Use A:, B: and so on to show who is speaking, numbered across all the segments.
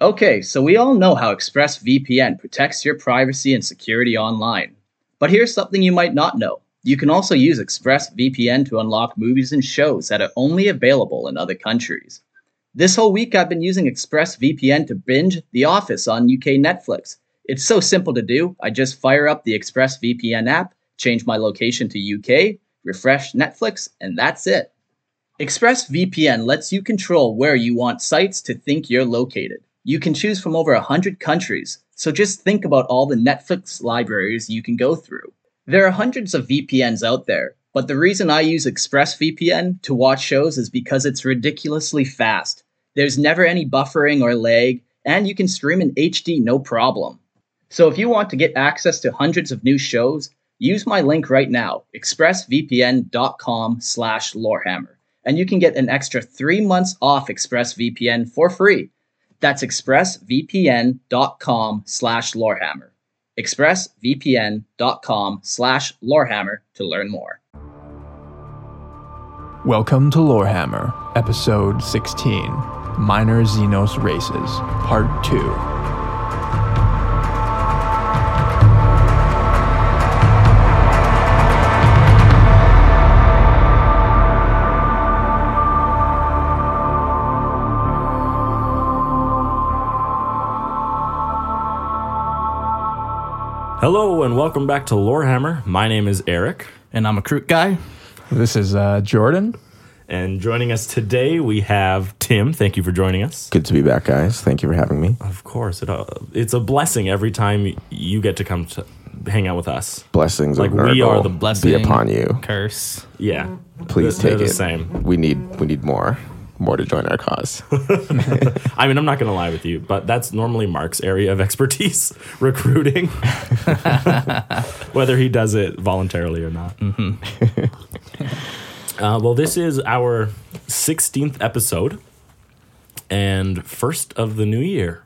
A: Okay, so we all know how ExpressVPN protects your privacy and security online. But here's something you might not know. You can also use ExpressVPN to unlock movies and shows that are only available in other countries. This whole week, I've been using ExpressVPN to binge The Office on UK Netflix. It's so simple to do. I just fire up the ExpressVPN app, change my location to UK, refresh Netflix, and that's it. ExpressVPN lets you control where you want sites to think you're located. You can choose from over 100 countries, so just think about all the Netflix libraries you can go through. There are hundreds of VPNs out there, but the reason I use ExpressVPN to watch shows is because it's ridiculously fast. There's never any buffering or lag, and you can stream in HD no problem. So if you want to get access to hundreds of new shows, use my link right now, expressvpn.com slash lorehammer, and you can get an extra three months off ExpressVPN for free. That's expressvpn.com slash lorehammer. expressvpn.com slash lorehammer to learn more.
B: Welcome to Lorehammer, Episode 16 Minor Xenos Races, Part 2.
C: Hello and welcome back to Lorehammer. My name is Eric,
D: and I'm a Crook guy.
B: This is uh, Jordan.
C: and joining us today we have Tim. Thank you for joining us.
E: Good to be back, guys. Thank you for having me.
C: Of course, it, uh, it's a blessing every time you get to come to hang out with us.
E: Blessings
C: Like,
E: of
C: we
E: Nurgle
C: are the
D: Blessing.
E: be upon you.
D: Curse.
C: Yeah,
E: Please
C: They're
E: take
C: the
E: it.
C: same.
E: We need we need more more to join our cause.
C: I mean, I'm not going to lie with you, but that's normally Mark's area of expertise: recruiting, whether he does it voluntarily or not. Mm-hmm. uh, well, this is our 16th episode and first of the new year.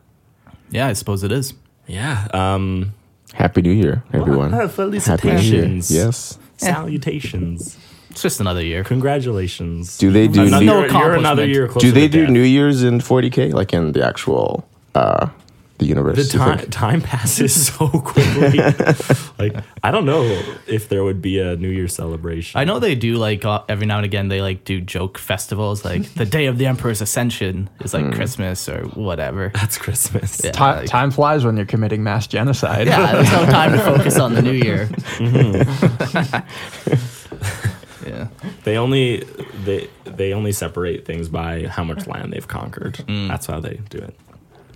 D: Yeah, I suppose it is.
C: Yeah. Um,
E: Happy New Year, everyone.
C: Ah,
E: Happy New Year.
C: felicitations.
E: Yes.
C: Salutations.
D: It's just another year.
C: Congratulations.
E: Do they do
C: another,
E: New,
D: no
C: you're, you're another
D: accomplishment.
C: year closer
E: do they
C: to
E: do
C: death.
E: New Year's in 40k like in the actual uh the universe?
C: The
E: you
C: time,
E: think?
C: time passes so quickly. like I don't know if there would be a New Year's celebration.
D: I know they do like uh, every now and again they like do joke festivals like the day of the emperor's ascension is like Christmas or whatever.
C: it's Christmas.
D: Yeah.
B: Ti- time flies when you're committing mass genocide.
D: Yeah, there's no time to focus on the new year. Mm-hmm. yeah.
C: They only they they only separate things by how much land they've conquered. That's how they do it.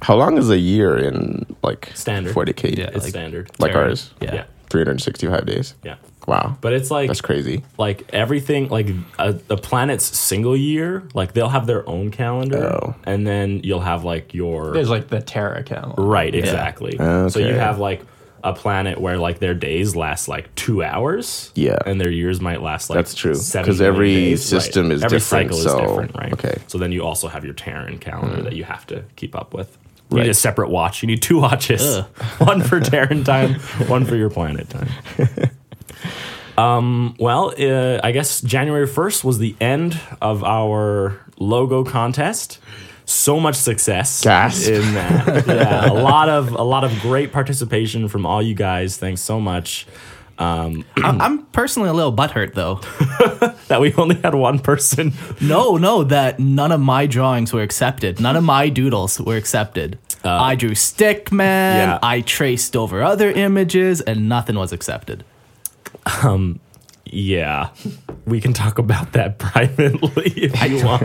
E: How long is a year in like
C: Standard.
E: 40k?
D: Yeah.
C: It's
D: Like-
C: standard.
E: Like ours.
D: Yeah.
C: yeah.
E: 365 days.
C: Yeah.
E: Wow.
C: But it's like
E: That's crazy.
C: like everything like a, a planet's single year like they'll have their own calendar
E: Oh.
C: and then you'll have like your
B: There's like the Terra calendar.
C: right exactly so
E: Okay.
C: you have like a planet where like their days last like two hours
E: Yeah.
C: and their years might last like
E: That's true.
C: seven
E: 'Cause
C: million
E: every
C: days.
E: system is
C: every
E: different,
C: cycle
E: so-
C: is different right
E: okay. Hmm.
C: so then you also have your Terran calendar that you have to keep up with you
E: Right.
C: need a separate watch you need two watches one for Terran time one for your planet time well, uh, I guess January 1st was the end of our logo contest. So much success
E: Gasp.
C: in that. yeah, a lot of a lot of great participation from all you guys. Thanks so much. Um,
D: I- I'm personally a little butthurt though.
C: That we only had one person.
D: No, no, that none of my drawings were accepted. None of my doodles were accepted. I drew Stickman.
C: yeah.
D: I traced over other images, and nothing was accepted.
C: Yeah. We can talk about that privately if you want.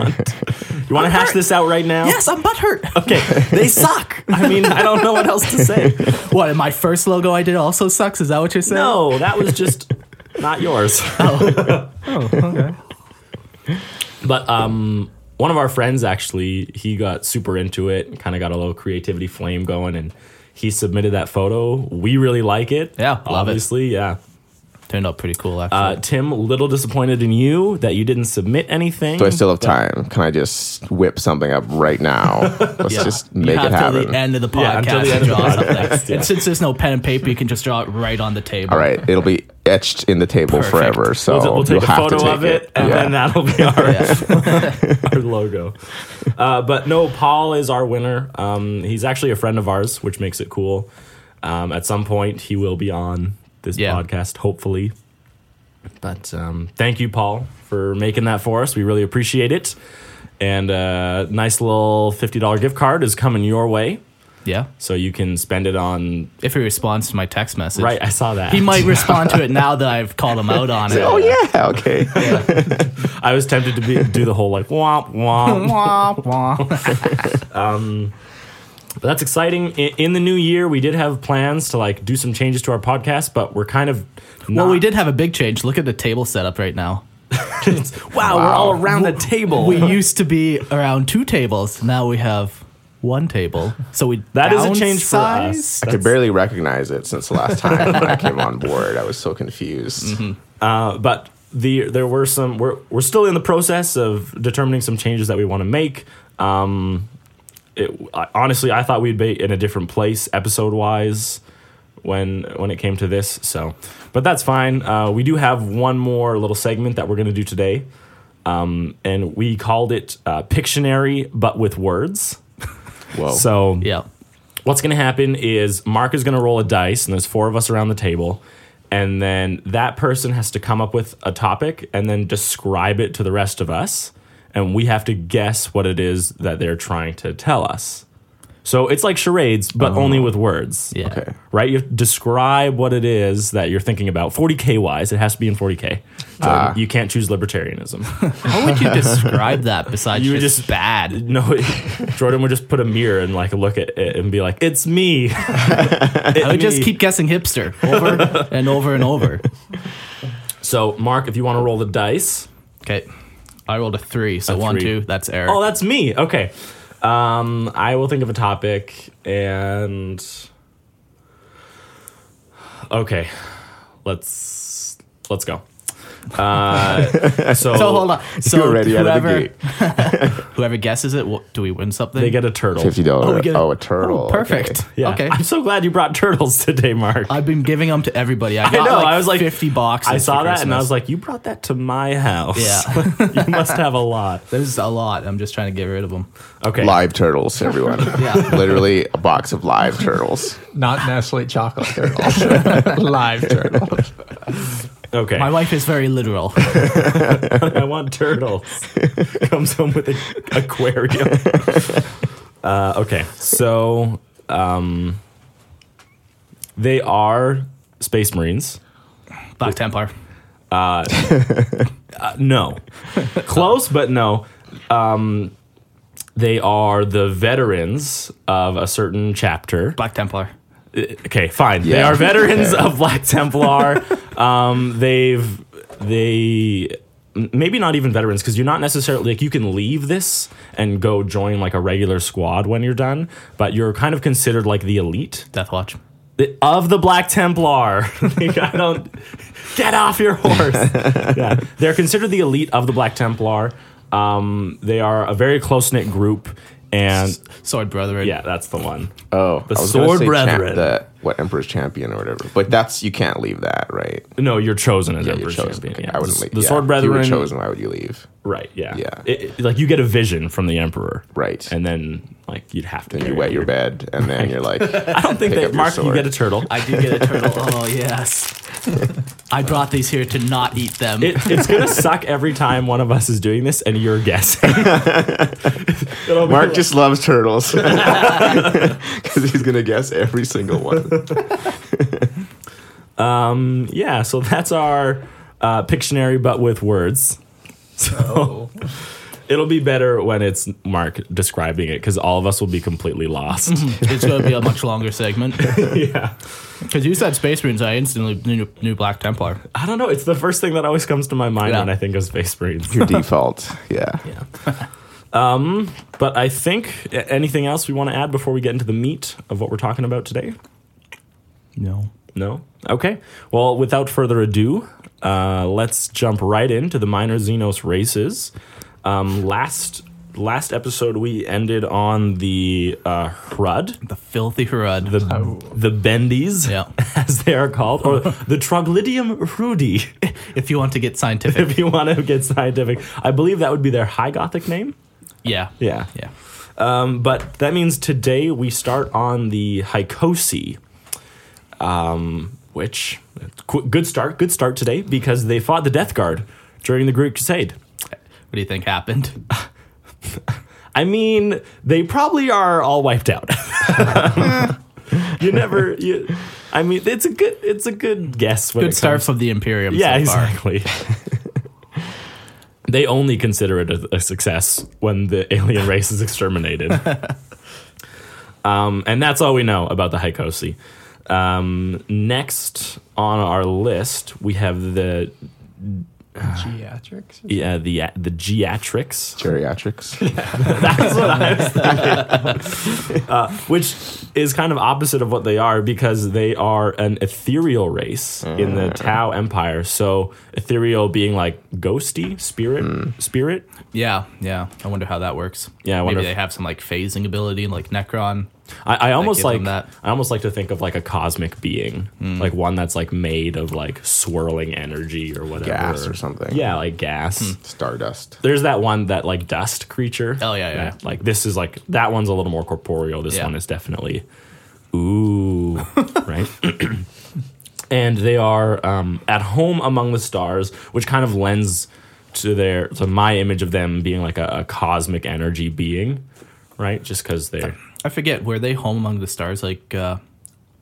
C: You want to hash this out right now?
D: Yes, I'm butthurt.
C: Okay.
D: They suck.
C: I mean, I don't know what else to say.
D: what? My first logo I did also sucks. Is that what you're saying?
C: No, that was just not yours.
E: Oh,
B: Okay.
C: But um, one of our friends actually, he got super into it, kind of got a little creativity flame going, and he submitted that photo. We really like it.
D: Yeah, love it.
C: obviously, yeah.
D: Turned out pretty cool actually.
C: Uh, Tim, little disappointed in you that you didn't submit anything.
E: Do I still have time? Can I just whip something up right now? Let's
D: Yeah.
E: just make
D: you
E: it
D: have till
E: happen.
D: the end of the podcast
C: Yeah, until the
D: to
C: end of the
D: draw something.
C: podcast, yeah.
D: And since there's no pen and paper, you can just draw it right on the table.
E: All right, it'll be etched in the table
D: Perfect.
E: forever. So
C: we'll, we'll take
E: Oh, you'll
C: a
E: have to
C: photo
E: take
C: of it, and
E: Yeah.
C: then uh, that'll be our, our logo. Uh, but no, Paul is our winner. Um, he's actually a friend of ours, which makes it cool. Um, at some point, he will be on this
D: Yeah.
C: podcast, hopefully. But um, thank you, Paul, for making that for us. We really appreciate it. And uh, nice little $50 gift card is coming your way.
D: Yeah.
C: So you can spend it on.
D: If he responds to my text message.
C: Right, I saw that.
D: He might respond to it now that I've called him out on it.
E: Oh yeah, okay.
C: I was tempted to be, do the whole like womp womp
D: Womp womp.
C: But that's exciting. In, in the new year, we did have plans to like do some changes to our podcast, but we're kind of not,
D: Well, we did have a big change. Look at the table setup right now.
C: Wow, we're all around the table.
D: We used to be around two tables. Now we have one table. So we
C: that is a change for us.
D: downsized.
E: I could barely recognize it since the last time when I came on board. I was so confused.
C: Uh, but the there were some. We're we're still in the process of determining some changes that we want to make. Um, it, I, honestly, I thought we'd be in a different place episode wise when when it came to this. So, but that's fine. Uh, we do have one more little segment that we're going to do today, um, and we called it uh, Pictionary, but with words.
E: Whoa.
C: So
D: Yeah.
C: Oh. what's going to happen is Mark is going to roll a dice, and there's four of us around the table. And then that person has to come up with a topic and then describe it to the rest of us. And we have to guess what it is that they're trying to tell us. So it's like charades, but only with words.
D: Yeah.
E: okay.
C: Right? You have to describe what it is that you're thinking about. 40K wise, it has to be in 40K. So you can't choose libertarianism.
D: How would you describe that besides
C: You
D: you
C: were
D: just,
C: just-
D: bad?
C: no, Jordan would just put a mirror and like look at it and be like, it's me.
D: I would just keep guessing hipster over and over and over.
C: So, Mark, if you want to roll the dice.
D: Okay. I rolled a three, so
C: A
D: one,
C: three.
D: two, that's error.
C: Oh, that's me. Okay. Um, I will think of a topic and. Okay, let's let's go. Uh, so,
D: so hold on. So
E: You're already out of the
D: whoever,
E: gate.
D: whoever guesses it, wh- do we win something?
C: they get a turtle.
E: Fifty dollars.
D: we get-
E: oh, a turtle. okay.
D: Perfect.
C: Yeah.
D: Okay.
C: I'm so glad you brought turtles today, Mark. I,
D: I've been giving them to everybody. I, got
C: know,
D: Like
C: I was like-
D: 50 boxes.
C: saw
D: for
C: that and I
D: Christmas.
C: was like, you brought that to my house.
D: Yeah.
C: you must have a lot.
D: there's a lot. I'm just trying to get rid of them.
C: Okay.
E: Live turtles, everyone.
D: Yeah.
E: Literally a box of live turtles.
B: Not Nestle chocolate turtles, live turtles.
C: Okay.
D: My wife is very literal.
C: I want turtles. Comes home with an aquarium. uh, okay, so um, they are space marines.
D: Black Templar.
C: No, close, but no. Um, they are the veterans of a certain chapter.
D: Black Templar.
C: Okay, fine. They
E: Yeah.
C: are veterans
E: Okay.
C: of Black Templar. um, they've they m- maybe not even veterans because you're not necessarily like you can leave this and go join like a regular squad when you're done, but you're kind of considered like the elite
D: Death Watch.
C: the- of the Black Templar. like, I don't get off your horse. yeah. They're considered the elite of the Black Templar. Um, they are a very close knit group, and
D: Sword Brotherhood.
C: yeah, that's the one.
E: Oh,
C: The
E: I was gonna
C: sword
E: say
C: brethren.
E: the, what Emperor's Champion or whatever. But that's you can't leave that, right?
C: No, you're chosen as
E: You're
C: Emperor's
E: chosen.
C: Champion.
E: Okay,
C: yeah.
E: I wouldn't
C: The-
E: leave.
C: The
E: yeah.
C: Sword
E: If
C: Brethren.
E: you were chosen. Why would you leave?
C: Right. Yeah.
E: Yeah.
C: It, it- like you get a vision from the emperor.
E: Right.
C: And then like you'd have to.
E: You
C: carry
E: wet your
C: it.
E: bed, and then you're like,
C: I don't think
E: pick
C: that
E: up your
C: Mark. You
E: sword.
C: get a turtle.
D: I do get a turtle. Oh, yes. I brought these here to not eat them.
C: It, it's gonna suck every time one of us is doing this, and you're guessing. It'll be
E: Mark
C: like-
E: just loves turtles because he's gonna guess every single one.
C: yeah. So that's our uh, Pictionary, but with words.
E: Oh.
C: So it'll be better when it's Mark describing it because all of us will be completely lost.
D: it's going to be a much longer segment.
C: yeah.
D: Because you said Space Marines, I instantly knew, knew Black Templar.
C: I don't know. It's the first thing that always comes to my mind
D: Yeah.
C: when I think of space marines.
E: Your default, yeah.
C: Yeah. um, but I think a- anything else we want to add before we get into the meat of what we're talking about today?
D: No.
C: No? Okay. Well, without further ado, uh, let's jump right into the minor Xenos races. Um, last last episode we ended on the uh, Hrud,
D: The filthy Harad.
C: the the Bendies,
D: Yeah.
C: as they are called, or the Troglydium Hrudi,
D: if you want to get scientific.
C: if you want to get scientific. I believe that would be their High Gothic name.
D: yeah.
C: Yeah.
D: Yeah.
C: Um, but that means today we start on the Hycosi, um, which qu- good start, good start today because they fought the Death Guard during the Great Crusade.
D: What do you think happened?
C: I mean, they probably are all wiped out. you never. You, I mean, it's a good. It's a good guess. When
D: Good
C: it
D: start
C: comes-
D: from the Imperium.
C: Yeah,
D: so far.
C: exactly. they only consider it a, a success when the alien race is exterminated. um, and that's all we know about the Hycosi. Um, next on our list, we have the
B: Geatrix?
C: yeah the the Geatrix.
E: Geriatrics.
C: That's what I was thinking. uh, which is kind of opposite of what they are because they are an ethereal race in the Tao Empire. So ethereal being like ghosty, spirit, spirit.
D: Yeah, yeah. I wonder how that works.
C: Yeah, I wonder
D: Maybe
C: if-
D: they have some like phasing ability, like Necron.
C: I, I almost
D: give
C: like
D: them that. Hmm.
C: I almost like to think of like a cosmic being, like one that's like made of like swirling energy or whatever,
E: Gas or something.
C: Yeah, like gas.
E: Stardust.
C: There's that one that like dust creature.
D: Hmm. Oh, yeah, yeah, yeah.
C: Like this is like that one's a little more corporeal. This
D: Yeah.
C: one is definitely ooh, right? and they are um, at home among the stars, which kind of lends to their to my image of them being like a, a cosmic energy being, right? Just because they're
D: I forget were they home among the stars? Like, uh,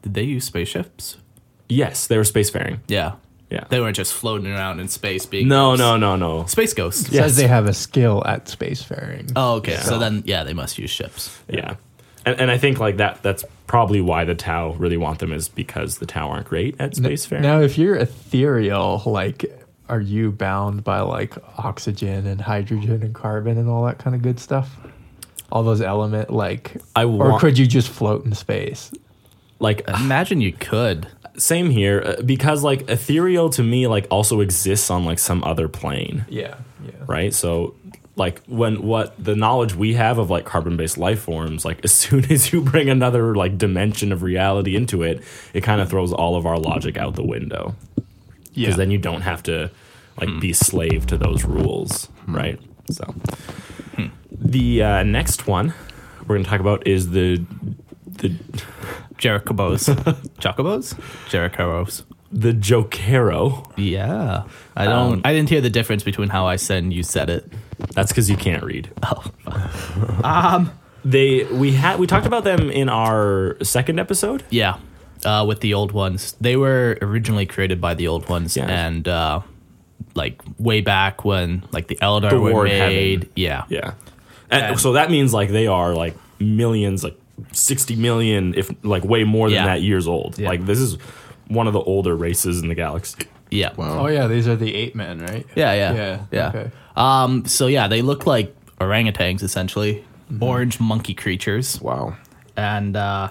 D: did they use spaceships?
C: yes, they were spacefaring.
D: Yeah,
C: Yeah.
D: They weren't just floating around in space. Being
C: no, no, no, no.
D: space ghosts.
C: Yeah.
B: Says they have a skill at spacefaring.
D: Oh, okay. So then, yeah, they must use ships.
C: Yeah. And, and I think like that that's probably why the Tau really want them is because the Tau aren't great at spacefaring.
B: Now, if you're ethereal, like, are you bound by like oxygen and hydrogen and carbon and all that kind of good stuff? All those element, like,
C: I
B: or
C: want-
B: could you just float in space?
C: Like uh,
D: Imagine you could.
C: same here uh, because like ethereal to me like also exists on like some other plane
B: Yeah, yeah.
C: right so like when what the knowledge we have of like carbon-based life forms like as soon as you bring another like dimension of reality into it it kind of throws all of our logic out the window because
B: Yeah.
C: then you don't have to like be slave to those rules right so the uh, next one we're going to talk about is the the
D: Jerichobos, Chocobos, Jerichobos.
C: the jokero
D: Yeah, I don't.
C: Um,
D: I didn't hear the difference between how I said and you said it.
C: that's because you can't read Um,
D: Oh,
C: they we had we talked about them in our second episode
D: Yeah, uh, with the old ones. They were originally created by the old ones,
C: Yeah.
D: and uh, like way back when, like the Eldar
C: The
D: were
C: War in
D: made.
C: Heaven.
D: Yeah,
C: yeah and, so that means like they are like millions like 60 million if like way more than
D: Yeah.
C: that years old
D: Yeah.
C: like this is one of the older races in the galaxy
D: yeah,
E: Wow.
B: Oh yeah, these are the ape men, right?
D: yeah, yeah,
B: yeah, okay.
D: Um, so yeah, they look like orangutans essentially,
C: Mm-hmm.
D: orange monkey creatures,
E: Wow.
D: and uh,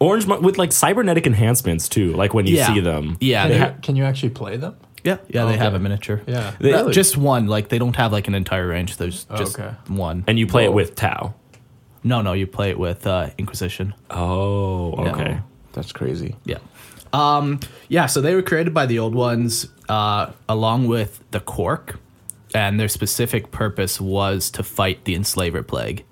C: orange mon- with like cybernetic enhancements too like when you
D: yeah,
C: see them
D: yeah,
B: Can,
D: they
B: you,
D: ha-
B: can you actually play them?
D: yeah, yeah, they
B: Oh, Okay.
D: have a miniature.
B: Yeah. Oh,
D: That-
C: Really?
D: just one. Like they don't have like an entire range. There's just
B: Okay.
D: one.
C: and you play it with tau
D: no, no, you play it with uh, Inquisition.
C: oh okay
E: That's crazy.
D: Yeah. Um, yeah, so they were created by the old ones uh, along with the Cork, and their specific purpose was to fight the Enslaver Plague.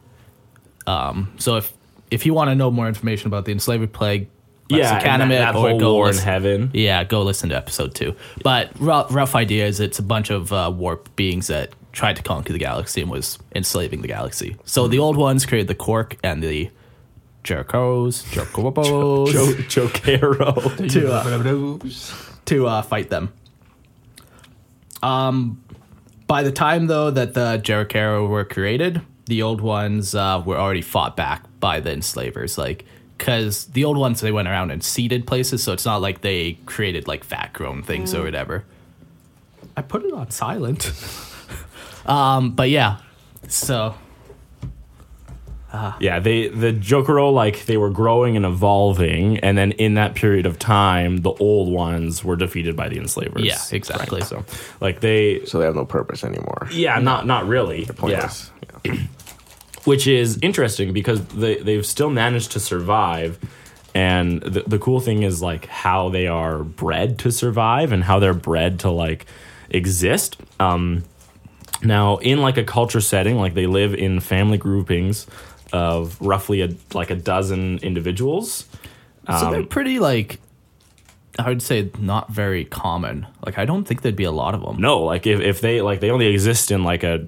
D: Um, so if if you want to know more information about the Enslaver Plague,
C: yeah and that,
D: Lexicanimate
C: that
D: or
C: whole
D: go
C: war in
D: listen-
C: heaven
D: Yeah, go listen to episode two. But rough, rough idea is it's a bunch of uh, warp beings that tried to conquer the galaxy and was enslaving the galaxy. So the old ones created the Cork and the Jerichos, Jerichobos,
C: jo- jokero
D: to uh, to uh, fight them. Um, by the time though that the Jerichero were created, the old ones uh, were already fought back by the enslavers, like because the old ones they went around and seeded places, so it's not like they created like fat grown things or whatever. Mm. I put it on silent. um, but yeah, so
C: Yeah, they the Jokero like they were growing and evolving, and then in that period of time, the old ones were defeated by the enslavers.
D: Yeah, exactly.
C: So, like they,
E: So they have no purpose anymore.
C: yeah, not not really. Yeah,
E: Pointless. Yeah.
C: which is interesting because they, they've still managed to survive and the, the cool thing is like how they are bred to survive and how they're bred to like exist um, now in like a culture setting like they live in family groupings of roughly a, like a dozen individuals
D: So they're pretty like I would say not very common. Like I don't think there'd be a lot of them.
C: no like if, if they like they only exist in like a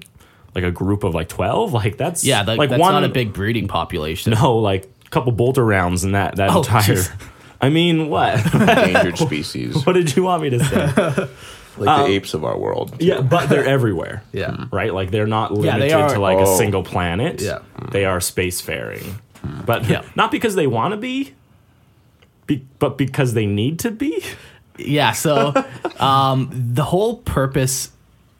C: like a group of like 12 like that's
D: Yeah, like, that's not a big breeding population.
C: no like a couple bolter rounds in that that
D: Oh,
C: entire
D: jeez.
C: i mean what
E: Endangered species,
C: what did you want me to say
E: like the apes of our world.
C: Yeah, but they're everywhere.
D: Yeah.
C: Right? Like they're not
D: Yeah,
C: limited
D: they are-
C: to like a
E: Oh.
C: single planet.
D: Yeah.
C: They are spacefaring. But
D: Yeah.
C: not because they want to be, be, but because they need to be.
D: Yeah, so um, the whole purpose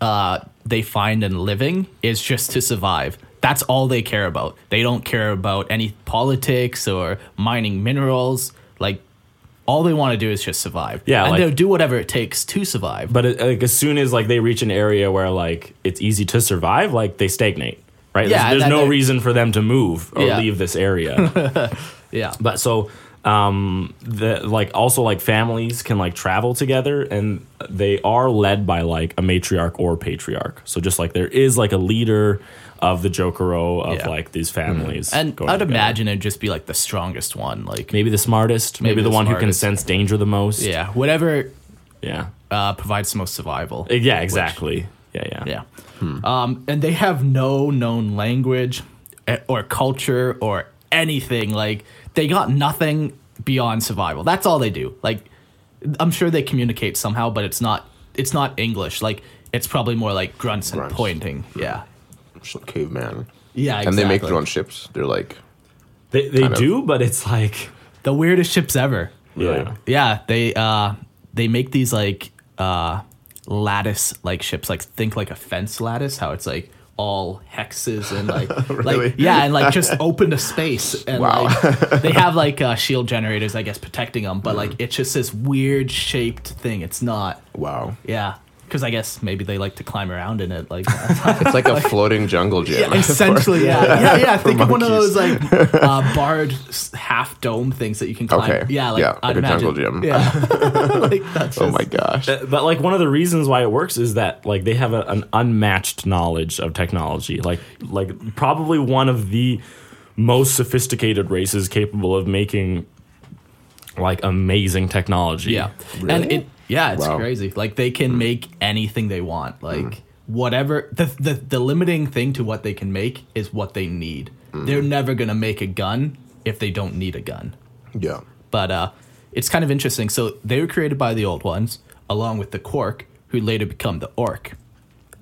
D: uh, they find in living is just to survive. That's all they care about. They don't care about any politics or mining minerals. Like, all they want to do is just survive.
C: Yeah,
D: and
C: like-
D: they'll do whatever it takes to survive.
C: But it, like as soon as like they reach an area where like it's easy to survive, like they stagnate. Right?
D: Yeah,
C: there's there's
D: that-
C: no
D: that-
C: reason for them to move or
D: Yeah.
C: leave this area.
D: yeah,
C: But so um the like also like families can like travel together and they are led by like a matriarch or patriarch. So just like there is like a leader of the Jokero of
D: Yeah. Mm-hmm.
C: like these families.
D: and
C: going
D: I'd
C: together.
D: imagine it'd just be like the strongest one. Like,
C: maybe the smartest, maybe,
D: Maybe
C: the,
D: the
C: one who can
D: smartest.
C: sense danger the most.
D: yeah, whatever
C: Yeah.
D: uh, provides the most survival.
C: Yeah, exactly. Yeah, yeah.
D: Yeah. Um, and they have no known language eh, or culture or anything. Like, they got nothing beyond survival. That's all they do. Like, I'm sure they communicate somehow, but it's not it's not English. Like, it's probably more like grunts and
E: Grunts.
D: pointing. Yeah.
E: Just like caveman.
D: Yeah,
E: And they make
D: exactly.
E: their own ships. They're like
C: They they
E: Kind of.
C: do, but it's like
D: The weirdest ships ever.
E: Really?
C: yeah.
D: Yeah, they uh they make these like uh lattice like ships, like think like a fence lattice, how it's like all hexes and like
E: Really?
D: like yeah, and like just open to space and
E: Wow.
D: like they have like uh shield generators, I guess, protecting them, but
E: Mm.
D: like it's just this weird shaped thing. It's not
E: wow.
D: yeah. Because I guess maybe they like to climb around in it, like
E: It's like a floating jungle gym.
D: essentially, yeah, yeah, yeah. Think of one of
E: monkeys.
D: those like uh, barred s- half dome things that you can climb.
E: Okay.
D: Yeah, like,
E: Yeah,
D: I'd
E: like a jungle
D: imagine.
E: gym.
D: Yeah, like that's
E: oh
D: just-
E: my gosh.
C: Uh, But like one of the reasons why it works is that like they have a, an unmatched knowledge of technology. Like like probably one of the most sophisticated races capable of making like amazing technology.
D: Yeah. And it yeah, it's
E: Wow. Hmm.
D: crazy. Like they can make anything they want. Like whatever the, the the limiting thing to what they can make is what they need.
E: Hmm.
D: They're never going to make a gun if they don't need a gun.
E: Yeah.
D: But uh it's kind of interesting. So they were created by the old ones along with the Quark who later become the Orc.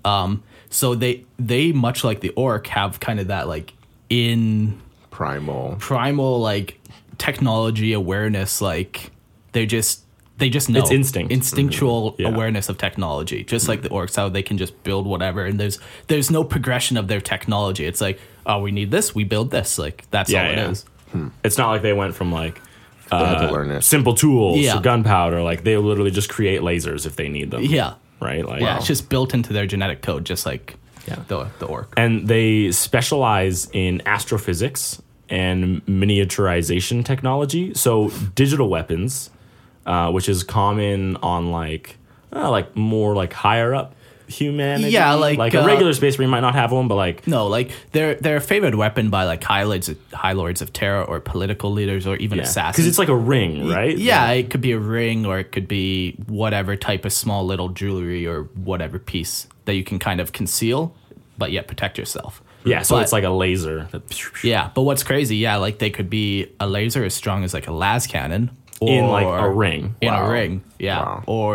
D: Um so they they much like the Orc have kind of that like in
E: Primal.
D: primal like technology awareness like they just they just know
C: It's instinct. Mm-hmm.
D: instinctual
C: Yeah. Mm-hmm.
D: awareness of technology just like the orcs how they can just build whatever and there's there's no progression of their technology it's like oh we need this we build this like that's
C: Yeah,
D: all it
C: yeah.
D: is
C: It's not like they went from like
E: They had
C: uh,
E: to learn it.
C: simple tools
D: Yeah.
C: or gunpowder. Like they literally just create lasers if they need them.
D: yeah
C: Right? Like
D: yeah it's just built into their genetic code just like
C: Yeah.
D: the, the orc
C: and they specialize in astrophysics and miniaturization technology. So digital weapons, uh, which is common on like uh, like more like higher up humanity.
D: Yeah, like,
C: a
D: uh,
C: regular space marine might not have one, but like
D: no like they're they're a favorite weapon by like high lords high lords of terror or political leaders or even assassins
C: because it's like a ring, right?
D: Yeah, it could be a ring or it could be whatever type of small little jewelry or whatever piece that you can kind of conceal, but yet protect yourself.
C: yeah. So
D: But-
C: it's like a laser. that-
D: Yeah, but what's crazy, yeah, like they could be a laser as strong as like a las cannon or
C: In like a ring.
D: In
E: Wow.
D: a ring, yeah.
E: Wow.
D: Or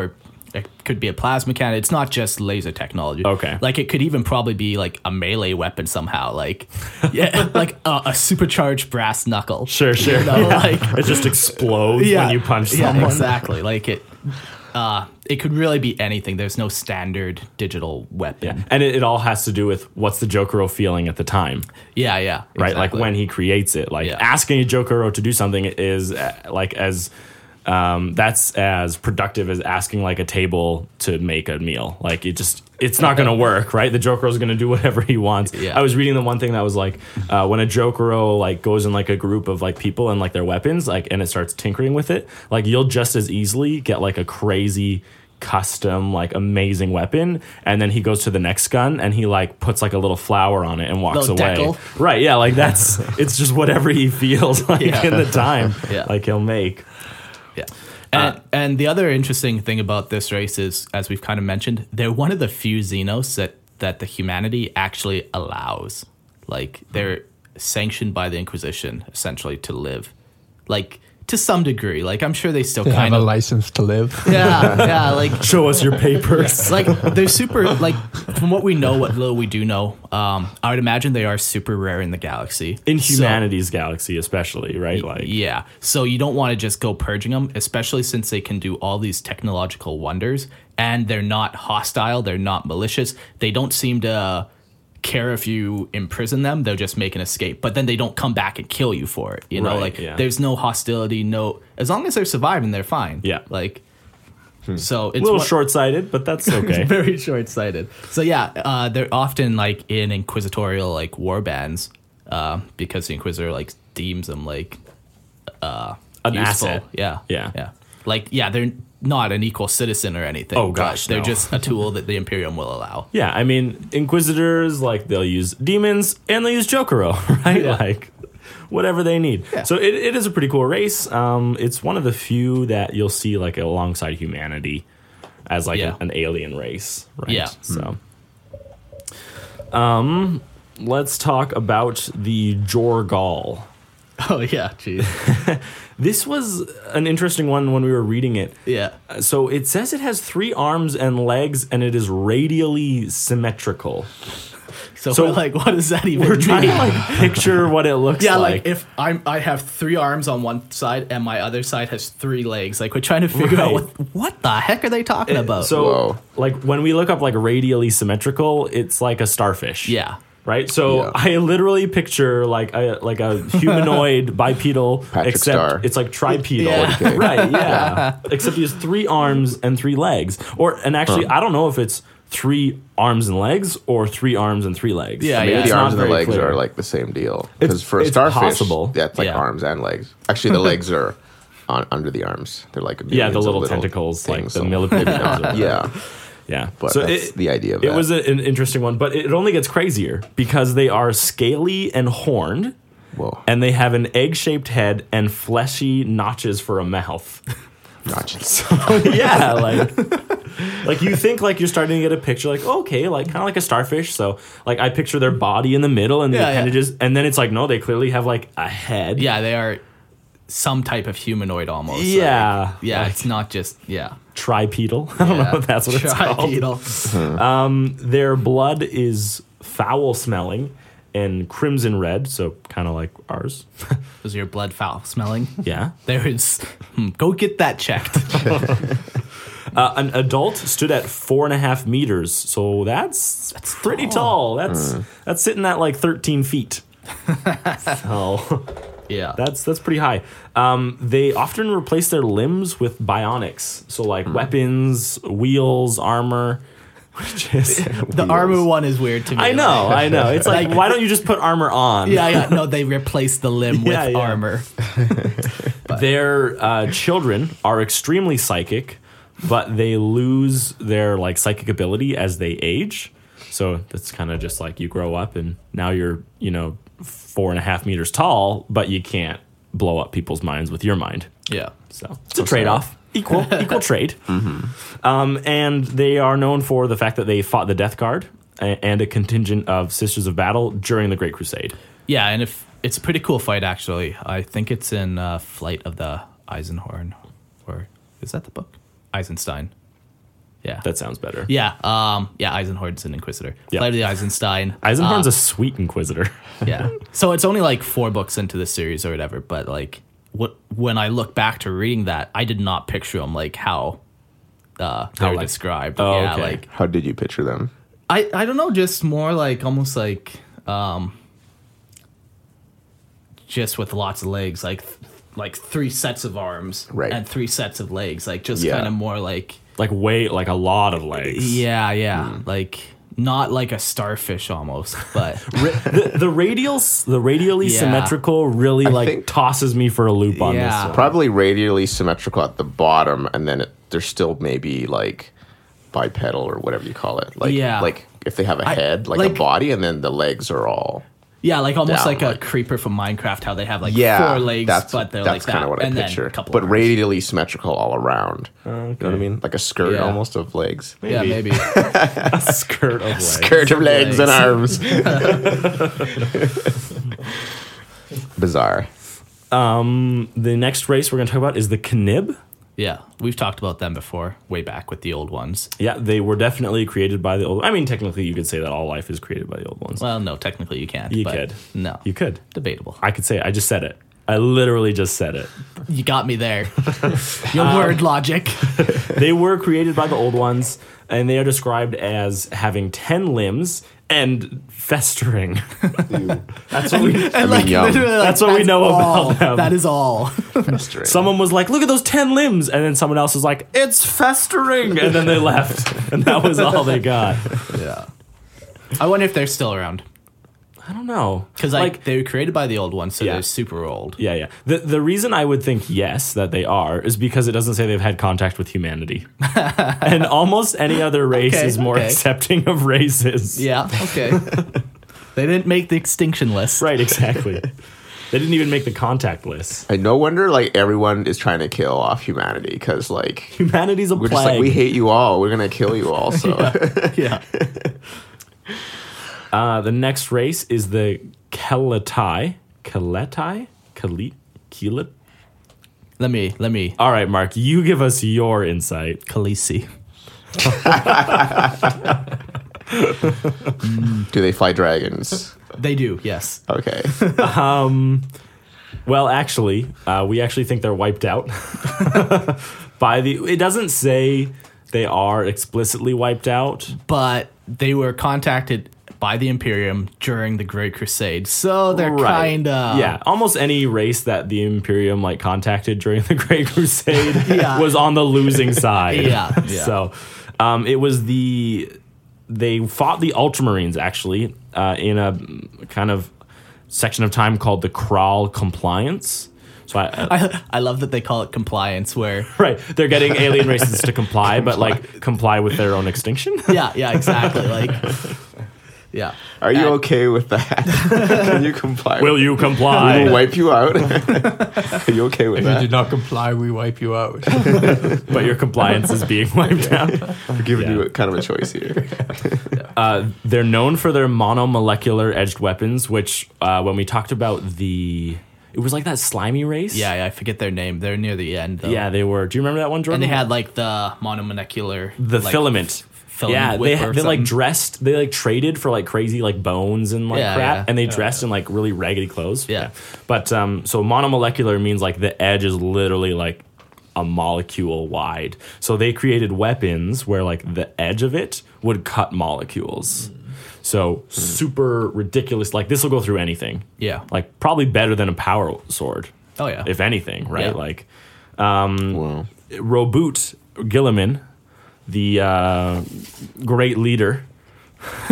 D: it could be a plasma cannon. It's not just laser technology.
C: Okay.
D: Like it could even probably be like a melee weapon somehow, like yeah, like a, a supercharged brass knuckle.
C: Sure, sure.
D: You know, like
C: It just explodes when you punch
D: yeah,
C: someone.
D: Exactly. Like it uh it could really be anything. There's no standard digital weapon.
C: And it, it all has to do with what's the Jokero feeling at the time.
D: Yeah, yeah.
C: right?
D: exactly.
C: Like when he creates it, like
D: Yeah.
C: asking a Jokero to do something is uh, like as um, that's as productive as asking like a table to make a meal. Like it just, it's not going to work, right? The Jokero is going to do whatever he wants.
D: Yeah.
C: I was reading the one thing that was like uh, when a Jokero like goes in like a group of like people and like their weapons, like and it starts tinkering with it, like you'll just as easily get like a crazy custom like amazing weapon and then he goes to the next gun and he like puts like a little flower on it and walks
D: Little
C: away
D: decal.
C: right yeah like that's it's just whatever he feels like
D: Yeah.
C: in the time
D: Yeah.
C: like he'll make
D: Yeah. And, and the other interesting thing about this race is, as we've kind of mentioned, they're one of the few Xenos that, that the humanity actually allows. Like, they're sanctioned by the Inquisition, essentially, to live. Like, to some degree. Like, I'm sure they still
B: They
D: kind
B: have a
D: of.
B: license to live.
D: yeah, yeah. Like,
C: show us your papers.
D: like they're super like from what we know what little we do know um i would imagine they are super rare in the galaxy
C: in
D: So-
C: humanity's galaxy, especially, right? Like,
D: yeah so you don't want to just go purging them especially since they can do all these technological wonders and they're not hostile they're not malicious they don't seem to care if you imprison them they'll just make an escape but then they don't come back and kill you for it you know
C: Right,
D: like
C: yeah.
D: there's no hostility no as long as they're surviving they're fine
C: Yeah.
D: like so it's
C: a little
D: one-
C: short-sighted, but that's okay.
D: very short sighted. So yeah, uh, they're often like in inquisitorial like war bands uh, because the inquisitor like deems them like uh,
C: An
D: useful.
C: asset.
D: Yeah,
C: Yeah.
D: yeah. Like yeah, they're not an equal citizen or anything.
C: Oh,
D: but
C: gosh,
D: they're
C: no.
D: just a tool that the Imperium will allow.
C: Yeah, I mean, inquisitors like they'll use demons and they use Jokero, right? Like whatever they need.
D: Yeah.
C: So it, it is a pretty cool race. Um, it's one of the few that you'll see like alongside humanity as like
D: Yeah.
C: an, an alien race, right?
D: Yeah.
C: So. Um. Let's talk about the Jorgal.
D: Oh yeah, jeez.
C: This was an interesting one when we were reading it.
D: Yeah,
C: So it says it has three arms and legs, and it is radially symmetrical.
D: so,
C: So-
D: we're like, what does that even
C: We're trying to
D: mean?
C: like picture what it looks
D: yeah,
C: like.
D: like, if I'm, I have three arms on one side and my other side has three legs. Like we're trying to figure out
C: Right. Eh,
D: what, what the heck are they talking about?
C: so,
E: Oh, Whoa.
C: like when we look up like radially symmetrical, it's like a starfish.
D: yeah,
C: Right. So
E: Yeah.
C: I literally picture like a like a humanoid bipedal,
E: Patrick
C: except
E: Starr.
C: it's like tripedal.
D: Yeah.
E: Okay.
C: Right. Yeah. except he has three arms and three legs, or and actually I don't know if it's three arms and legs or three arms and three legs.
D: Yeah,
E: Maybe
D: yeah.
E: the
C: It's
E: arms
C: not
E: and
C: very
E: the legs
C: clear.
E: are like the same deal. Because for a
C: it's
E: starfish,
C: possible.
E: that's like
D: Yeah.
E: arms and legs. Actually, the legs are on, under the arms. They're like
C: yeah,
E: millions
C: the
E: of
C: little, tentacles, like
E: things,
C: the
E: so
C: millipede.
E: maybe not. Yeah,
C: yeah.
E: but that's the idea of
C: It
E: that.
C: was a, an interesting one, but it only gets crazier because they are scaly and horned,
E: Whoa.
C: and they have an egg-shaped head and fleshy notches for a mouth.
E: Notches.
C: yeah, like like you think like you're starting to get a picture, like okay, like kind of like a starfish. So like I picture their body in the middle and the
D: Yeah, yeah.
C: appendages, and then it's like no, they clearly have like a head.
D: yeah, they are some type of humanoid almost. like-
C: Yeah,
D: Yeah,
C: like
D: it's not just yeah.
C: tripedal. I don't know if that's what it's called. Their blood is foul smelling and crimson red, so kind of like ours.
D: Was your blood foul smelling?
C: Yeah.
D: There is. Hmm, go get that checked.
C: Uh, an adult stood at four and a half meters, so that's, pretty tall. That's that's sitting at like thirteen feet. so
D: Yeah.
C: that's that's pretty high. Um, they often replace their limbs with bionics, so like weapons, wheels, armor. Which is,
D: the armor one is weird to me.
C: I know, I know. It's like, why don't you just put armor on?
D: Yeah, yeah. No, they replaced the limb
C: Yeah,
D: with
C: yeah.
D: armor.
C: Their uh, children are extremely psychic, but they lose their like psychic ability as they age. So that's kind of just like you grow up and now you're you know four and a half meters tall, but you can't blow up people's minds with your mind.
D: Yeah.
C: So it's a trade off. Equal, equal trade. Um, and they are known for the fact that they fought the Death Guard a- and a contingent of Sisters of Battle during the Great Crusade.
D: Yeah, and if it's a pretty cool fight actually. I think it's in uh, Flight of the Eisenhorn, or is that the book? Eisenstein. Yeah.
C: That sounds better.
D: yeah. Um. Yeah. Eisenhorn's an inquisitor.
C: Yeah.
D: Flight of the Eisenstein. Uh,
C: Eisenhorn's
D: Ah.
C: a sweet inquisitor.
D: yeah. So it's only like four books into the series or whatever, but like what when I look back to reading that, I did not picture them like how uh they're
C: like-
D: described.
C: Oh,
D: yeah,
C: okay.
D: like
E: How did you picture them?
D: I I don't know, just more like almost like um just with lots of legs, like th- like three sets of arms
E: Right.
D: and three sets of legs. Like just
E: Yeah.
D: kind of more like
C: Like weight, like a lot of legs.
D: yeah,
C: Hmm.
D: yeah, like not like a starfish almost, but
C: the, the radial, s- the radially
D: Yeah.
C: symmetrical really like
E: think-
C: tosses me for a loop on
D: Yeah.
C: this. One.
E: Probably radially symmetrical at the bottom, and then it, there's still maybe like bipedal or whatever you call it. Like,
D: Yeah.
E: like if they have a head, like, a
D: like-
E: body, and then the legs are all.
D: yeah, like almost
E: Down,
D: like a
E: like-
D: creeper from Minecraft, how they have like
E: Yeah,
D: four legs,
E: that's,
D: but they're
E: that's
D: like
E: kind
D: that,
E: of what I
D: and
E: picture.
D: then a couple
E: but
D: arms.
E: radially symmetrical all around. You know what I mean? Like a skirt
D: Yeah.
E: almost of legs.
D: yeah, maybe.
C: A skirt of legs.
E: Skirt of legs and arms. Bizarre.
C: The next race we're going to talk about is the Knib.
D: yeah, we've talked about them before, way back with the old ones.
C: Yeah, they were definitely created by the old. I mean, technically, you could say that all life is created by the old ones.
D: Well, no, technically you can't.
C: you
D: but
C: could.
D: No,
C: You could.
D: debatable.
C: I could say. it. I just said it. I literally just said it.
D: You got me there. Your
E: Uh,
D: word logic.
C: they were created by the old ones, and they are described as having ten limbs and festering. That's what we.
D: And like,
E: yum.
D: literally, like,
C: That's what we know about
D: all.
C: them.
D: That is all.
C: Someone was like, "Look at those ten limbs," and then someone else was like, "It's festering," and then they left, and that was all they got.
D: yeah. I wonder if they're still around
C: I don't know
D: because like, they were created by the old ones, so
C: Yeah.
D: they're super old.
C: Yeah, yeah. The the reason I would think yes that they are is because it doesn't say they've had contact with humanity. and almost any other race
D: Okay,
C: is more
D: okay.
C: accepting of races.
D: Yeah. Okay. they didn't make the extinction list.
C: Right, exactly. they didn't even make the contact list.
E: I no wonder like everyone is trying to kill off humanity because like
C: Humanity's a
E: we're just like
C: plague.
E: we hate you all. We're gonna kill you all. So
D: Yeah.
C: uh, the next race is the Keletai. Keletai? Kelet? Kelet?
D: let me. Let me.
E: Uh,
C: All right, Mark, you give us your insight.
D: Khaleesi.
E: do they fly dragons?
D: They do. Yes.
E: Okay.
C: Well, actually, uh, we actually think they're wiped out by the. It doesn't say they are explicitly wiped out.
D: But they were contacted by the Imperium during the Great Crusade, so they're
C: Right.
D: kind of
C: yeah almost any race that the imperium like contacted during the great crusade
D: Yeah.
C: was on the losing side
D: Yeah, yeah.
C: so um, it was the they fought the ultramarines actually uh, in a kind of section of time called the Kral compliance so I,
D: I, I love that they call it compliance, where
C: right they're getting alien races to comply but like comply with their own extinction
D: yeah, yeah, exactly. Like, yeah.
E: Are you
D: Uh,
E: okay with that? Can you comply?
C: will you
E: we will
C: comply
E: wipe you out. Are you okay
B: If
E: with
B: you do
E: that?
B: not comply, we wipe you out.
C: but your compliance is being wiped out
E: We're giving
C: Yeah.
E: you a, kind of a choice here.
C: Uh, they're known for their monomolecular edged weapons, which uh, when we talked about the, it was like that slimy race.
D: Yeah, yeah, I forget their name. They're near the end. Though.
C: yeah, they were. Do you remember that one, Jordan?
D: and they had like the monomolecular,
C: the
D: like,
C: filament.
D: filament
C: yeah,
D: whip
C: they
D: or
C: they like
D: something.
C: dressed. They like traded for like crazy like bones and like
D: Yeah,
C: crap,
D: yeah.
C: and they dressed in like really raggedy clothes.
D: Yeah.
C: but um, so monomolecular means like the edge is literally like a molecule wide. So they created weapons where like the edge of it would cut molecules. So super ridiculous. Like this will go through anything.
D: Yeah.
C: like probably better than a power sword.
D: Oh, yeah.
C: if anything, right?
D: Yeah.
C: Like
E: wow.
C: Robut Gilliman, the uh, great leader.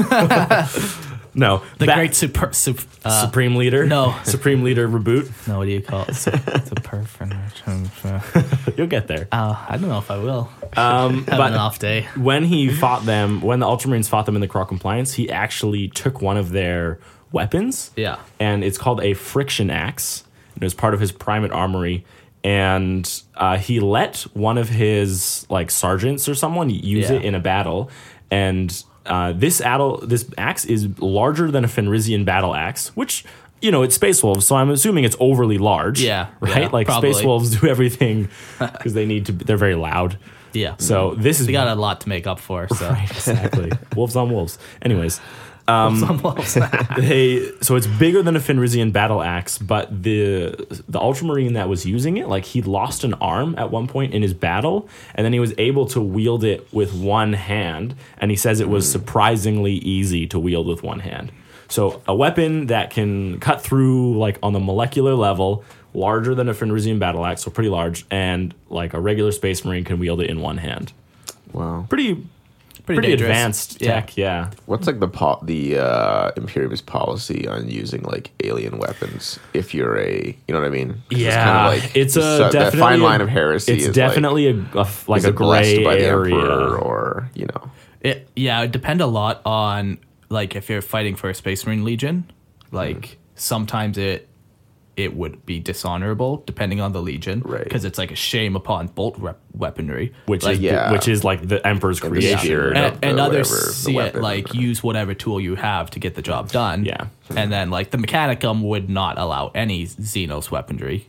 C: no,
D: the
C: that-
D: great super. super uh,
C: supreme leader.
D: no.
C: supreme leader Reboot.
D: no, what do you call it? Su- super.
C: You'll get there.
D: Uh, I don't know if I will.
C: Um,
D: Have
C: but
D: an off day.
C: when he fought them, when the Ultramarines fought them in the Craw Compliance, he actually took one of their weapons.
D: Yeah.
C: and it's called a friction axe. It was part of his primate armory, and uh, he let one of his like sergeants or someone use
D: Yeah.
C: it in a battle. And uh, this addle, this axe is larger than a Fenrisian battle axe, which you know it's space wolves, so I'm assuming it's overly large.
D: Yeah,
C: right.
D: yeah,
C: like space
D: probably.
C: wolves do everything because they need to. be- They're very loud.
D: Yeah.
C: So this is
D: they got a lot to make up for. So
C: right exactly wolves on wolves. Anyways,
D: Some wolves.
C: they so it's bigger than a Fenrisian battle axe, but the the ultramarine that was using it, like he lost an arm at one point in his battle, and then he was able to wield it with one hand, and he says it was surprisingly easy to wield with one hand. So a weapon that can cut through like on the molecular level, larger than a Fenrisian battle axe, so pretty large, and like a regular Space Marine can wield it in one hand.
E: Wow.
C: Pretty pretty,
D: dangerous.
C: advanced
D: Yeah.
C: tech, yeah.
E: What's like the po- the uh, Imperium's policy on using like alien weapons if you're a you know what I mean? 'Cause
C: Yeah,
E: it's, kinda like,
C: it's a
E: so- that
C: definitely
E: fine
C: a-
E: line of heresy.
C: It's
E: is
C: definitely a, a f-
E: like,
C: like
E: is
C: a
E: it blessed
C: gray
E: by the
C: area.
E: emperor or you know
D: It, yeah, it depend a lot on like if you're fighting for a Space Marine Legion. Like
C: Hmm.
D: sometimes it it would be dishonorable depending on the legion,
E: Right.
D: Because it's like a shame upon bolt rep- weaponry,
C: which
D: like,
C: is
E: yeah.
C: which is like the emperor's creation.
E: spirit.
C: Yeah.
E: of
D: and,
E: the
D: and others
E: whatever, the
D: see
E: weapon
D: it like
E: or-
D: use whatever tool you have to get the job done.
C: Yeah.
D: and then like the mechanicum would not allow any Xenos weaponry,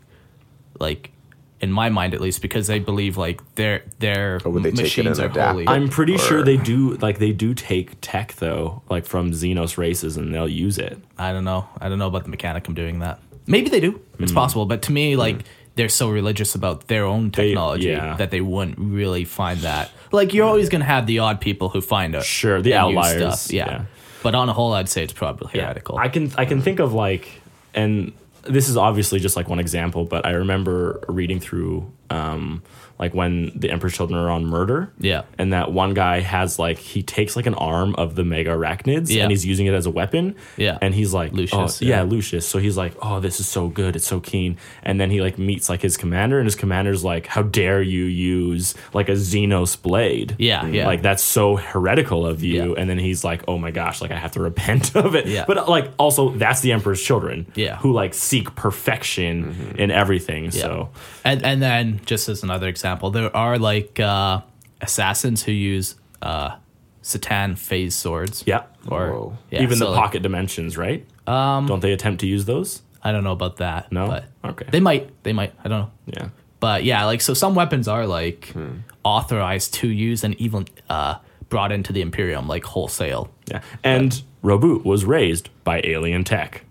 D: like in my mind at least, because they believe like their their
E: would they take it
D: machines
E: and
D: are
E: adapt
D: holy.
E: it?
C: I'm pretty
E: Or-
C: sure they do like they do take tech though, like from Xenos races, and they'll use it.
D: I don't know. I don't know about the Mechanicum doing that. Maybe they do. It's
C: Hmm.
D: possible. But to me, like they're so religious about their own technology
C: yeah.
D: that they wouldn't really find that. Like you're always gonna have the odd people who find it.
C: Sure, the
D: and use
C: outliers,
D: stuff. Yeah.
C: yeah.
D: But on a whole, I'd say it's probably heretical.
C: I can I can think of like, and this is obviously just like one example, but I remember reading through um, like when the Emperor's Children are on murder.
D: Yeah.
C: and that one guy has like he takes like an arm of the mega arachnids
D: Yeah.
C: and he's using it as a weapon.
D: Yeah.
C: and he's like
D: Lucius,
C: oh, yeah.
D: yeah.
C: Lucius. So he's like, oh, this is so good. It's so keen. And then he like meets like his commander, and his commander's like, how dare you use like a Xenos blade?
D: Yeah, yeah.
C: Like that's so heretical of you.
D: Yeah.
C: And then he's like, oh my gosh, like I have to repent of it.
D: Yeah.
C: But uh, like also that's the emperor's children.
D: Yeah. Mm-hmm.
C: Who like seek perfection in everything. So
D: and and then just as another example, there are like uh, assassins who use uh, Satan phase swords.
C: yeah.
D: Or
E: Whoa.
D: yeah,
C: Even
D: so,
C: the
D: like,
C: pocket dimensions, right? Um don't they attempt to use those?
D: I don't know about that.
C: No?
D: But
C: Okay.
D: They might. They might. I don't know.
C: Yeah.
D: But yeah, like so some weapons are like
C: Hmm.
D: authorized to use and even uh, brought into the Imperium like wholesale.
C: Yeah. And Reboot was raised by alien tech.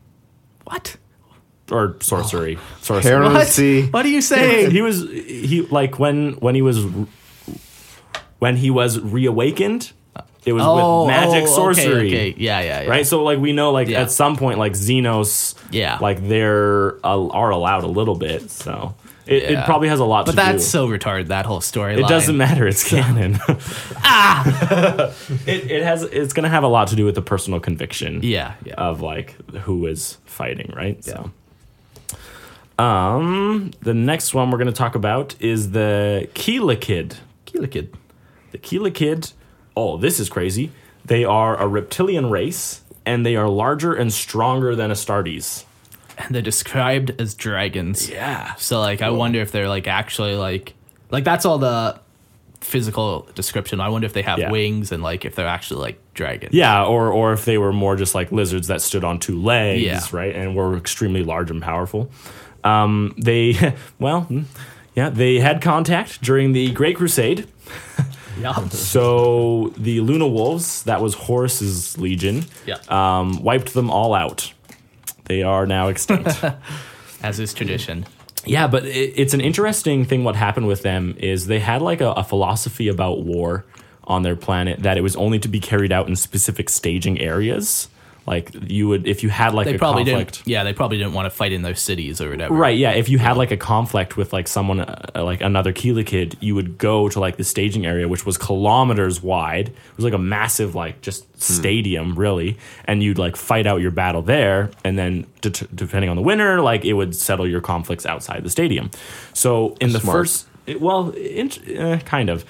D: What?
C: Or sorcery. Sorcery.
E: heresy.
D: What? What are you
C: Hey,
D: saying?
C: he was he like when when he was when he was reawakened, it was with magic
D: oh, okay,
C: sorcery.
D: Okay, Yeah, yeah, yeah.
C: right? So like we know like
D: Yeah.
C: at some point like Xenos,
D: Yeah.
C: like they're uh, are allowed a little bit. So it, it
D: Yeah.
C: probably has a lot
D: But
C: to
D: that's
C: do.
D: so retarded. That whole storyline.
C: it doesn't matter. It's canon. ah, it, it has. It's gonna have a lot to do with the personal conviction.
D: Yeah, yeah.
C: Of like who is fighting, right? So, um, the next one we're gonna talk about is the Keela Kid.
D: Kila kid.
C: The Keela Kid, oh, this is crazy. They are a reptilian race, and they are larger and stronger than Astartes.
D: And they're described as dragons.
C: Yeah.
D: So like, I wonder if they're like actually like like that's all the physical description. I wonder if they have
C: Yeah.
D: wings and like if they're actually like dragons.
C: Yeah, or or if they were more just like lizards that stood on two legs,
D: Yeah.
C: right, and were extremely large and powerful. Um, they, well, hmm, yeah, they had contact during the Great Crusade.
D: Yeah.
C: So the Luna Wolves, that was Horus's legion,
D: Yeah.
C: um, wiped them all out. They are now extinct.
D: As is tradition.
C: Yeah, but it, it's an interesting thing. What happened with them is they had like a, a philosophy about war on their planet that it was only to be carried out in specific staging areas. Like you would, if you had like
D: they
C: a
D: probably
C: conflict,
D: didn't. Yeah, they probably didn't want to fight in their cities or whatever.
C: right? Yeah, if you had like a conflict with like someone, uh, like another Keela kid, you would go to like the staging area, which was kilometers wide. It was like a massive, like just stadium, really, and you'd like fight out your battle there, and then det- depending on the winner, like it would settle your conflicts outside the stadium. So in the
E: Smart.
C: first, it- well, int eh, kind of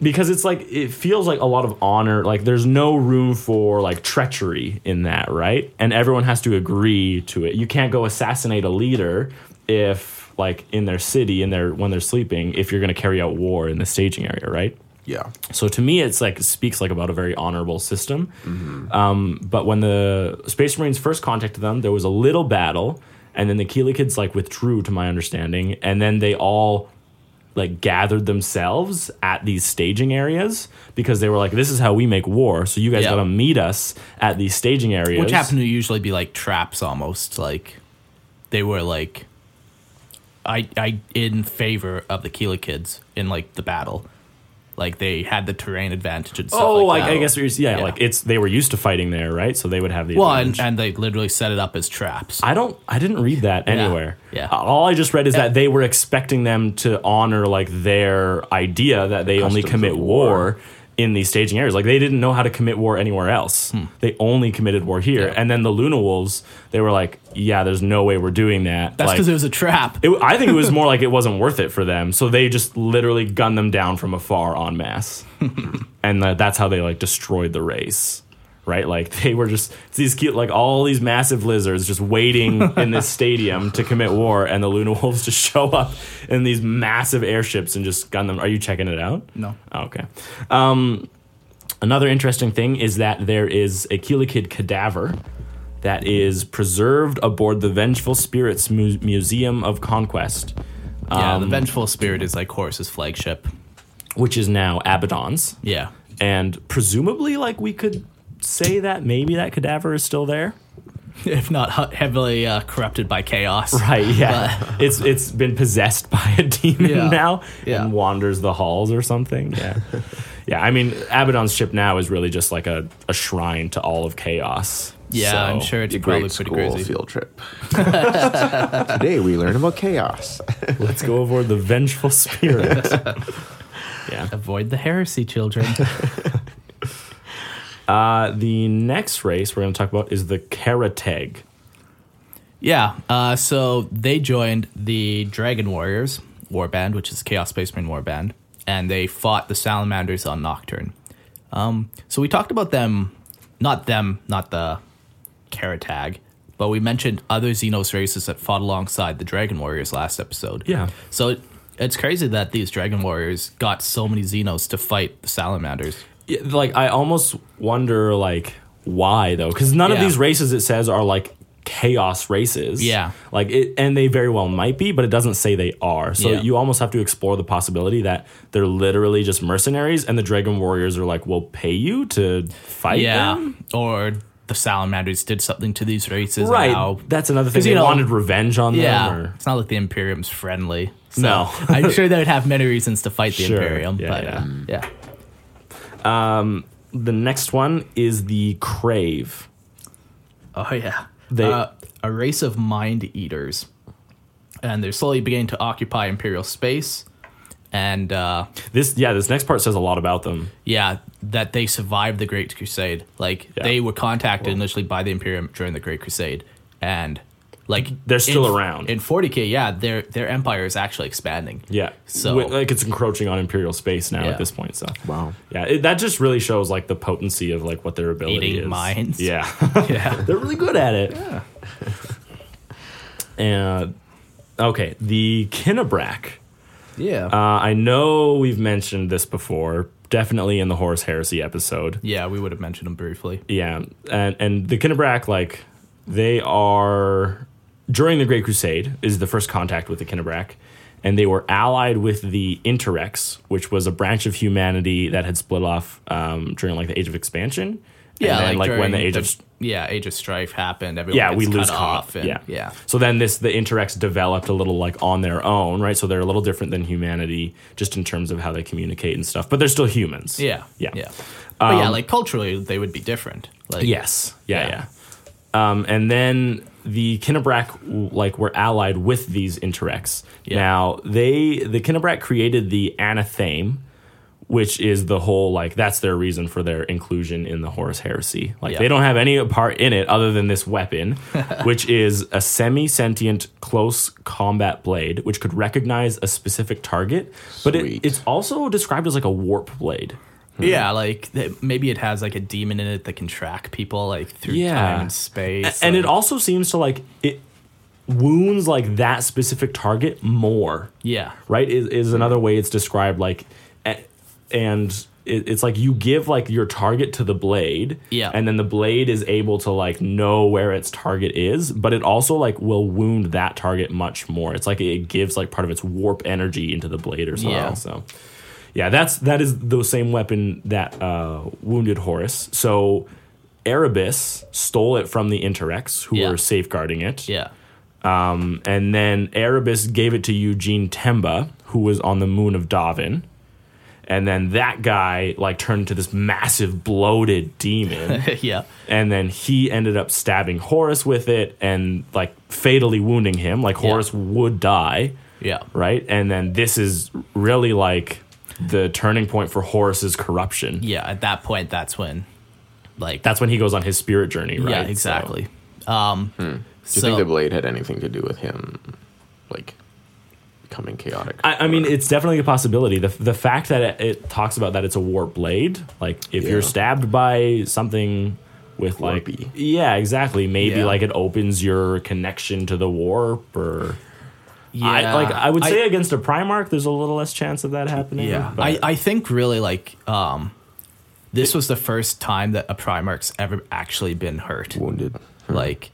C: because it's like it feels like a lot of honor like there's no room for like treachery in that right and everyone has to agree to it you can't go assassinate a leader if like in their city in their when they're sleeping if you're going to carry out war in the staging area right
E: yeah.
C: so to me, it's like speaks like about a very honorable system.
D: Mm-hmm.
C: Um, but when the Space Marines first contacted them, there was a little battle, and then the Keela kids like withdrew, to my understanding, and then they all like gathered themselves at these staging areas because they were like, "This is how we make war." So you guys
D: Yeah.
C: gotta meet us at these staging areas.
D: Which happened to usually be like traps almost. Like they were like I I in favor of the Keela kids in like the battle. Like they had the terrain advantage and stuff
C: Oh,
D: like
C: I,
D: that.
C: I guess what you're, yeah,
D: Yeah.
C: like it's they were used to fighting there, right? So they would have the
D: Well,
C: advantage.
D: and, and they literally set it up as traps.
C: I don't. I didn't read that anywhere.
D: yeah.
C: All I just read is that they were expecting them to honor like their idea that they only
E: customs
C: commit
E: of
C: war.
E: war.
C: in these staging areas. Like they didn't know how to commit war anywhere else.
D: Hmm.
C: They only committed war here. And then the Luna Wolves, they were like, "Yeah, there's no way we're doing that."
D: That's
C: Like,
D: because it was a trap.
C: it- I think it was more like it wasn't worth it for them, so they just literally gunned them down from afar en masse, and tha- that's how they like destroyed the race, right? Like they were just it's these cute, like all these massive lizards just waiting in this stadium to commit war, and the Luna Wolves just show up in these massive airships and just gun them. Are you checking it out?
D: No.
C: Oh, okay. Um, another interesting thing is that there is a Keelakid cadaver that is preserved aboard the Vengeful Spirits Mu- Museum of Conquest,
D: yeah,
C: Um,
D: the vengeful spirit is like Horus's flagship.
C: which is now Abaddon's.
D: Yeah,
C: And presumably, like, we could say that maybe that cadaver is still there.
D: if not hu- heavily uh, corrupted by chaos.
C: Right, yeah. it's it's been possessed by a demon
D: Yeah,
C: now
D: yeah.
C: and wanders the halls or something. Yeah. yeah, I mean, Abaddon's ship now is really just like a, a shrine to all of chaos.
D: Yeah,
C: So-
D: I'm sure it's
E: Be a
D: probably
E: great
D: pretty
E: school
D: crazy.
E: field trip. Today we learn about chaos.
C: Let's go aboard the vengeful spirit. yeah.
D: Avoid the heresy, children.
C: Uh, the next race we're going to talk about is the Karateg.
D: yeah, uh, so they joined the Dragon Warriors Warband, which is Chaos Space Marine Warband, and they fought the Salamanders on Nocturne. Um, so we talked about them, not them, not the Karatag, but we mentioned other Xenos races that fought alongside the Dragon Warriors last episode.
C: Yeah.
D: So it, it's crazy that these Dragon Warriors got so many Xenos to fight the Salamanders.
C: Yeah, Like, I almost wonder, like, why though? Because none of
D: Yeah.
C: these races it says are like chaos races.
D: Yeah.
C: Like, it, and they very well might be, but it doesn't say they are. So
D: Yeah.
C: you almost have to explore the possibility that they're literally just mercenaries, and the Dragon Warriors are like, "We'll pay you to fight
D: Yeah.
C: them."
D: Or the Salamanders did something to these races. and
C: Right.
D: now-
C: That's another thing.
D: 'Cause,
C: They
D: you know-
C: wanted revenge on
D: yeah.
C: them. Or,
D: It's not like the Imperium's friendly. So
C: No.
D: I'm sure they would have many reasons to fight the
C: Sure.
D: Imperium.
C: Yeah,
D: but
C: yeah.
D: uh, yeah.
C: The next one is the Crave.
D: Oh yeah,
C: They-
D: uh, a race of mind eaters, and they're slowly beginning to occupy imperial space, and uh,
C: This yeah, this next part says a lot about them.
D: yeah, that they survived the Great Crusade. Like
C: Yeah.
D: they were contacted initially by the Imperium during the Great Crusade, and like
C: They're still
D: in-
C: around.
D: in 40k. Yeah, their their empire is actually expanding.
C: Yeah.
D: So-
C: Wi- like it's encroaching on imperial space now
D: Yeah.
C: at this point. So
E: Wow.
C: Yeah, it, that just really shows like the potency of like what their ability
D: Eating
C: is.
D: minds.
C: Yeah.
D: yeah.
C: They're really good at it. and okay, the Kinnebrak.
D: yeah.
C: Uh, I know we've mentioned this before, definitely in the Horus Heresy episode.
D: yeah, we would have mentioned them briefly.
C: Yeah, and and the Kinnebrak, like they are during the Great Crusade is the first contact with the Kinnebrak, and they were allied with the Interrex, which was a branch of humanity that had split off um, during like the Age of Expansion.
D: Yeah,
C: and then, like, when the
D: during
C: Age of
D: yeah Age of Strife happened, everyone
C: yeah,
D: gets
C: we
D: cut
C: lose
D: off,
C: off.
D: and,
C: yeah,
D: yeah,
C: So then this the Interrex developed a little like on their own, right? So they're a little different than humanity just in terms of how they communicate and stuff, but they're still humans.
D: Yeah.
C: yeah,
D: Yeah. But yeah, like culturally, they would be different. Like,
C: Yes. Yeah,
D: Yeah.
C: yeah. Um, and then the Kinnebrak like were allied with these Interrex. Now they the Kinnebrak created the Anathame, which is the whole like that's their reason for their inclusion in the Horus Heresy. Like
D: Yeah.
C: they don't have any part in it other than this weapon, which is a semi-sentient close combat blade, which could recognize a specific target. But it,
E: Sweet.
C: it's also described as like a warp blade.
D: Yeah, like th- maybe it has like a demon in it that can track people like through
C: Yeah.
D: time and space.
C: and it
D: like-
C: also seems to like it wounds like that specific target more
D: yeah,
C: right is, is
D: Mm-hmm.
C: another way it's described like a- and it, it's like you give like your target to the blade
D: Yeah.
C: and then the blade is able to like know where its target is but it also like will wound that target much more it's like it gives like part of its warp energy into the blade or something
D: Yeah.
C: so yeah that's that is the same weapon that uh wounded horus so Erebus stole it from the Interrex, who
D: Yeah.
C: were safeguarding it.
D: yeah,
C: And then Erebus gave it to Eugene Temba, who was on the moon of Davin. and then that guy like turned into this massive bloated demon
D: yeah.
C: and then he ended up stabbing Horus with it and like fatally wounding him. Like Horus would die,
D: Yeah.
C: right? And then this is really like the turning point for Horus's corruption.
D: Yeah. At that point, that's when, like,
C: That's when he goes on his spirit journey, right?
D: yeah,
C: So-
D: exactly. Um,
E: Do you
D: so,
E: think the blade had anything to do with him, like becoming chaotic?
C: I, I mean, it's definitely a possibility. The, the fact that it, it talks about that it's a warp blade, like if
E: Yeah.
C: you're stabbed by something with like,
E: Warpy.
C: yeah, exactly. Maybe
D: Yeah.
C: like it opens your connection to the warp, or
D: yeah,
C: I, like I would say
D: I-
C: against a Primarch, there's a little less chance of that happening.
D: Yeah,
C: but-
D: I, I think really like um, this was the first time that a Primarch's ever actually been hurt,
E: Wounded.
D: like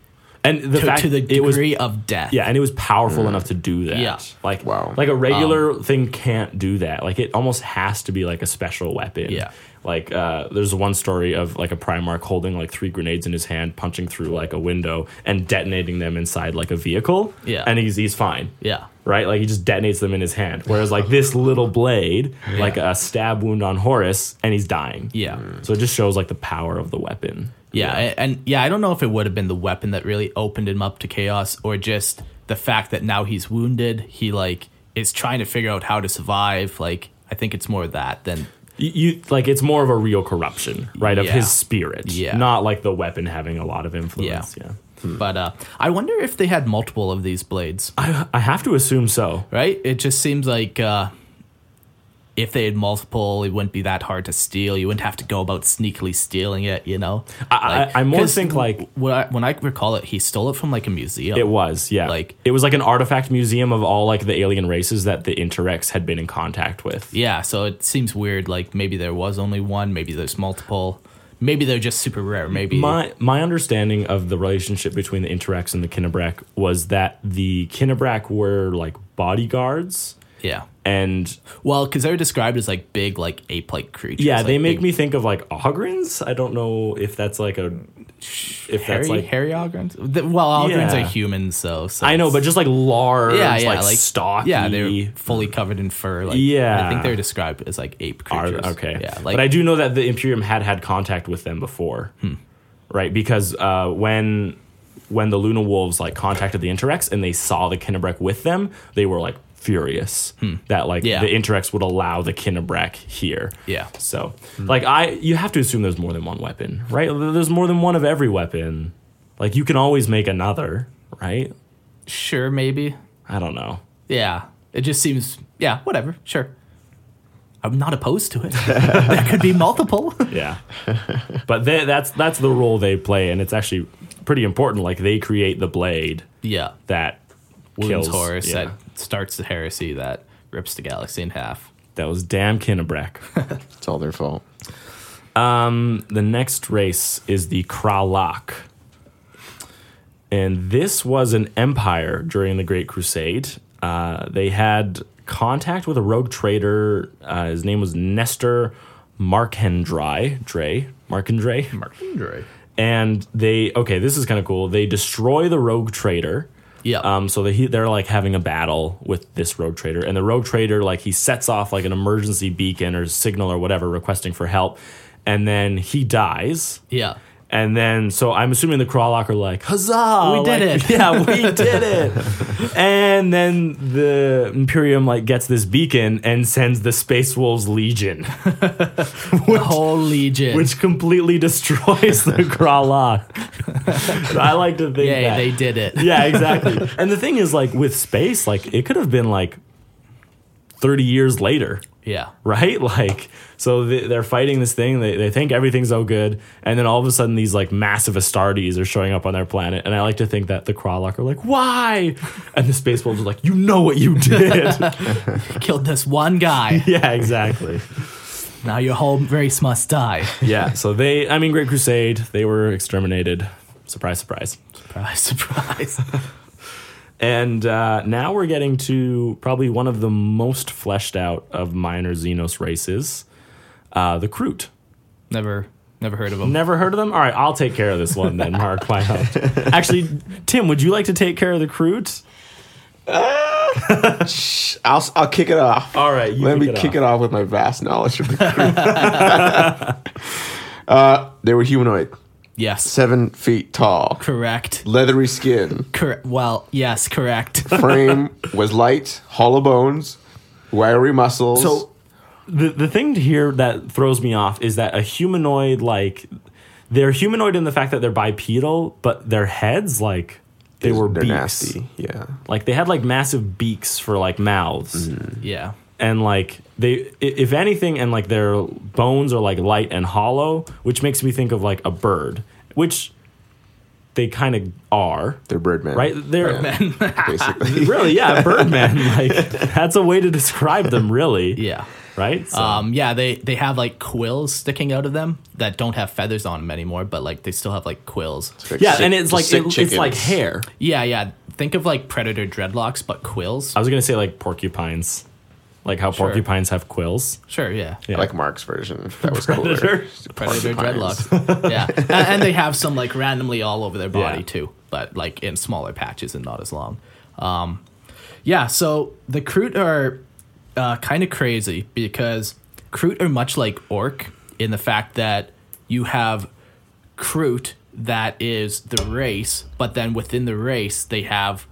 C: and the
D: to,
C: fact
D: to the
C: it was
D: degree of death.
C: yeah, and it was powerful enough to do that.
D: Hmm. Yeah. Um,
C: like
E: Wow.
C: like a regular thing can't do that. Like it almost has to be like a special weapon.
D: Yeah.
C: Like uh, there's one story of like a Primarch holding like three grenades in his hand, punching through like a window and detonating them inside like a vehicle.
D: Yeah.
C: and he's he's fine.
D: yeah,
C: Right, like he just detonates them in his hand. Whereas like this little blade, like a stab wound on Horus, and he's dying.
D: yeah,
C: So it just shows like the power of the weapon.
D: yeah, a- and yeah. I don't know if it would have been the weapon that really opened him up to chaos, or just the fact that now he's wounded. He like is trying to figure out how to survive. Like I think it's more that than
C: you, you like it's more of a real corruption, right? Of
D: Yeah.
C: his spirit,
D: Yeah.
C: Not like the weapon having a lot of influence. Yeah,
D: But uh, I wonder if they had multiple of these blades,
C: Mm. I, I have to assume so.
D: right? It just seems like uh, if they had multiple, it wouldn't be that hard to steal. You wouldn't have to go about sneakily stealing it, you know?
C: I- I- I more
D: 'cause
C: think, like-
D: w- when I, when I recall it, he stole it from like a museum.
C: It was, yeah.
D: Like-
C: it was like an artifact museum of all like the alien races that the Interrex had been in contact with.
D: yeah, so it seems weird. Like maybe there was only one, maybe there's multiple, maybe they're just super rare. Maybe
C: My my understanding of the relationship between the Interrex and the Kinnebrak was that the Kinnebrak were like bodyguards,
D: yeah.
C: and
D: Well, because they're described as like big, like ape-like creatures.
C: yeah,
D: like,
C: they make
D: big
C: me think of like Ogrins. I don't know if that's like a if
D: hairy,
C: that's like
D: hairy ogrins. The- well, ogrins
C: Yeah.
D: are humans, so, so
C: I know,
D: it's-
C: but just like large,
D: yeah, yeah,
C: like, stocky.
D: Yeah, they're fully covered in fur. Like,
C: Yeah.
D: I think they're described as like ape
C: Are-
D: creatures.
C: okay.
D: yeah,
C: but I do know that the Imperium had had contact with them before,
D: Hmm.
C: right? Because uh, when when the Luna Wolves like contacted the Interrex and they saw the Kinnebrek with them, they were like furious that like
D: Hmm. Yeah.
C: the Interrex would allow the Kinnebrek here.
D: Yeah. Hmm.
C: So like I, you have to assume there's more than one weapon, right? There's more than one of every weapon. Like you can always make another, right?
D: sure, maybe.
C: I don't know.
D: Yeah, it just seems. Yeah, whatever. Sure, I'm not opposed to it. there could be multiple.
C: Yeah, but they, that's that's the role they play, and it's actually pretty important. Like they create the blade
D: yeah,
C: that
D: wounds
C: kills
D: Horus
C: Yeah.
D: that starts the heresy that rips the galaxy in half.
C: That was damn Kinnebrek.
E: It's all their fault.
C: the next race is the Kralak, and this was an empire during the Great Crusade. Uh, they had contact with a rogue trader. Uh, his name was Nestor Markendry. Dre Markendry. and they okay this is kind of cool they destroy the rogue trader
D: Yeah.
C: um so they they're like having a battle with this rogue trader and the rogue trader like he sets off like an emergency beacon or signal or whatever requesting for help and then he dies
D: Yeah.
C: and then, so I'm assuming the Crawlock are like, huzzah!
D: We did
C: like,
D: it.
C: Yeah, we did it. And then the Imperium like gets this beacon and sends the Space Wolves Legion,
D: The whole legion.
C: which completely destroys the Crawlock. I like to think
D: Yay,
C: that
D: they did it.
C: yeah, exactly. and the thing is, like with space, like it could have been like thirty years later,
D: Yeah.
C: right? Like, so they, they're fighting this thing. They they think everything's all good, and then all of a sudden, these like massive Astartes are showing up on their planet. And I like to think that the Kralok are like, "Why?" And the space wolves are like, "You know what you did."
D: Killed this one guy.
C: yeah, exactly.
D: now your whole race must die.
C: Yeah. So they, I mean, Great Crusade, they were exterminated. Surprise, surprise.
D: surprise, surprise.
C: And uh, now we're getting to probably one of the most fleshed out of minor Xenos races, uh, the Kroot.
D: never, never heard of him.
C: Never heard of them? All right, I'll take care of this one then, Mark. Why not? Actually, Tim, would you like to take care of the Kroot?
E: I'll I'll kick it off.
C: All right, you
E: let me
C: kick it
E: kick
C: off.
E: it off with my vast knowledge of the crew. uh, they were humanoid,
D: Yes.
E: seven feet tall,
D: Correct.
E: leathery skin.
D: Correct. Well, yes, correct.
E: Frame was light, hollow bones, wiry muscles.
C: So the the thing here that throws me off is that a humanoid like they're humanoid in the fact that they're bipedal, but their heads like they were
E: they're
C: beaks.
E: nasty. Yeah,
C: Like they had like massive beaks for like
E: Mm-hmm.
C: mouths.
D: yeah.
C: And like they i- if anything and like their bones are like light and hollow, which makes me think of like a bird, which they kind of are.
E: they're birdmen,
C: Right? They're
E: Yeah, basically.
C: really yeah, birdman like that's a way to describe them really.
D: Yeah.
C: Right? So-
D: Um, yeah, they, they have like quills sticking out of them that don't have feathers on them anymore, but like they still have like quills.
C: Yeah,
E: Sick-
C: and it's like
E: sick
C: it- it's like
E: chickens.
C: hair.
D: Yeah, yeah. Think of like predator dreadlocks, but quills.
C: I was gonna say like porcupines, like how porcupines have quills.
D: Sure, yeah.
E: I like Mark's version. That was
C: Predator.
E: cooler.
D: Predator
E: Porcupines.
D: dreadlocks. yeah. And, and they have some like randomly all over their body
C: Yeah.
D: too, but like in smaller patches and not as long. Um, yeah, so the Kroot are uh, kind of crazy because Kroot are much like Orc in the fact that you have Kroot that is the race, but then within the race they have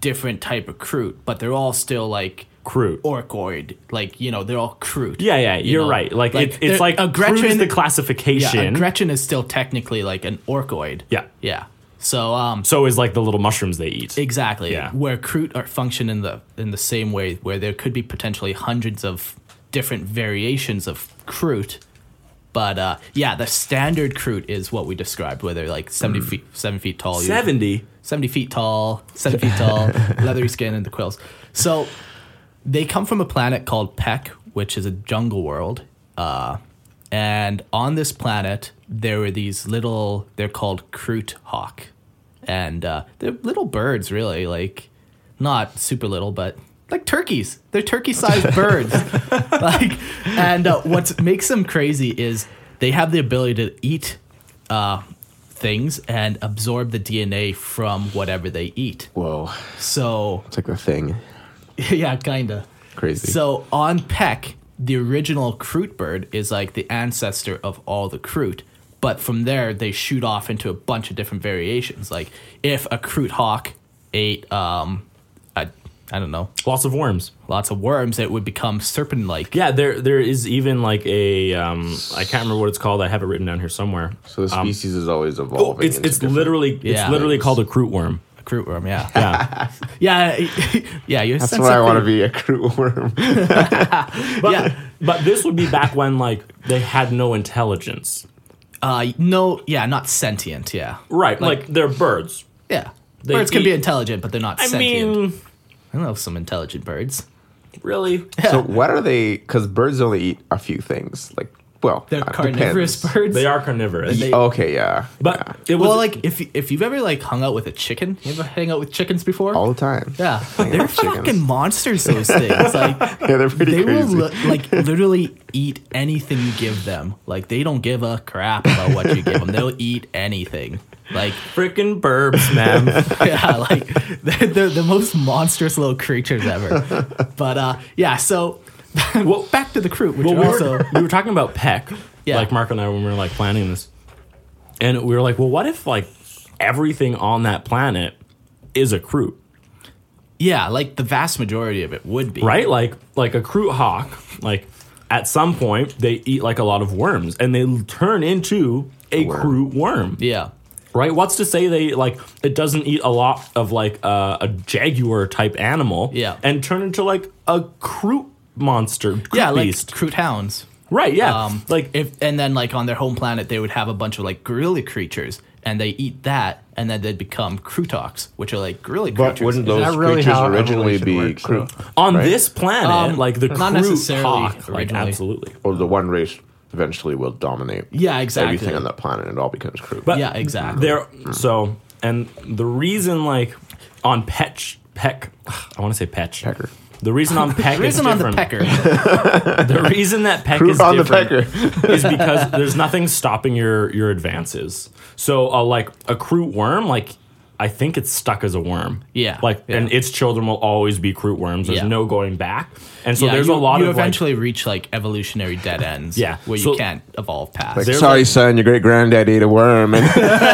D: different type of Kroot, but they're all still like
C: Crude.
D: Orcoid. Like, you know, they're all Kroot.
C: yeah, yeah, you're
D: know,
C: right. Like,
D: like
C: it's it's
D: the-
C: like
D: a
C: a
D: Gretchen-
C: Gretchen is the
D: Yeah, a
C: classification.
D: Gretchen is still technically like an orcoid.
C: Yeah.
D: Yeah. So um
C: so is like the little mushrooms they eat.
D: exactly
C: Yeah.
D: where Kroot are function in the in the same way where there could be potentially hundreds of different variations of Kroot. But uh yeah, the standard Kroot is what we described, where they're like seventy
C: Hmm.
D: feet seven feet tall. usually.
C: Seventy.
D: 70 feet tall, 7 feet tall, leathery skin, and the quills. So they come from a planet called Peck, which is a jungle world. Uh, and on this planet, there were these little, they're called Kroot Hawk. And uh, they're little birds, really, like not super little, but like turkeys. They're turkey sized birds. like, and uh, what makes them crazy is they have the ability to eat uh, things and absorb the DNA from whatever they eat.
E: Whoa,
D: So,
E: it's like a thing.
D: yeah, kinda.
E: Crazy.
D: So on Peck, the original Kroot bird is like the ancestor of all the Kroot. But from there, they shoot off into a bunch of different variations. Like if a Kroot hawk ate, um, I, I don't know,
C: Lots of worms.
D: lots of worms, it would become serpent-like.
C: Yeah, there there is even like a um I can't remember what it's called. I have it written down here somewhere. Um,
E: So the species is always evolving.
C: Oh, it's
E: into
C: it's
E: different-
C: literally
D: Yeah.
C: it's literally called a crude worm.
D: A Kroot worm, yeah,
C: Yeah.
D: yeah, yeah. You're
E: That's why I want to be a crew worm.
C: But
D: Yeah.
C: but this would be back when like they had no intelligence.
D: Uh, no, yeah, not sentient. Yeah,
C: Right. Like, they're birds.
D: yeah.
C: They
D: birds can be
C: eat-
D: intelligent, but they're not
C: I
D: sentient.
C: mean
D: I know some intelligent birds.
C: really?
E: So what are they? Because birds only eat a few things. Like, well,
D: They're
E: uh,
D: carnivorous
E: depends.
D: birds.
C: They are carnivorous.
D: They-
E: Okay, yeah,
C: but it was
D: well, like if you- if you've ever like hung out with a chicken, you ever hang out with chickens before?
E: all the time.
D: yeah,
E: Hang out
D: they're
E: with chickens.
D: fucking monsters. Those things, like
E: yeah, they're pretty
D: they will
E: crazy.
D: li- like literally eat anything you give them. Like they don't give a crap about what you give them. They'll eat anything. Like
C: freaking burbs, man.
D: yeah, like they're, they're the most monstrous little creatures ever. But uh, yeah, so
C: Well-
D: back to the crew, which
C: well,
D: are
C: we
D: also
C: were, we were talking about Peck,
D: Yeah.
C: like Marco and I when we were like planning this, and we were like, well, what if like everything on that planet is a crew,
D: yeah, like the vast majority of it would be
C: right? Like like a crew hawk, like at some point they eat like a lot of worms and they l- turn into a
E: Worm.
C: crew worm,
D: Yeah,
C: right? What's to say they like it doesn't eat a lot of like uh, a jaguar type animal,
D: Yeah.
C: and turn into like a crew monster, crew
D: yeah, like
C: beast,
D: Kroot hounds.
C: right? Yeah,
D: Um,
C: like
D: if and then like on their home planet, they would have a bunch of like gorilla creatures, and they eat that, and then they'd become Krutox, which are like gorilla
E: but
D: creatures.
E: wouldn't those
B: that really
E: creatures
B: how
E: originally
B: evolution
E: be
B: works,
E: crew?
C: on this planet,
D: Um,
C: like the
D: not
C: crew
D: necessarily
C: hawk, like
D: originally.
C: absolutely.
E: Or the one race eventually will dominate.
D: yeah, exactly.
E: Everything on that planet, and it all becomes crew.
C: But
D: yeah, exactly.
C: there, so and the reason, like on Petch Peck, I want to say Petch
E: Pecker.
C: The reason on Peck is
D: Risen on the
C: different.
D: pecker.
C: the reason that Peck
E: Crew
C: is
E: on the
C: different is because there's nothing stopping your your advances. So, uh, like a crew worm, like I think it's stuck as a worm.
D: Yeah,
C: Like,
D: yeah.
C: and its children will always be root worms. There's
D: Yeah.
C: no going back. And so
D: Yeah,
C: there's a
D: you,
C: lot
D: you
C: of like,
D: eventually reach like evolutionary dead ends.
C: Yeah,
D: where
C: so-
D: you can't evolve past.
E: Like,
C: There's
E: sorry,
C: like-
E: son, your great granddad ate a worm, and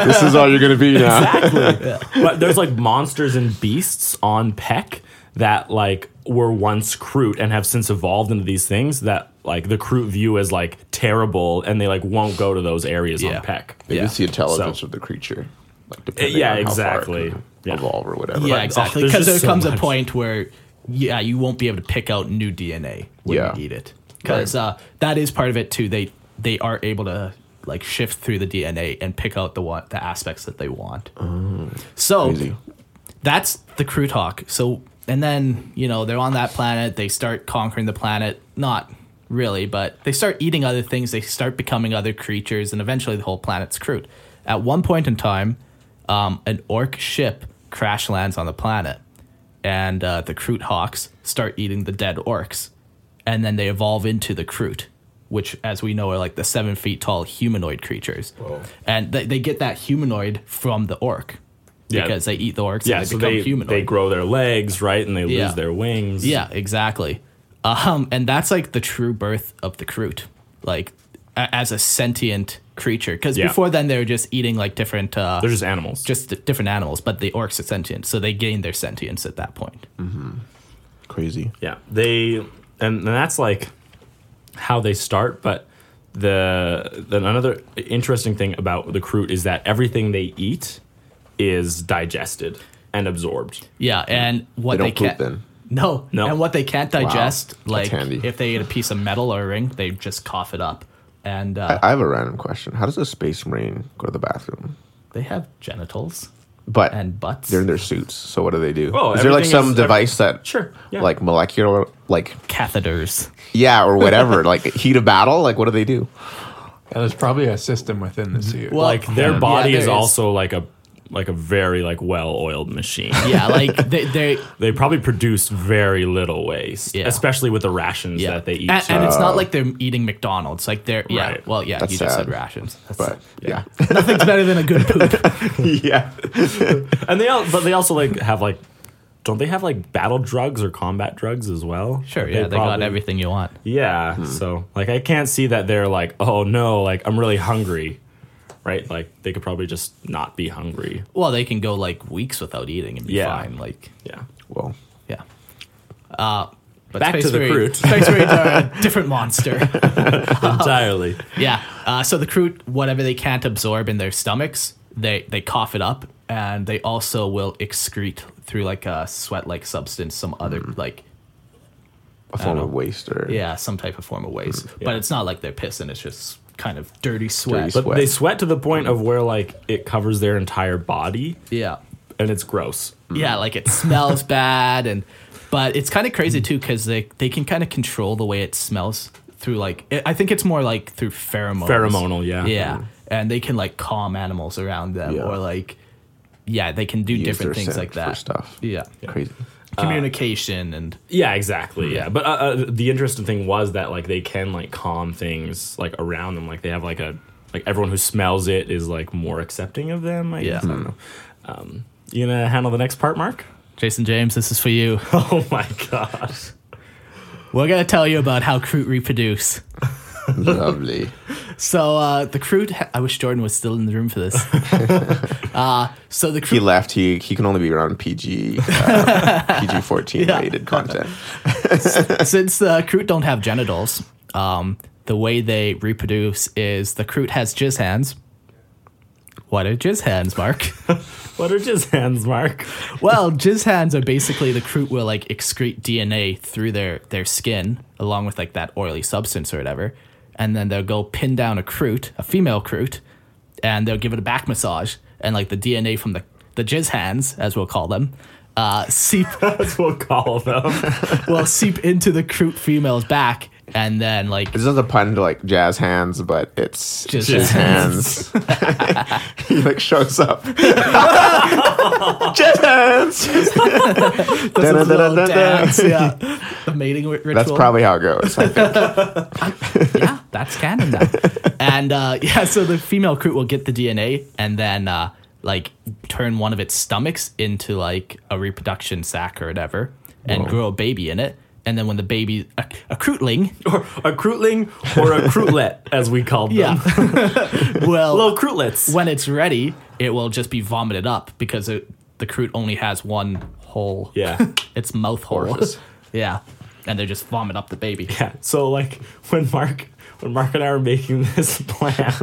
E: this is all you're gonna be now.
C: exactly. But there's like monsters and beasts on Peck that like were once Crute and have since evolved into these things that like the Crute view as like terrible and they like won't go to those areas
D: Yeah.
C: on Peck.
E: Maybe
D: Yeah.
E: it's the intelligence
C: So-
E: of the creature, like
C: Uh,
E: depending
C: yeah,
E: on how far it
C: exactly.
E: can
C: Yeah.
E: evolve or whatever.
D: yeah,
C: Like, oh,
D: exactly.
C: there's
D: Because
C: just
D: there
C: so
D: comes a
C: much.
D: point where, yeah, you won't be able to pick out new DNA when
E: Yeah.
D: you eat it. Because uh, that is part of it too. They they are able to like shift through the DNA and pick out the one the aspects that they want.
C: Oh,
D: so
E: Crazy.
D: that's the crew talk. So and then you know they're on that planet. They start conquering the planet. Not really, but they start eating other things. They start becoming other creatures, and eventually the whole planet's crewed. At one point in time, um, an orc ship crash lands on the planet, and uh, the Kroot Hawks start eating the dead orcs, and then they evolve into the Kroot, which, as we know, are like the seven feet tall humanoid creatures. And they, they get that humanoid from the orc
C: Yeah.
D: because they eat the orcs
C: Yeah,
D: and they
C: so
D: become
C: they
D: humanoid.
C: they grow their legs right and they
D: Yeah.
C: lose their wings.
D: Yeah, exactly. Um, and that's like the true birth of the Kroot, like a- as a sentient creature. Because
C: Yeah.
D: before then, they were just eating like different, uh,
C: They're just animals.
D: just th- different animals. But the orcs are sentient, so they gain their sentience at that point.
E: Crazy.
C: Yeah, they and, and that's like how they start. But the then another interesting thing about the Crute is that everything they eat is digested and absorbed.
D: Yeah, and what
E: They
D: they,
E: don't poop
D: can't.
E: then.
D: No,
C: No.
D: And what they can't digest, like
E: handy.
D: if they eat a piece of metal or a ring, they just cough it up, and uh,
E: I have a random question. How does a space marine go to the bathroom?
D: they have genitals
E: But
D: and butts.
E: they're in their suits, so what do they do?
C: Oh,
E: is there like
C: everything
E: some
C: is-
E: device that,
C: Sure, yeah.
E: like molecular, like
D: catheters.
E: yeah, or whatever, like heat of battle? Like what do they do?
B: Yeah, there's probably a system within the suit.
D: Well,
C: Like their
D: yeah,
C: body
D: there
C: is also like a like a very like well oiled machine.
D: Yeah, like they, they
C: they probably produce very little waste,
D: Yeah.
C: especially with the rations
D: yeah,
C: that they eat.
D: and,
C: too.
D: and it's not like they're eating McDonald's. Like they're yeah,
C: Right.
D: well yeah,
E: That's
D: you just
E: sad.
D: said rations. That's,
E: But yeah,
D: nothing's better than a good poop.
E: yeah.
C: and they all, but they also like have like don't they have like battle drugs or combat drugs as well?
D: Sure, yeah, they, got
C: probably-
D: everything you want.
C: Yeah. So like I can't see that they're like, oh no, like I'm really hungry. Right? Like they could probably just not be hungry.
D: Well, they can go like weeks without eating and be
C: Yeah.
D: fine. Like
C: Yeah.
E: Well,
D: Yeah. Uh, but
C: Back to the Kroot.
D: Space Marines are a different monster.
C: Entirely.
D: yeah. Uh, so the Kroot, whatever they can't absorb in their stomachs, they, they cough it up and they also will excrete through like a sweat like substance, some other,
E: Mm.
D: like,
E: a form of waste or
D: yeah, some type of form of waste.
C: Mm.
D: But it's not like they're pissing, it's just kind of dirty sweat.
E: sweat.
C: But they sweat to the point of where like it covers their entire body
D: yeah.
C: and it's gross.
E: Mm-hmm.
D: Yeah, like it smells bad and but it's kind of crazy too cuz they they can kind of control the way it smells through like I I think it's more like through pheromones.
C: Pheromonal, yeah.
D: Yeah. And they can like calm animals around them
E: Yeah.
D: or like yeah, they can do
E: use
D: different
E: their
D: things
E: scent
D: like
E: for
D: that.
E: stuff.
D: Yeah. Uh,
E: Crazy.
D: Communication and
C: Yeah, exactly. Yeah, but uh, uh, the interesting thing was that like they can like calm things like around them. Like they have like a like everyone who smells it is like more accepting of them. I
D: Yeah.
C: guess. I don't know. Um, you gonna handle the next part, Mark?
D: Jason James, this is for you.
C: Oh my gosh.
D: We're going to tell you about how Kroot reproduce.
E: Lovely.
D: So uh the Kroot I wish Jordan was still in the room for this. uh so the Kroot
E: He left. He he can only be around PG uh, PG fourteen
D: Yeah.
E: rated content.
D: since the Kroot don't have genitals, um, the way they reproduce is the Kroot has jizz hands. What are jizz hands, Mark?
C: What are just hands, Mark?
D: well, jizz hands are basically the Kroot will like excrete DNA through their their skin along with like that oily substance or whatever, and then they'll go pin down a Kroot, a female Kroot, and they'll give it a back massage, and like the DNA from the the jizz hands, as we'll call them, uh, seep
C: That's what we'll call them.
D: will seep into the Kroot female's back, and then like
E: This is a pun to like jazz hands, but it's
D: Jazz
E: just his hands. he like shows up. jazz hands.
D: That's his little
E: Dun-dun-dun-dun-dun.
D: dance, yeah. The mating ri- ritual.
E: That's probably how it goes. I think.
D: yeah. That's canon now. and uh, yeah, so the female Kroot will get the DNA, and then uh, like turn one of its stomachs into like a reproduction sac or whatever and grow a baby in it. And then when the baby, a, a crootling,
C: Or a crootling or a crootlet, as we called them.
D: well,
C: Little crootlets.
D: when it's ready, it will just be vomited up because it, the croot only has one hole.
C: Yeah.
D: It's mouth hole.
E: Orifice.
D: yeah. And they just vomit up the baby.
C: Yeah. So like when Mark when Mark and I were making this plan,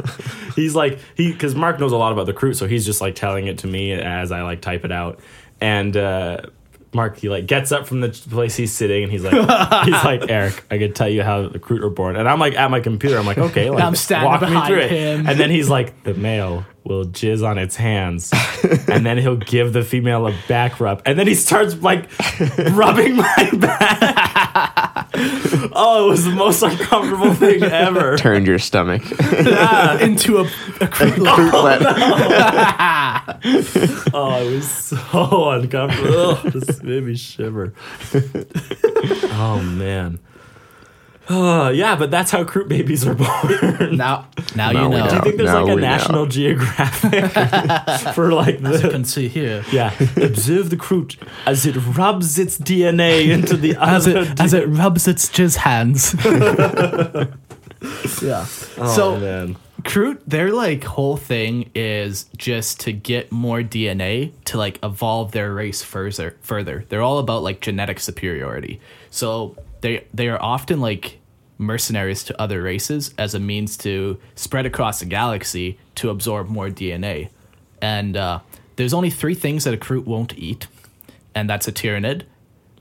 C: he's like he because Mark knows a lot about the crew, so he's just like telling it to me as I like type it out. And uh, Mark he like gets up from the place he's sitting and he's like he's like Eric, I could tell you how the crew were born. And I'm like at my computer, I'm like okay, like
D: I'm standing
C: walk me
D: behind
C: through it.
D: him.
C: And then he's like the male will jizz on its hands, and then he'll give the female a back rub, and then he starts like rubbing my back. Oh, it was the most uncomfortable thing ever.
E: Turned your stomach.
D: Into a, a croot.
E: Fruitlet.
C: Oh, it was so uncomfortable. Ugh, this made me shiver. oh man. Uh, yeah, but that's how croup babies are born.
D: now,
E: Now
D: now you
E: we know.
D: know.
C: I think there's
E: Now
C: like a
E: we know.
C: National Geographic for like
D: You
C: the
D: can see here.
C: yeah. Observe the croot as it rubs its DNA into the
D: As
C: other.
D: it, as it rubs its jizz hands. yeah. so,
C: man.
D: Kroot, their like whole thing is just to get more DNA to like evolve their race further. Further, they're all about like genetic superiority. So they they are often like mercenaries to other races as a means to spread across the galaxy to absorb more DNA. And uh, there's only three things that a Kroot won't eat, and that's a tyrannid.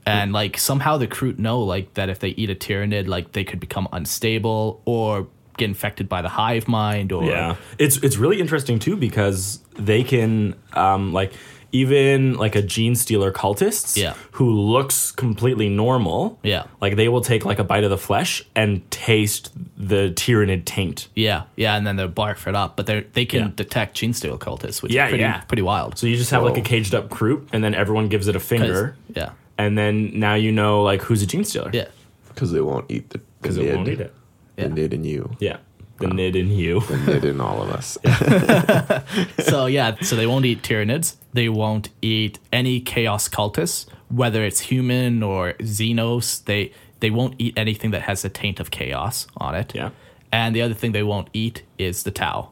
D: And like somehow the Kroot know like that if they eat a tyrannid, like they could become unstable or get infected by the hive mind or
C: Yeah, it's it's really interesting too because they can um, like even like a gene stealer cultists
D: Yeah.
C: who looks completely normal.
D: Yeah.
C: like they will take like a bite of the flesh and taste the tyrannid taint.
D: yeah, yeah, and then they're barfed it up. But they they can
C: Yeah.
D: detect gene steal cultists, which
C: Yeah,
D: is pretty
C: yeah.
D: pretty wild.
C: So you just have like a caged up croup, and then everyone gives it a
D: 'Cause-
C: finger,
D: yeah,
C: and then now you know like who's a gene stealer.
D: yeah,
E: Because they won't eat the.
C: because it won't eat it.
E: The nid in you.
C: Yeah, the nid in you.
E: The nid in all of us.
D: so yeah, so they won't eat tyrannids. They won't eat any chaos cultists, whether it's human or xenos. They they won't eat anything that has a taint of chaos on it.
C: Yeah.
D: And the other thing they won't eat is the Tau.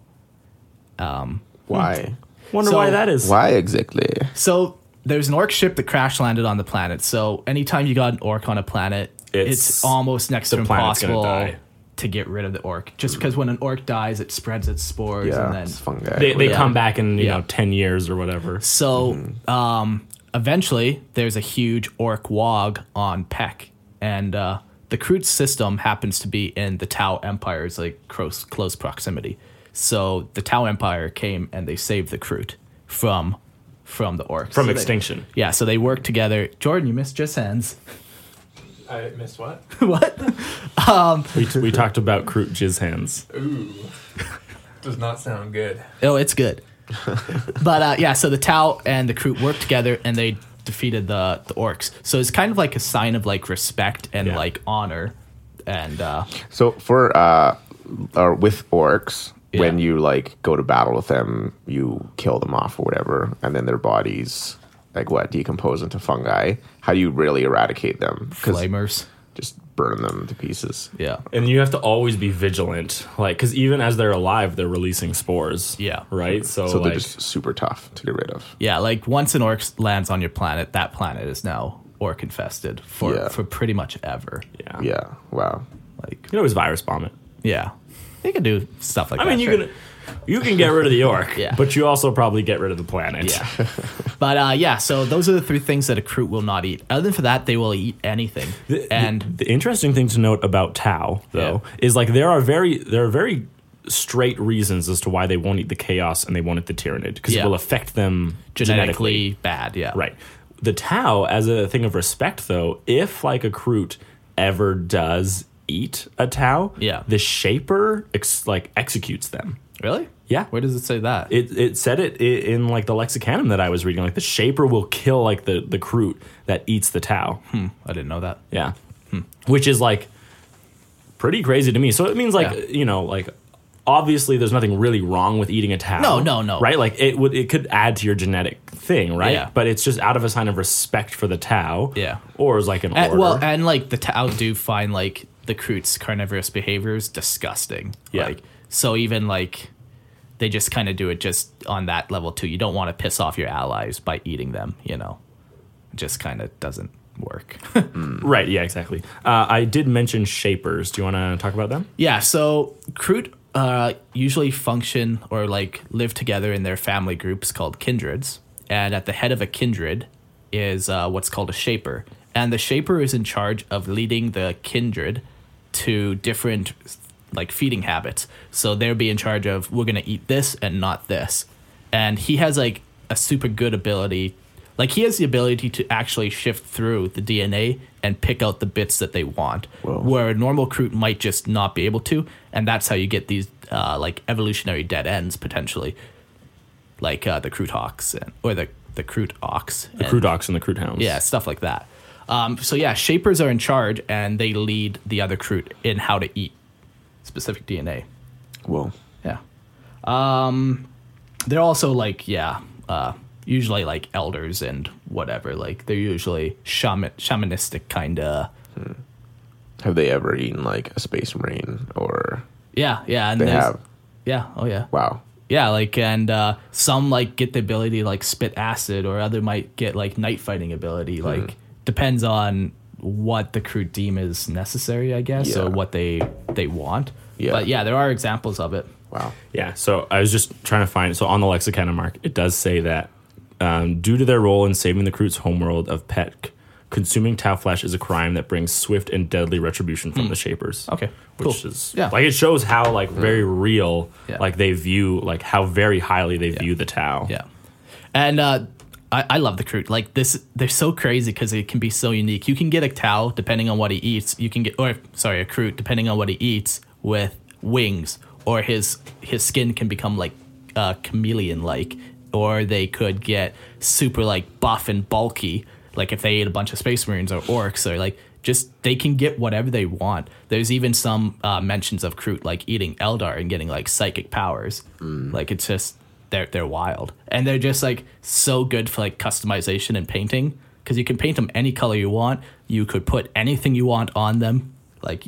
E: Why?
C: Wonder
D: So-
C: why that is.
E: Why exactly?
D: So there's an orc ship that crash landed on the planet. So anytime you got an orc on a planet, it's,
C: It's-
D: almost next to
C: the planet's gonna
D: impossible
C: die.
D: to get rid of the orc. Just because when an orc dies, it spreads its spores
E: Yeah,
D: and then
E: it's fungi.
C: They, they
D: Yeah.
C: come back in you
D: Yeah.
C: know ten years or whatever.
D: So
E: Mm-hmm.
D: um, eventually, there's a huge orc wog on Peck, and uh, the crude system happens to be in the Tau Empire's like close close proximity. So the Tau Empire came and they saved the Kroot from from the orcs
C: From
D: So they-
C: extinction.
D: yeah, so they work together. Jordan, you missed just ends.
B: I missed what?
D: what?
C: we, we talked about croup jizz hands.
B: Ooh, does not sound good.
D: Oh, it's good. but uh, yeah, so the Tau and the crew worked together and they defeated the, the orcs. So it's kind of like a sign of like respect and
C: Yeah.
D: like honor. And uh,
E: So for uh, or with orcs, when
D: Yeah.
E: you like go to battle with them, you kill them off or whatever, and then their bodies like what decompose into fungi. How do you really eradicate them? 'Cause
D: flamers.
E: just burn them to pieces.
D: Yeah.
C: and you have to always be vigilant like because even as they're alive they're releasing spores
D: Yeah.
C: right so,
E: So
C: like
E: they're just super tough to get rid of.
D: Yeah, like once an orc lands on your planet, that planet is now orc infested for,
E: Yeah.
D: for pretty much ever.
C: yeah. you
E: Yeah. Wow.
D: Like,
C: can always virus bomb it
D: yeah. They can do stuff like
C: i
D: that.
C: mean you
D: sure.
C: can you can get rid of the orc
D: Yeah.
C: but you also probably get rid of the planet
D: Yeah. but uh, yeah, so those are the three things that a crew will not eat. Other than for that, they will eat anything. and
C: the interesting thing to note about tau though
D: Yeah.
C: is like there are very there are very straight reasons as to why they won't eat the chaos and they won't eat the tyrannid because
D: Yeah.
C: it will affect them genetically
D: genetically bad, yeah.
C: Right. The Tau, as a thing of respect, though, if like a Kroot ever does eat a Tau,
D: Yeah.
C: the Shaper ex- like executes them.
D: Really?
C: Yeah.
D: Where does it say that?
C: It, it said it i- in like the lexicanum that I was reading. Like the Shaper will kill like the the Kroot that eats the Tau.
D: I didn't know that.
C: Yeah,
D: Hmm.
C: which is like pretty crazy to me. So it means like
D: Yeah.
C: you know like obviously there's nothing really wrong with eating a towel.
D: No, no, no.
C: Right? Like it would it could add to your genetic thing, right?
D: Yeah.
C: But it's just out of a sign of respect for the towel.
D: Yeah.
C: Or is like an
D: And-
C: order.
D: well, and like the Tao do find like the Kroot's carnivorous behaviors disgusting.
C: Yeah.
D: Like so even like they just kind of do it just on that level too. You don't want to piss off your allies by eating them, you know. It just kind of doesn't work.
C: right, yeah, exactly. Uh, I did mention shapers. Do you want to talk about them?
D: yeah, so Kroot uh, usually function or like live together in their family groups called kindreds. And at the head of a kindred is uh, what's called a shaper. And the shaper is in charge of leading the kindred to different like feeding habits. So they'll be in charge of we're gonna eat this and not this. And he has like a super good ability. Like he has the ability to actually shift through the DNA and pick out the bits that they want, where a normal crew might just not be able to, and that's how you get these uh, like evolutionary dead ends potentially, like uh, the crude hawks and or the the crude ox,
C: The crude ox and the crude hounds.
D: yeah, stuff like that. Um, so yeah, shapers are in charge and they lead the other crew in how to eat specific DNA.
E: Well,
D: Yeah. Um, they're also like yeah, uh, usually like elders and whatever. Like they're usually shaman shamanistic kind of.
E: have they ever eaten like a space marine or
D: Yeah, yeah, and
E: they
D: there's-
E: have?
D: Yeah, oh yeah,
E: Wow.
D: yeah. Like and uh, some like get the ability to like spit acid, or other might get like night fighting ability.
E: Hmm.
D: Like depends on what the crew deem is necessary, I guess,
E: Yeah.
D: or what they they want.
E: Yeah.
D: But yeah, there are examples of it.
E: Wow.
C: Yeah. So I was just trying to find. So on the lexicon mark, it does say that um, due to their role in saving the Kroot's homeworld of Petk, consuming Tau flesh is a crime that brings swift and deadly retribution from the Shapers.
D: Hmm. Okay,
C: Which
D: cool.
C: is
D: Yeah. Hmm.
C: like it shows how like very real
D: Yeah.
C: like they view like how very highly they view the Tau.
D: Yeah. And uh, I, I love the crew. Like this, they're so crazy because it can be so unique. You can get a cow depending on what he eats. You can get, or sorry, a crew depending on what he eats with wings, or his his skin can become like uh, chameleon like, or they could get super like buff and bulky. Like if they ate a bunch of space marines or orcs or like just they can get whatever they want. There's even some uh, mentions of Kroot like eating Eldar and getting like psychic powers. Like it's just they're they're wild and they're just like so good for like customization and painting because you can paint them any color you want you could put anything you want on them like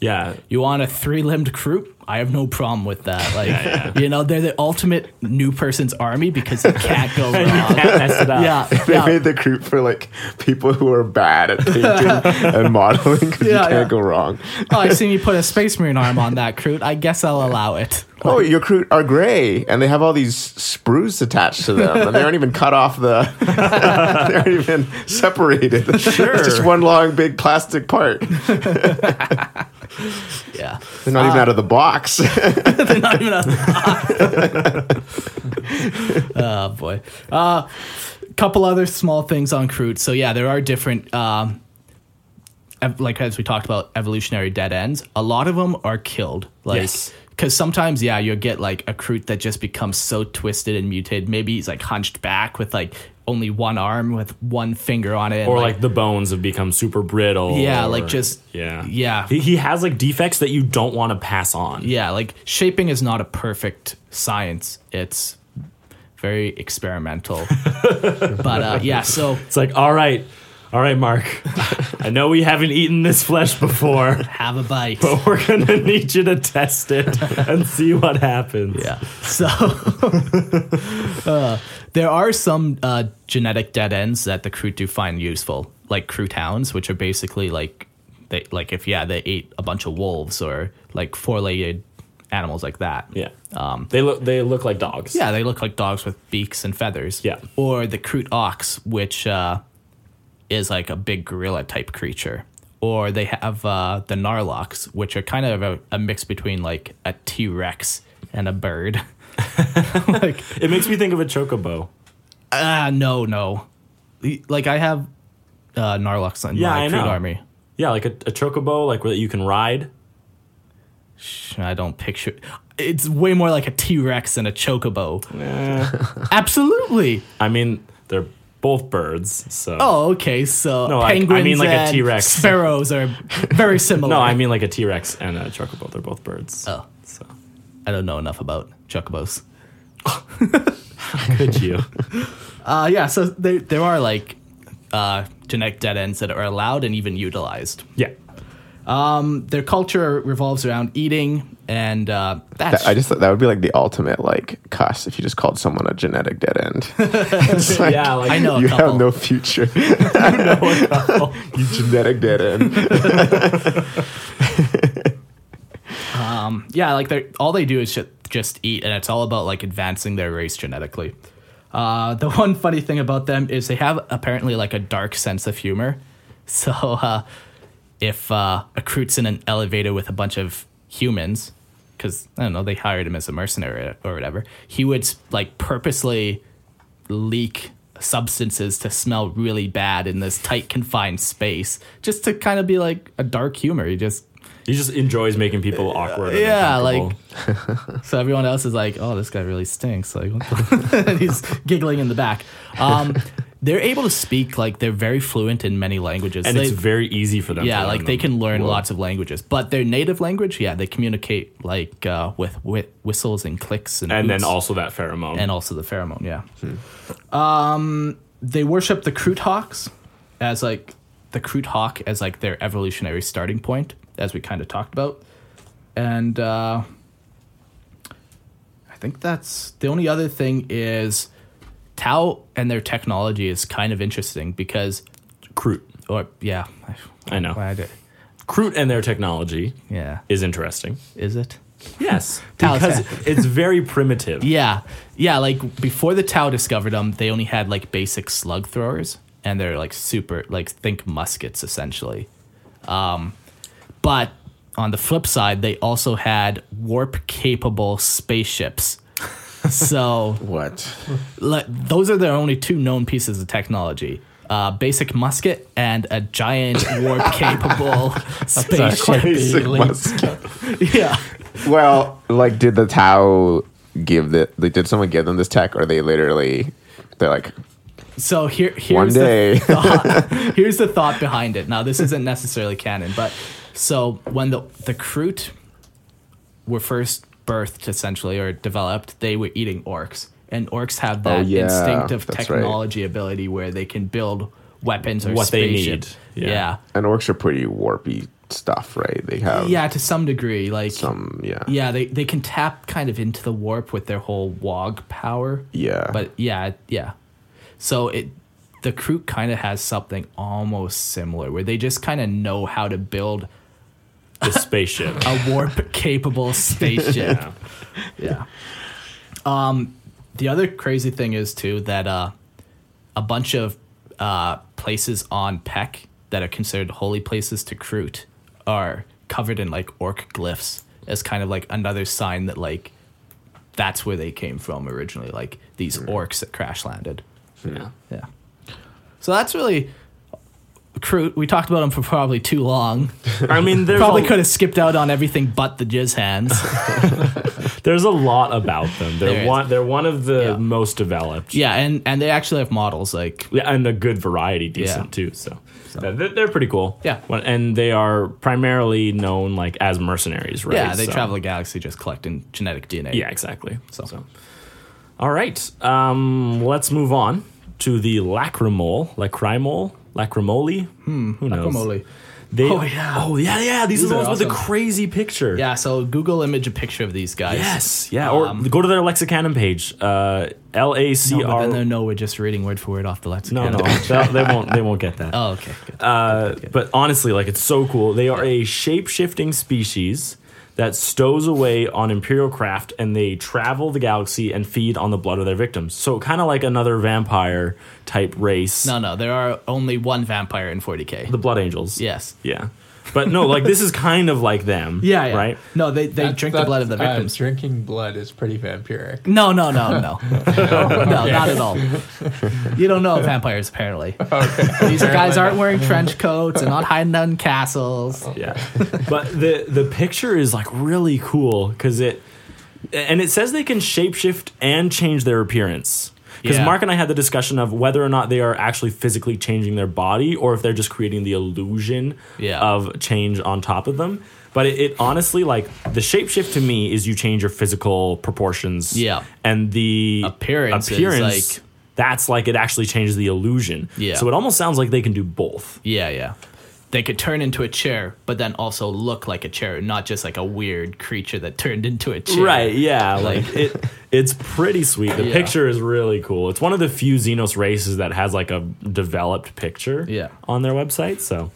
C: Yeah.
D: you want a three-limbed crew i have no problem with that like you know they're the ultimate new person's army because you can't go wrong
C: Can't mess it up.
D: yeah
E: They
D: yeah
E: made the group for like people who are bad at painting and modeling because
D: Yeah,
E: you can't
D: yeah.
E: go wrong.
D: oh i've seen you put a space marine arm on that crew i guess i'll allow it
E: Oh, your crew are gray, and they have all these sprues attached to them, and they aren't even cut off the. they aren't even separated. Sure, it's just one long big plastic part. They're
D: yeah
E: not
D: Ah.
E: even out of the box.
D: not even a oh boy a uh, couple other small things on crude so yeah there are different um, ev- like as we talked about evolutionary dead ends a lot of them are killed like
C: Yes.
D: Because sometimes, yeah, you'll get like a Kroot that just becomes so twisted and mutated. Maybe he's like hunched back with like only one arm with one finger on it. and,
C: Or like the bones have become super brittle.
D: Yeah,
C: or-
D: like just-
C: yeah,
D: yeah.
C: He, he has like defects that you don't want to pass on.
D: yeah, like shaping is not a perfect science. It's very experimental. but uh, yeah, so
C: It's like, all right, all right, Mark. I know we haven't eaten this flesh before,
D: have a bite.
C: but we're gonna need you to test it and see what happens.
D: Yeah. So uh, there are some uh, genetic dead ends that the crew do find useful, like crew towns, which are basically like they like if yeah they ate a bunch of wolves or like four legged animals like that.
C: yeah. Um, they look they look like dogs.
D: Yeah, they look like dogs with beaks and feathers.
C: Yeah.
D: Or the Kroot ox, which uh, is like a big gorilla type creature. Or they have uh, the Narlocks, which are kind of a, a mix between like a T Rex and a bird. like,
C: it makes me think of a chocobo.
D: ah, no, no. Like, I have uh, Narlocks in
C: Yeah,
D: my
C: I
D: Kroot
C: know.
D: army.
C: Yeah, like a, a chocobo, like where you can ride.
D: I don't picture. It's way more like a T Rex than a chocobo. Absolutely.
C: I mean, they're both birds, so.
D: Oh, okay. So
C: No, I- I mean
D: penguins
C: like a
D: and
C: T-Rex.
D: sparrows are very similar.
C: No, I mean like a T Rex and a chocobo. They're both birds.
D: Oh.
C: So.
D: I don't know enough about chocobos.
C: Could you?
D: Uh, yeah, so there, there are like uh, genetic dead ends that are allowed and even utilized.
C: yeah.
D: Their culture revolves around eating, and uh, that's
E: That- I just thought that would be like the ultimate like cuss if you just called someone a genetic dead end. It's like,
C: Yeah, like
D: I know a
E: you
D: couple.
E: have no future. you genetic dead end.
D: yeah, like they all they do is ju- just eat, and it's all about like advancing their race genetically. Uh, the one funny thing about them is they have apparently like a dark sense of humor. So uh, if uh, a crew's in an elevator with a bunch of humans, because I don't know, they hired him as a mercenary or whatever, he would like purposely leak substances to smell really bad in this tight confined space, just to kind of be like a dark humor. He just
C: He just enjoys making people awkward. and
D: Uh, yeah, like
C: uncomfortable.
D: so everyone else is like, "Oh, this guy really stinks." Like what the- and he's giggling in the back. Um, they're able to speak like they're very fluent in many languages.
C: and
D: They-
C: it's very easy for them.
D: yeah,
C: to
D: like
C: learn
D: they
C: them.
D: can learn lots of languages, but their native language, yeah, they communicate like uh, with, with whistles and clicks and
C: and then
D: oops
C: also that pheromone.
D: and also the pheromone. Yeah. Um, they worship the Crute Hawks as like the Crute Hawk as like their evolutionary starting point, as we kind of talked about, and uh, I think that's the only other thing is Tau and their technology is kind of interesting because,
C: Crute.
D: or yeah, I,
C: I know.
D: I did-
C: Crute and their technology
D: yeah,
C: is interesting.
D: is it?
C: Yes,
D: Tau-
C: because it's very primitive.
D: Yeah, yeah. Like before the Tau discovered them, they only had like basic slug throwers, and they're like super, like think muskets essentially. Um, but on the flip side, they also had warp capable spaceships. so
E: What?
D: le- those are their only two known pieces of technology. Uh, basic musket and a giant warp capable spaceship.
E: Basic musket.
D: Yeah.
E: Well, like, did the Tao give the? Like, did someone give them this tech, or they literally? They're like,
D: So here, here's
E: one
D: the
E: day.
D: here's the thought behind it. Now, this isn't necessarily canon, but so when the the Kroot were first birthed, essentially, or developed, they were eating orcs, and orcs have that
E: Oh, yeah,
D: instinctive
E: that's right.
D: technology ability where they can build weapons or
C: What they
D: spaceship.
C: need,
D: Yeah.
C: yeah.
D: yeah,
E: and orcs are pretty warpy stuff, right? They have
D: to some degree, like.
E: Um, some, yeah,
D: yeah, they, they can tap kind of into the warp with their whole wog power.
E: yeah.
D: But yeah, yeah. So it the crew kind of has something almost similar where they just kind of know how to build
C: The spaceship.
D: a warp capable spaceship. Yeah. Um the other crazy thing is too that uh a bunch of uh places on Peck that are considered holy places to Kroot are covered in like orc glyphs as kind of like another sign that like that's where they came from originally, like these orcs that crash landed.
C: yeah.
D: Yeah. So that's really Kroot. We talked about him for probably too long.
C: I mean, there's
D: Probably
C: a,
D: could have skipped out on everything but the jizz hands.
C: There's a lot about them. They're
D: There is.
C: one. They're one of the
D: Yeah.
C: most developed.
D: yeah, and and they actually have models like
C: Yeah, and a good variety, decent
D: Yeah.
C: too. So, They're, they're pretty cool.
D: Yeah.
C: When- and they are primarily known like as mercenaries, right?
D: yeah, they
C: So-
D: travel the galaxy just collecting genetic DNA.
C: Yeah, exactly.
D: So.
C: So, all right, um, let's move on to the lacrimol, lacrimol, lacrimoli. Hmm, who knows?
D: Guacamole.
C: They,
D: Oh, yeah.
C: oh yeah, yeah. These, are the
D: are
C: ones with the
D: awesome.
C: crazy picture.
D: Yeah, Um, so Google image a picture of these guys.
C: Yes. Yeah. or go to their Lexicanum page. Uh, L A C
D: No, Oh, but
C: R.
D: then they're no, we're just reading word for word off the
C: No,
D: lexicon.
C: no, they they won't. They won't get that.
D: Oh, okay. Good.
C: Uh, but honestly, like it's so cool. They are a shape shifting species that stows away on imperial craft, and they travel the galaxy and feed on the blood of their victims. So kind of like another vampire type race,
D: no, no, there are only one vampire in 40k.
C: the Blood Angels.
D: yes.
C: yeah. But no, like this is kind of like them.
D: Yeah, yeah.
C: Right.
D: No, they they
B: That's-
D: drink the blood of the
B: that's- uh,
D: victims.
B: drinking blood is pretty vampiric.
D: No, no, no, no. no, not at all. You don't know vampires, apparently. These guys aren't wearing trench coats and not hiding out in
B: Oh.
D: castles.
C: Yeah. but the the picture is like really cool because it and it says they can shapeshift and change their appearance. Because
D: Yeah.
C: Mark and I had the discussion of whether or not they are actually physically changing their body or if they're just creating the illusion
D: Yeah.
C: of change on top of them. But it, it honestly, like the shapeshift to me is you change your physical proportions.
D: Yeah.
C: And the
D: Appearance is,
C: appearance,
D: like-
C: that's like it actually changes the illusion.
D: Yeah.
C: So it almost sounds like they can do both.
D: Yeah, yeah. They could turn into a chair, but then also look like a chair, not just like a weird creature that turned into a chair.
C: Right, yeah, like it it's pretty sweet. The
D: Yeah.
C: picture is really cool. It's one of the few Xenos races that has like a developed picture
D: Yeah.
C: on their website, so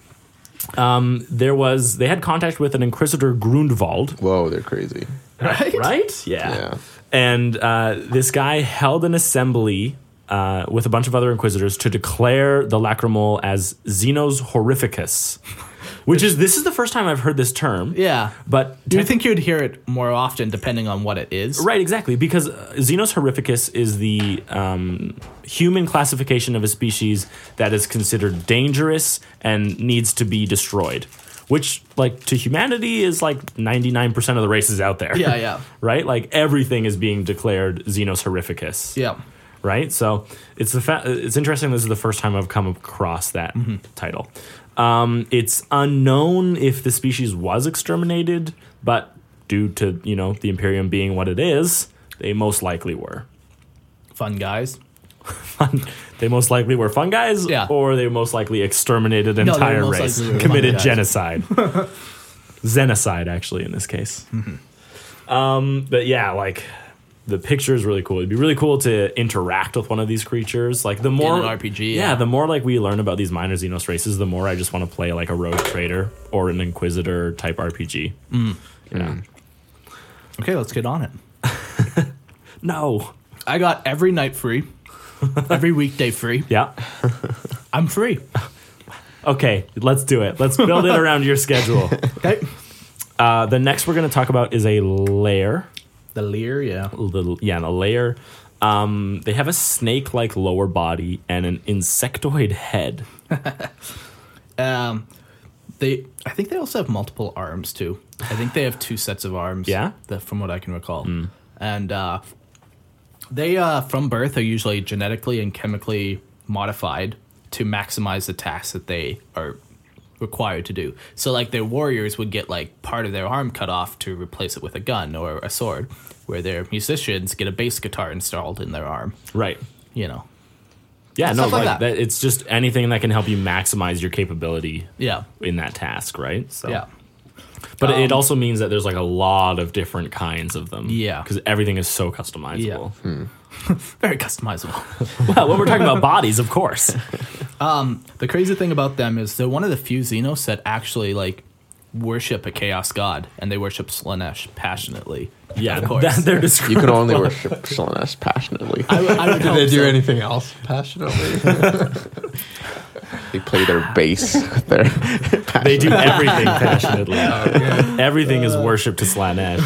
C: um, there was they had contact with an inquisitor Grundwald,
E: Whoa, they're crazy.
D: Right?
C: right? Yeah.
E: Yeah.
C: And uh, this guy held an assembly uh, with a bunch of other inquisitors to declare the lacrimal as Xenos horrificus, which is this is the first time I've heard this term.
D: Yeah.
C: But
D: Do you think you'd hear it more often depending on what it is?
C: Right, exactly. Because uh, Xenos horrificus is the um, human classification of a species that is considered dangerous and needs to be destroyed, which, like, to humanity is like 99% of the races out there.
D: Yeah, yeah.
C: right? Like, everything is being declared Xenos horrificus.
D: Yeah.
C: Right? So it's, the fa- it's interesting this is the first time I've come across that title. Um, it's unknown if the species was exterminated, but due to you know the Imperium being what it is, they most likely were.
D: Fun guys.
C: they most likely were fungi,
D: Yeah.
C: or they most likely exterminated an
D: No, they
C: entire
D: most
C: race,
D: likely were
C: committed
D: fungis.
C: genocide, xenocide actually in this case.
D: Mm-hmm.
C: Um, but yeah, like the picture is really cool. It'd be really cool to interact with one of these creatures. Like the more
D: an RPG,
C: yeah.
D: yeah.
C: the more like we learn about these minor Xenos races, the more I just want to play like a rogue trader or an inquisitor type RPG.
D: Mm.
C: Yeah.
D: Okay, let's get on it.
C: No.
D: I got every night free, every weekday free.
C: Yeah.
D: I'm free.
C: Okay, let's do it. Let's build it around your schedule.
D: Okay.
C: Uh, the next we're going to talk about is a lair.
D: The Lear, yeah.
C: Little, yeah, a lair. Um, they have a snake-like lower body and an insectoid head.
D: Um, they, I think they also have multiple arms too. I think they have two sets of arms.
C: Yeah?
D: that, from what I can recall. And uh, they, uh, from birth, are usually genetically and chemically modified to maximize the tasks that they are required to do. So, like their warriors would get like part of their arm cut off to replace it with a gun or a sword, where their musicians get a bass guitar installed in their arm.
C: Right.
D: You know,
C: Yeah, no,
D: Stuff
C: like
D: like
C: that.
D: that.
C: It's just anything that can help you maximize your capability
D: yeah,
C: in that task, right? So,
D: yeah. Um,
C: But it also means that there's like a lot of different kinds of them.
D: Yeah.
C: Because everything is so customizable.
D: Very customizable.
C: well, when we're talking about bodies, of course.
D: The crazy thing about them is they're one of the few Xenos that actually like worship a chaos god, and they worship Slanesh passionately.
C: Yeah,
D: of course.
C: That, they're
E: You
C: described.
E: can only worship Solanas passionately.
D: I would- I would hope so.
B: anything else passionately?
E: They play their bass with their passion.
C: They do everything passionately.
D: Oh,
C: Everything
D: Uh,
C: is worship to Slanesh.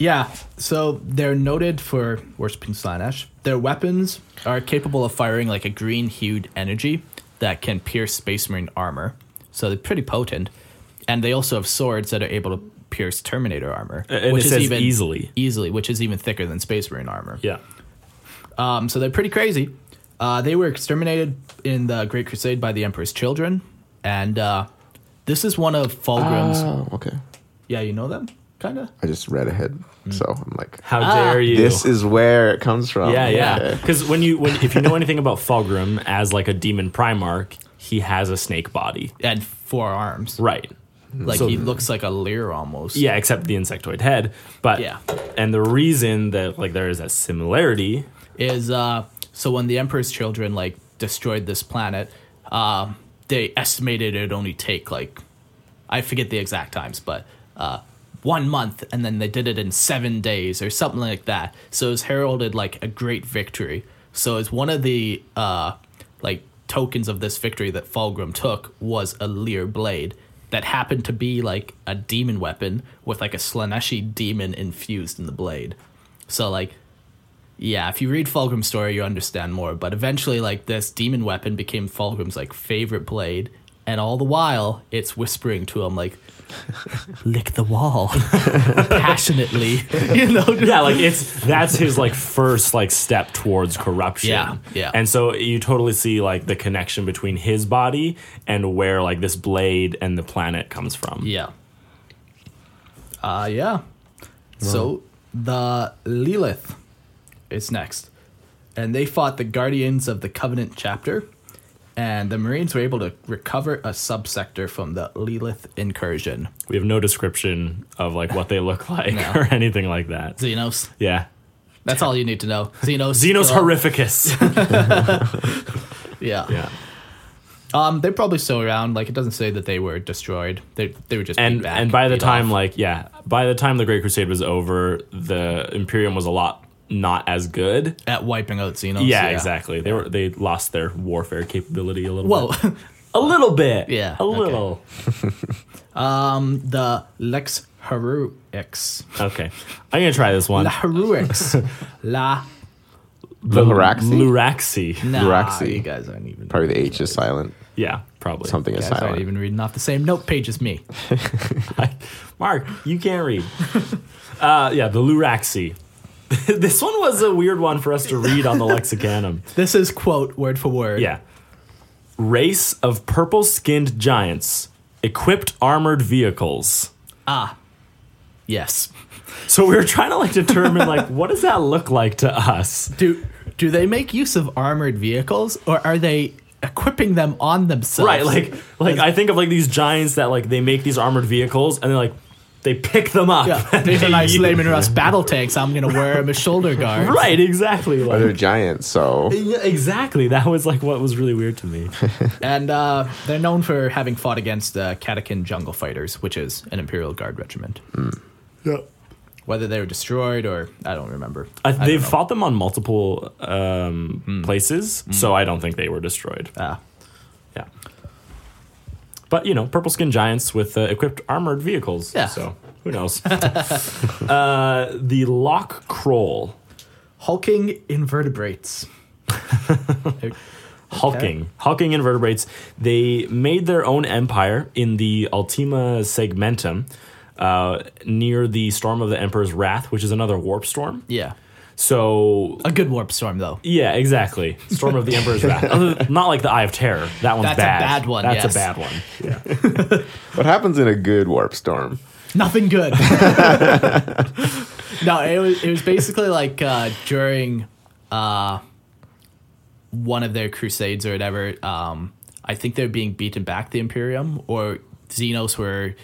D: Yeah, so they're noted for worshiping Slanesh. Their weapons are capable of firing like a green-hued energy that can pierce Space Marine armor, so they're pretty potent. And they also have swords that are able to pierce Terminator armor,
C: and it says easily.
D: easily, which is even thicker than Space Marine armor.
C: Yeah.
D: Um, so they're pretty crazy. Uh, they were exterminated in the Great Crusade by the Emperor's children, and uh, this is one of Fulgrim's.
E: Oh, okay.
D: yeah, you know them, kind of.
E: I just read ahead, so I'm like,
C: How
D: Ah.
C: dare you?
E: this is where it comes from.
C: yeah, yeah.
E: Okay.
C: Because when you when if you know anything about Fulgrim as like a demon primarch, he has a snake body,
D: And four arms.
C: right?
D: Like he looks like a leer almost.
C: Yeah, except the insectoid head. But
D: Yeah.
C: and the reason that like there is that similarity,
D: Is uh, so when the Emperor's children like destroyed this planet, uh, they estimated it'd only take like, I forget the exact times, but uh, one month, and then they did it in seven days or something like that. So it was heralded like a great victory. So it's one of the uh, like tokens of this victory that Fulgrim took was a Lear blade that happened to be like a demon weapon with like a Slaneshi demon infused in the blade. So like yeah, if you read Fulgrim's story, you understand more. But eventually, like this demon weapon became Fulgrim's like favorite blade, And all the while, it's whispering to him like, "Lick the wall," passionately. You know,
C: yeah, like it's that's his like first like step towards corruption.
D: Yeah, yeah.
C: And so you totally see like the connection between his body and where like this blade and the planet comes from.
D: Yeah. Uh yeah. So the Lilith is next. And they fought the Guardians of the Covenant chapter. And the Marines were able to recover a subsector from the Lilith incursion.
C: We have no description of like what they look like
D: No.
C: or anything like that.
D: Xenos.
C: Yeah.
D: That's all you need to know. Xenos.
C: Xenos
D: uh,
C: horrificus.
D: Yeah.
C: yeah.
D: Um, they're probably still around. Like, it doesn't say that they were destroyed. They, they were just
C: and
D: beat back
C: and by the
D: beat
C: time
D: off.
C: like yeah by the time the great crusade was over the imperium was a lot not as good
D: at wiping out Xenos.
C: yeah, exactly they were they lost their warfare capability a little
D: Whoa.
C: bit. a little bit
D: Yeah,
C: a
D: okay.
C: little
D: the Lex Heruix.
C: okay. i'm gonna try this one
D: La Heruix. La
E: The Luraxi?
C: luraxi
D: Nah,
E: Luraxi.
D: you guys aren't even.
E: Probably the H is silent.
C: yeah probably
E: Something
D: you
E: is
D: guys aren't
E: silent.
D: even reading off the same note page as me.
C: mark you can't read uh yeah the luraxi this one was a weird one for us to read on the lexicanum
D: This is quote word for word.
C: Yeah. Race of purple skinned giants, equipped armored vehicles.
D: Yes.
C: So we were trying to like determine like what does that look like to us?
D: Do do they make use of armored vehicles or are they equipping them on themselves?
C: Right, like like I think of like these giants that like they make these armored vehicles and they like they pick them up.
D: yeah,
C: and
D: these are
C: they
D: nice
C: use-
D: Lehman Russ battle tanks. I'm gonna wear them as shoulder guards.
C: Right, exactly.
E: But they're
C: Like,
E: giants, so
C: Yeah, exactly. That was like what was really weird to me.
D: And uh, they're known for having fought against uh, Katakin jungle fighters, which is an Imperial Guard regiment. Whether they were destroyed or I don't remember.
C: I,
D: don't
C: they've
D: know.
C: fought them on multiple um, places, so I don't think they were destroyed.
D: Hmm. Ah.
C: Yeah. But you know, purple skinned giants with uh, equipped armored vehicles.
D: Yeah.
C: So who knows? uh, the Lock Kroll
D: hulking invertebrates.
C: hulking, hulking invertebrates. They made their own empire in the Ultima Segmentum. Uh, near the storm of the Emperor's Wrath, which is another warp storm.
D: Yeah.
C: So,
D: A good warp storm, though.
C: yeah, exactly. Storm of the Emperor's Wrath. Other- Not like the Eye of Terror. That one's
D: That's a
C: bad.
D: bad one,
C: That's
D: yes.
C: a bad one. Yeah.
E: what happens in a good warp storm?
D: Nothing good. no, it was, it was basically like uh, during uh, one of their crusades or whatever. Um, I think they're being beaten back, the Imperium, or Xenos were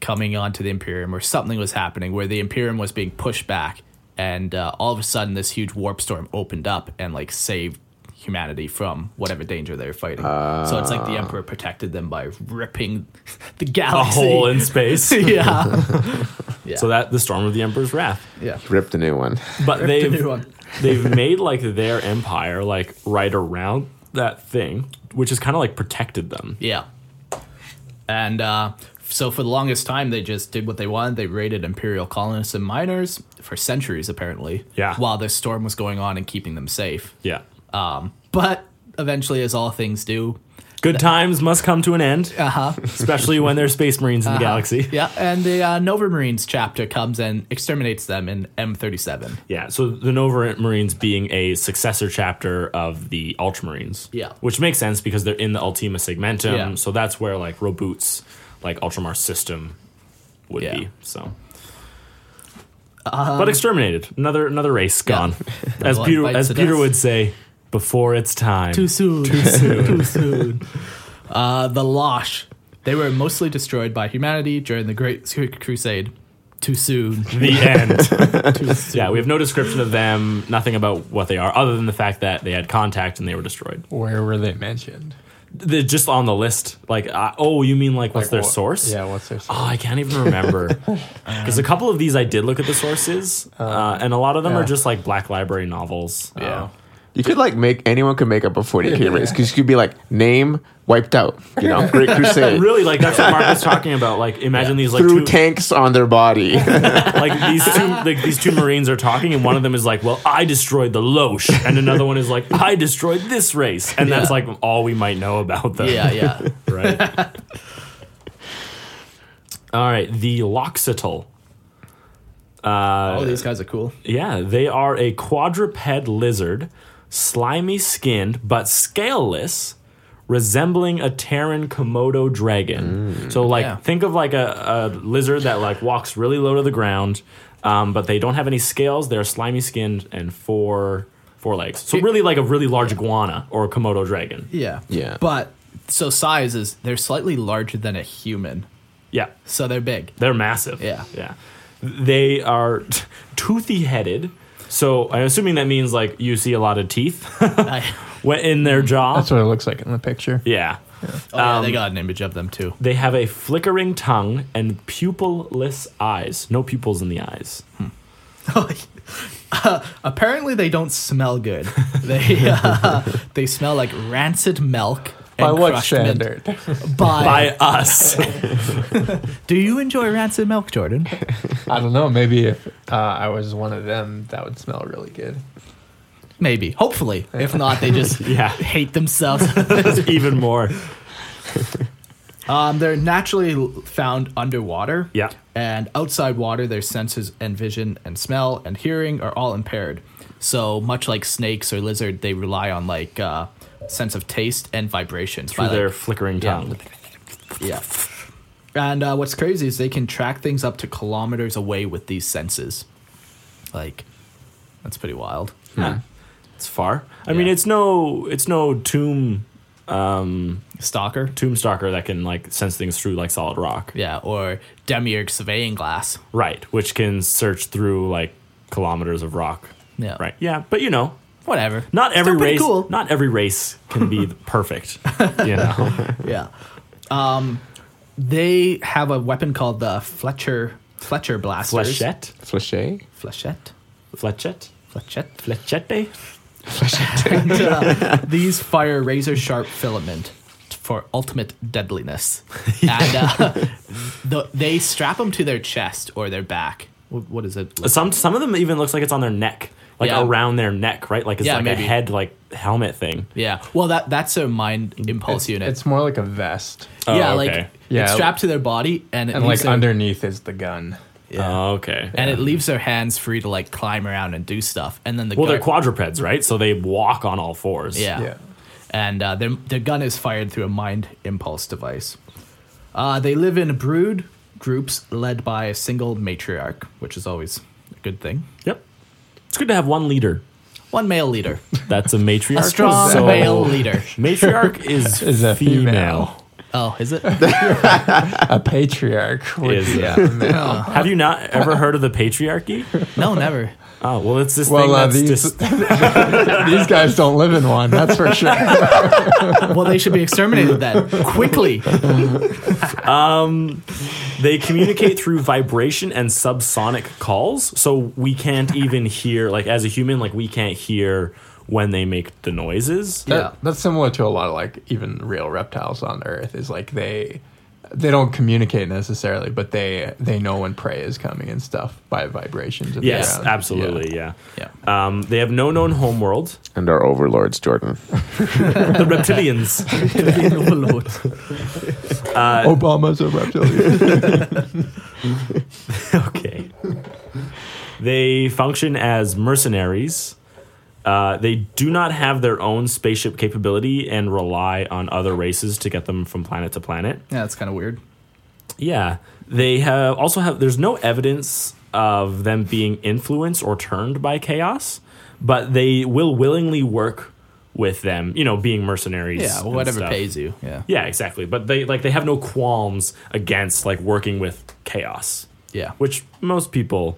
D: coming onto the Imperium, or something was happening where the Imperium was being pushed back. And uh, all of a sudden, this huge warp storm opened up and like saved humanity from whatever danger they were fighting. so it's like the Emperor protected them by ripping the
C: A
D: galaxy
C: hole in space.
D: yeah.
C: So that the storm of the Emperor's Wrath.
D: Yeah.
E: Ripped a new one.
C: but
D: Ripped a
C: they've
D: new one.
C: they've made like their empire like right around that thing, which has kind of like protected them.
D: Yeah. And uh, so for the longest time, they just did what they wanted. They raided Imperial colonists and miners for centuries, apparently.
C: Yeah.
D: While this storm was going on and keeping them safe.
C: Yeah,
D: But eventually, as all things do,
C: good times must come to an end, uh-huh. especially when there's space marines in the galaxy.
D: Uh-huh. yeah, and the uh, Nova Marines chapter comes and exterminates them in M37.
C: Yeah, so the Nova Marines being a successor chapter of the Ultramarines.
D: Yeah.
C: Which makes sense because they're in the Ultima Segmentum.
D: Yeah.
C: So that's where like Roboot's like Ultramar system would
D: Yeah. Um,
C: be. So but exterminated. Another another race
D: Yeah.
C: gone. As
D: One
C: Peter
D: bites
C: as
D: the
C: Peter
D: dust.
C: would say, before it's time.
D: Too soon. Too soon. Too soon. Uh, the Losh. They were mostly destroyed by humanity during the Great Crusade. Too soon.
C: the end. yeah, we have no description of them, nothing about what they are, other than the fact that they had contact and they were destroyed.
B: Where were they mentioned?
C: They're just on the list. Like, uh, oh, you mean like what's
B: Like
C: their
B: what-
C: source?
B: Yeah, what's their source?
C: Oh, I can't even remember. Because a couple of these I did look at the sources, uh, and a lot of them
B: yeah.
C: are just like Black Library novels. Uh,
D: Yeah.
E: You could like make anyone could make up a 40k race because you could be like name wiped out, you know, Great Crusade
C: Really, like that's what Mark was talking about. Like, imagine these like
E: through
C: two,
E: tanks on their body.
C: like these two, like these two Marines are talking, and one of them is like, "Well, I destroyed the Loche," and another one is like, "I destroyed this race," and that's like all we might know about them.
D: Yeah, yeah.
C: right. all right, the Loxital.
D: Oh, these guys are cool.
C: Yeah, they are a quadruped lizard, slimy skinned but scaleless, resembling a Terran Komodo dragon. So, like,
D: Mm, Yeah.
C: think of like a, a lizard that like walks really low to the ground, um, but they don't have any scales. They're slimy skinned and four four legs. So, really, like a really large iguana or a Komodo dragon.
D: Yeah.
E: Yeah.
D: But so size is they're slightly larger than a human,
C: Yeah.
D: so they're big.
C: They're massive.
D: Yeah.
C: Yeah. They are t- toothy headed. So I'm assuming that means like you see a lot of teeth
D: I-
C: when- in their jaw.
B: That's what it looks like in the picture.
C: yeah.
D: oh, yeah, they got an image of them too.
C: They have a flickering tongue and pupilless eyes. No pupils in the eyes.
D: uh, Apparently, they don't smell good. They uh, they smell like rancid milk. And
B: By what
D: crushed mint.
B: standard?
D: By, uh,
C: By us.
D: do you enjoy rancid milk, Jordan?
B: I don't know. Maybe if uh, I was one of them, that would smell really good.
D: Maybe, hopefully. If not, they just
C: yeah.
D: hate themselves.
C: Even more.
D: um, they're naturally l- found underwater.
C: Yeah.
D: And outside water, their senses and vision and smell and hearing are all impaired. So much like snakes or lizard, they rely on like uh, sense of taste and vibrations
C: Through
D: by, like,
C: their flickering tongue.
D: Yeah. And uh, what's crazy is they can track things up to kilometers away with these senses. Like, that's pretty wild.
C: Hmm. It's far. I mean, it's no, it's no tomb
D: Stalker.
C: tomb stalker that can like sense things through like solid rock.
D: Yeah, or demiurge surveying glass.
C: Right, which can search through like kilometers of rock.
D: Yeah.
C: Right. Yeah, but you know,
D: Whatever.
C: not every
D: Still pretty
C: race,
D: cool.
C: not every race can be the perfect. You know.
D: Yeah. Um, they have a weapon called the Fletcher Fletcher blasters.
C: Flechette,
E: Flechette?
D: Flechette.
C: flechette,
D: Flechette.
C: flechette.
D: And, uh, these fire razor sharp filament for ultimate deadliness. And uh, the, they strap them to their chest or their back. Wh- What is it?
C: Some some of them even looks like it's on their neck, like
D: Yeah.
C: around their neck, right? Like it's
D: Yeah,
C: like
D: maybe.
C: a head like helmet thing.
D: Yeah. Well, that that's their mind impulse unit.
B: It's more like a vest,
C: Oh,
D: yeah,
C: okay.
D: like
B: Yeah.
D: it's strapped to their body and it
B: and
D: leaves
B: like
D: their,
B: underneath is the gun.
C: Oh, okay.
D: and it leaves their hands free to like climb around and do stuff. And then the
C: well, they're
D: guard-
C: quadrupeds, right? So they walk on all fours.
D: Yeah.
B: Yeah.
D: And uh, their, their gun is fired through a mind impulse device. Uh, they live in brood groups led by a single matriarch, which is always a good thing.
C: Yep. It's good to have one leader.
D: One male leader,
C: That's a matriarch.
D: a strong
C: So-
D: male leader.
C: Matriarch is,
B: Is a
C: female.
B: female.
D: Oh, is it?
B: A patriarch would
C: Is
B: be
C: a-
B: a male.
C: Have you not ever heard of the patriarchy?
D: No, never.
C: Oh well, it's this
B: Well,
C: thing
B: uh,
C: that's
B: these-
C: just
B: These guys don't live in one, that's for sure.
D: Well, they should be exterminated then quickly.
C: they communicate through vibration and subsonic calls, so we can't even hear like as a human, like we can't hear when they make the noises.
B: That-
D: Yeah.
B: that's similar to a lot of like even real reptiles on Earth. Is like they they don't communicate necessarily, but they they know when prey is coming and stuff by vibrations. Of
C: Yes,
B: the ground.
C: absolutely, yeah.
D: Yeah.
C: Um, they have no known homeworld.
E: And our overlords, Jordan.
C: The reptilians.
B: Yeah. Obama's a reptilian.
C: Okay. they function as mercenaries. Uh, they do not have their own spaceship capability and rely on other races to get them from planet to planet.
D: Yeah, that's kind of weird.
C: Yeah, they have also have. There's no evidence of them being influenced or turned by chaos, but they will willingly work with them. You know, being mercenaries.
D: Yeah, well,
C: and
D: whatever
C: stuff.
D: pays you. Yeah.
C: Yeah, exactly. But they like they have no qualms against like working with chaos,
D: Yeah.
C: which most people.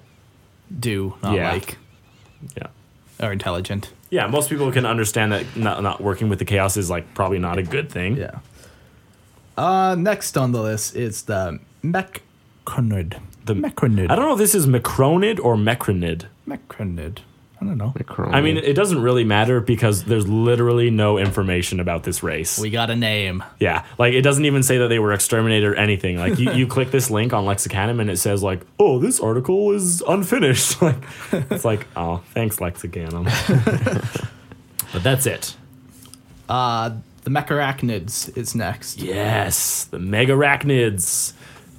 D: Do not
C: Yeah.
D: like
C: Yeah.
D: or intelligent.
C: Yeah, most people can understand that not, not working with the chaos is like probably not a good thing.
D: Yeah. Uh, next on the list is the Mechronid. The Mechronid.
C: I don't know if this is Macronid or Mechronid.
D: Mechronid.
F: I don't know.
E: Necromorph.
C: I
D: Mm-hmm.
C: mean, it doesn't really matter because there's literally no information about this race.
D: We got a name.
C: yeah, like it doesn't even say that they were exterminated or anything. Like you, you click this link on Lexicanum and it says like, "Oh, this article is unfinished." Like it's like, "Oh, thanks Lexicanum." but that's it.
D: Uh, The Mecarachnids is next.
C: Yes, the Megarachnids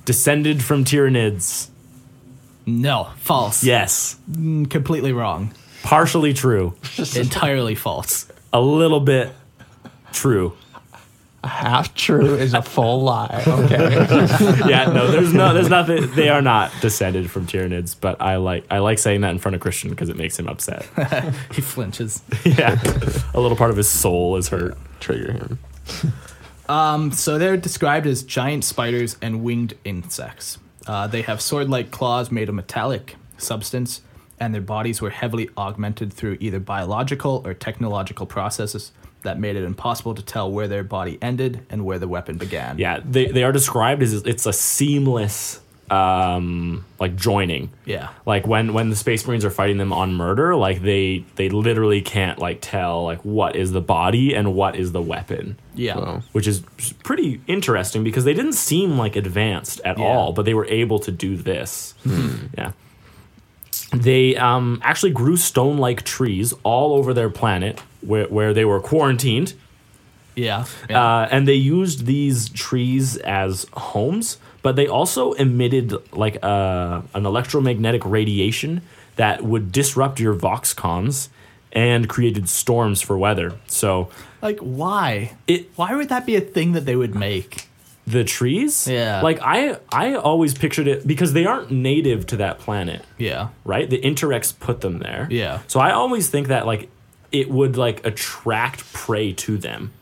C: descended from Tyranids.
D: No, false.
C: Yes,
D: Mm, Completely wrong.
C: partially true,
D: Entirely false.
C: a little bit true.
B: Half true is a full lie. Okay.
C: yeah, no, there's no, there's nothing. They are not descended from Tyranids, but I like, I like saying that in front of Christian because it makes him upset.
D: He flinches.
C: yeah, a little part of his soul is hurt.
E: trigger him.
D: So they're described as giant spiders and winged insects. Uh, they have sword like claws made of metallic substance, and their bodies were heavily augmented through either biological or technological processes that made it impossible to tell where their body ended and where the weapon began.
C: Yeah, they they are described as it's a seamless, um, like joining.
D: Yeah.
C: like when when the Space Marines are fighting them on murder, like they they literally can't like tell like what is the body and what is the weapon.
D: Yeah.
C: which is pretty interesting because they didn't seem like advanced at all, but they were able to do this. Yeah. They um, actually grew stone like trees all over their planet where, where they were quarantined,
D: Yeah.
C: uh, and they used these trees as homes, but they also emitted like uh, an electromagnetic radiation that would disrupt your voxcons and created storms for weather. So
D: like, why?
C: it
D: Why would that be a thing that they would make?
C: the trees
D: Yeah.
C: like i i always pictured it because they aren't native to that planet
D: Yeah.
C: right the interrex put them there
D: Yeah.
C: so i always think that like it would like attract prey to them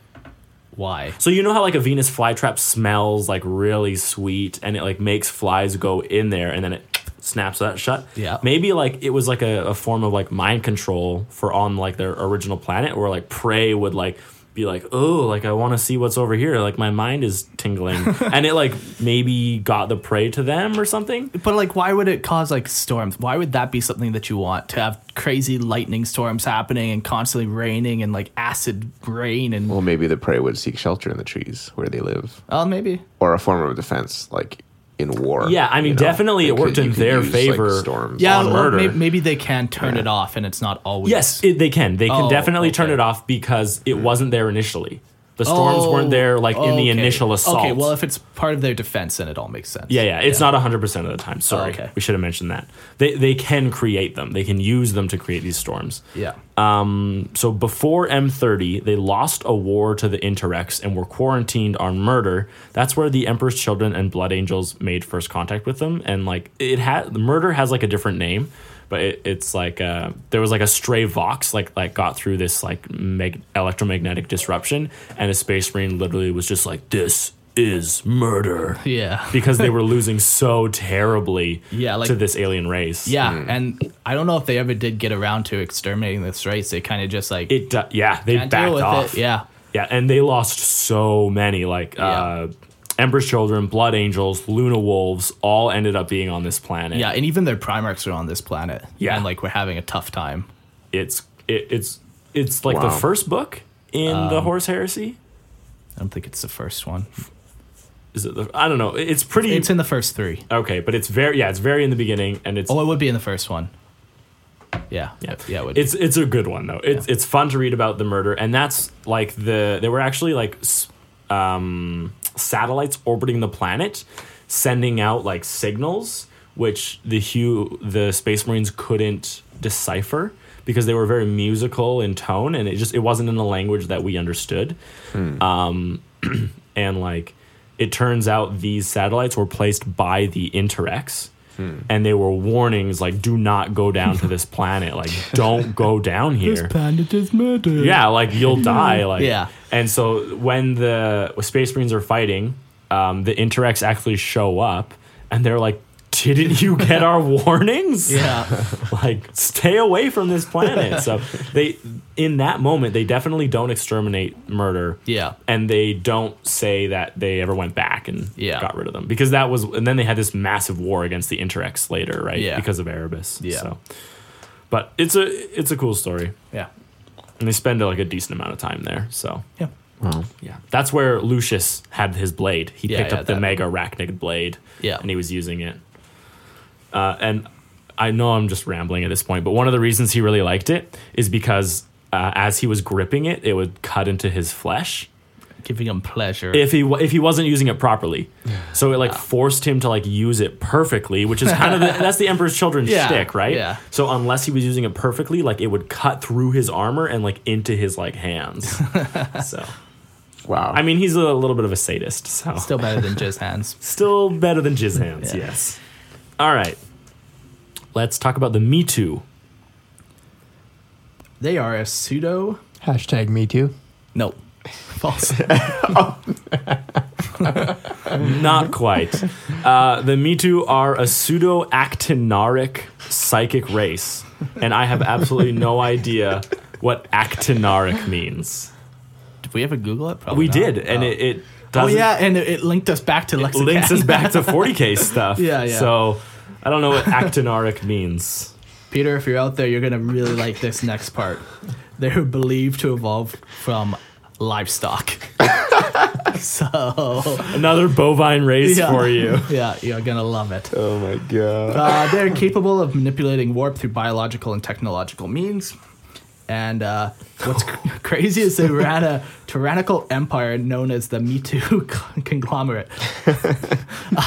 D: Why?
C: so you know how like a venus flytrap smells like really sweet and it like makes flies go in there and then it snaps that shut
D: Yeah.
C: maybe like it was like a, a form of like mind control for on like their original planet where like prey would like be like oh like i want to see what's over here like my mind is tingling and it like maybe got the prey to them or something
D: But like, why would it cause like storms? Why would that be something that you want to have crazy lightning storms happening and constantly raining and like acid rain and
E: Well, maybe the prey would seek shelter in the trees where they live,
D: oh maybe
E: or a form of defense, like in war.
C: Yeah, I mean,
E: you know?
C: definitely
E: They
C: it worked
E: could- you
C: in
E: could
C: their
E: use, like,
C: favor.
E: storms.
D: yeah
C: on
D: or
C: murder.
D: may- maybe they can turn it off and it's not always
C: Yes, it, they can. They can
D: Oh,
C: definitely turn
D: okay.
C: it off because it wasn't there initially. The storms
D: Oh,
C: weren't there like in
D: okay.
C: the initial assault.
D: Okay, well if it's part of their defense, then it all makes sense.
C: yeah, yeah, it's not not 100% of the time. Sorry.
D: Oh, okay.
C: We should have mentioned that. They they can create them. They can use them to create these storms.
D: yeah. Uh,
C: So before M30, they lost a war to the Interrex and were quarantined on murder. That's where the Emperor's Children and Blood Angels made first contact with them. And like it had murder has like a different name, but it, it's like uh, there was like a stray vox like like got through this like mag- electromagnetic disruption, and a space marine literally was just like this is murder
D: yeah.
C: because they were losing so terribly
D: Yeah, like-
C: to this alien race.
D: Yeah, and I don't know if they ever did get around to exterminating this race. They kind of just like
C: It do- yeah, they
D: can't
C: backed off.
D: it. Yeah.
C: Yeah, and they lost so many, like uh, Ember's Children, Blood Angels, Luna Wolves, all ended up being on this planet.
D: Yeah, and even their Primarchs are on this planet.
C: Yeah.
D: And like we're having a tough time.
C: it's it, it's it's like
E: Wow.
C: the first book in
D: Um,
C: the Horse Heresy.
D: I don't think it's the first one.
C: Is it? The, I don't know. It- It's pretty
D: It's in the first three.
C: okay, but it's very yeah, it's very in the beginning, and it's
D: Oh, it would be in the first one. Yeah.
C: Yeah,
D: Yeah, it would
C: it's it's a good one though. It's it's fun to read about the murder, and that's like the there were actually like s- um, satellites orbiting the planet, sending out like signals which the Hu the Space Marines couldn't decipher because they were very musical in tone, and it just it wasn't in a language that we understood. Um, and like it turns out these satellites were placed by the Interrex
D: Hmm.
C: and they were warnings like do not go down to this planet like don't go down here
D: Bandit is murder.
C: yeah like you'll die like
D: Yeah.
C: and so when the space marines are fighting um, the interrex actually show up and they're like didn't you get our warnings
D: Yeah.
C: like stay away from this planet so they in that moment they definitely don't exterminate murder
D: Yeah.
C: and they don't say that they ever went back and
D: Yeah.
C: got rid of them because that was and then they had this massive war against the interrex later right
D: Yeah.
C: because of erebus
D: Yeah.
C: so But it's a it's a cool story,
D: Yeah.
C: and they spend like a decent amount of time there. So
D: Yeah.
C: yeah, that's where Lucius had his blade. He
D: Yeah,
C: picked
D: yeah,
C: up the
D: that-
C: mega arachnid blade,
D: Yeah.
C: and he was using it. Uh, and I know I'm just rambling at this point, but one of the reasons he really liked it is because uh, as he was gripping it, it would cut into his flesh
D: Giving him pleasure.
C: if he wa- if he wasn't using it properly. So it like forced him to like use it perfectly, which is kind of the, that's the Emperor's Children
D: Yeah,
C: shtick, right?
D: yeah.
C: So unless he was using it perfectly, like it would cut through his armor and like into his like hands. so
E: Wow.
C: I mean, he's a little bit of a sadist, so still,
D: Still better than just hands.
C: better than jizz hands.
D: Yeah.
C: Yes. All right. Let's talk about the Me Too.
D: They are a pseudo.
B: Hashtag me too.
D: No. False.
C: Not quite. Uh, the Me Too are a pseudo actinaric psychic race, and I have absolutely no idea what actinaric means.
D: Did we ever Google it? Probably
C: We
D: not.
C: did, and
D: Oh.
C: it, it
D: Oh
C: doesn't.
D: yeah, and it, it linked us back to Lexicon.
C: links us back to 40k stuff.
D: Yeah, yeah.
C: So I don't know what actinaric means.
D: Peter, if you're out there, you're gonna really like this next part. They're believed to evolve from livestock. so
C: Another bovine race
D: yeah.
C: for you.
D: Yeah, you're gonna love it.
E: oh my god.
D: Uh, they're capable of manipulating warp through biological and technological means. And uh, what's cr-
E: Oh.
D: crazy is they ran a tyrannical empire known as the Me Too con- conglomerate.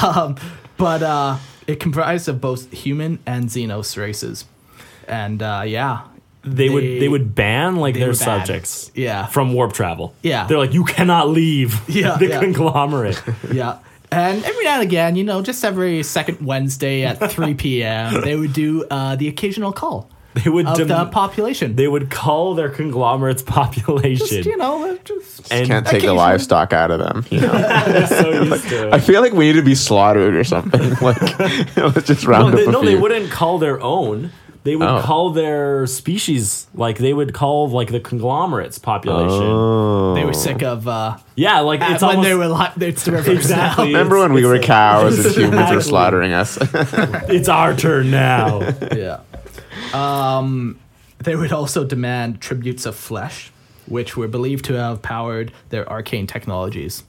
D: um, but uh, it comprised of both human and Xenos races. And uh, yeah,
C: they would
D: They-
C: they would ban like their
D: would ban.
C: subjects
D: Yeah.
C: from warp travel
D: Yeah.
C: they're like you cannot leave
D: Yeah,
C: the
D: yeah.
C: conglomerate
D: yeah. And every now and again, you know, just every second Wednesday at 3 p.m., they would do uh, the occasional call
C: they would
D: of
C: dem-
D: the population.
C: they would call their conglomerate's population
D: just, you know, just
C: and
E: Can't take the
D: occasionally-
E: livestock out of them. You know?
C: they're so used to
E: I
C: it.
E: feel like we need to be slaughtered or something. Like, let's just round
C: No, they,
E: up a
C: no,
E: few.
C: they wouldn't call their own they would
E: Oh.
C: call their species like they would call like the conglomerate's population
E: Oh.
D: they were sick of uh,
C: Oh. yeah like
D: at-
C: it's
D: when
C: almost
D: they were li- it's the reverse
C: exactly
E: Remember
C: it's-
E: when we
C: it's
E: were
C: a-
E: cows and humans
C: Exactly.
E: were slaughtering us?
C: it's our turn now
D: now. yeah. Um, they would also demand tributes of flesh, which were believed to have powered their arcane technologies.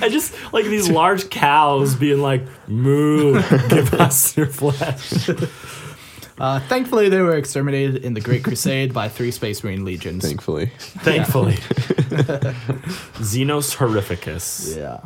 C: I just like these large cows being like, "Moo, give us your flesh."
D: Uh, thankfully, they were exterminated in the Great Crusade by three Space Marine legions.
E: Thankfully.
C: Thankfully, Xenos horrificus.
D: Yeah.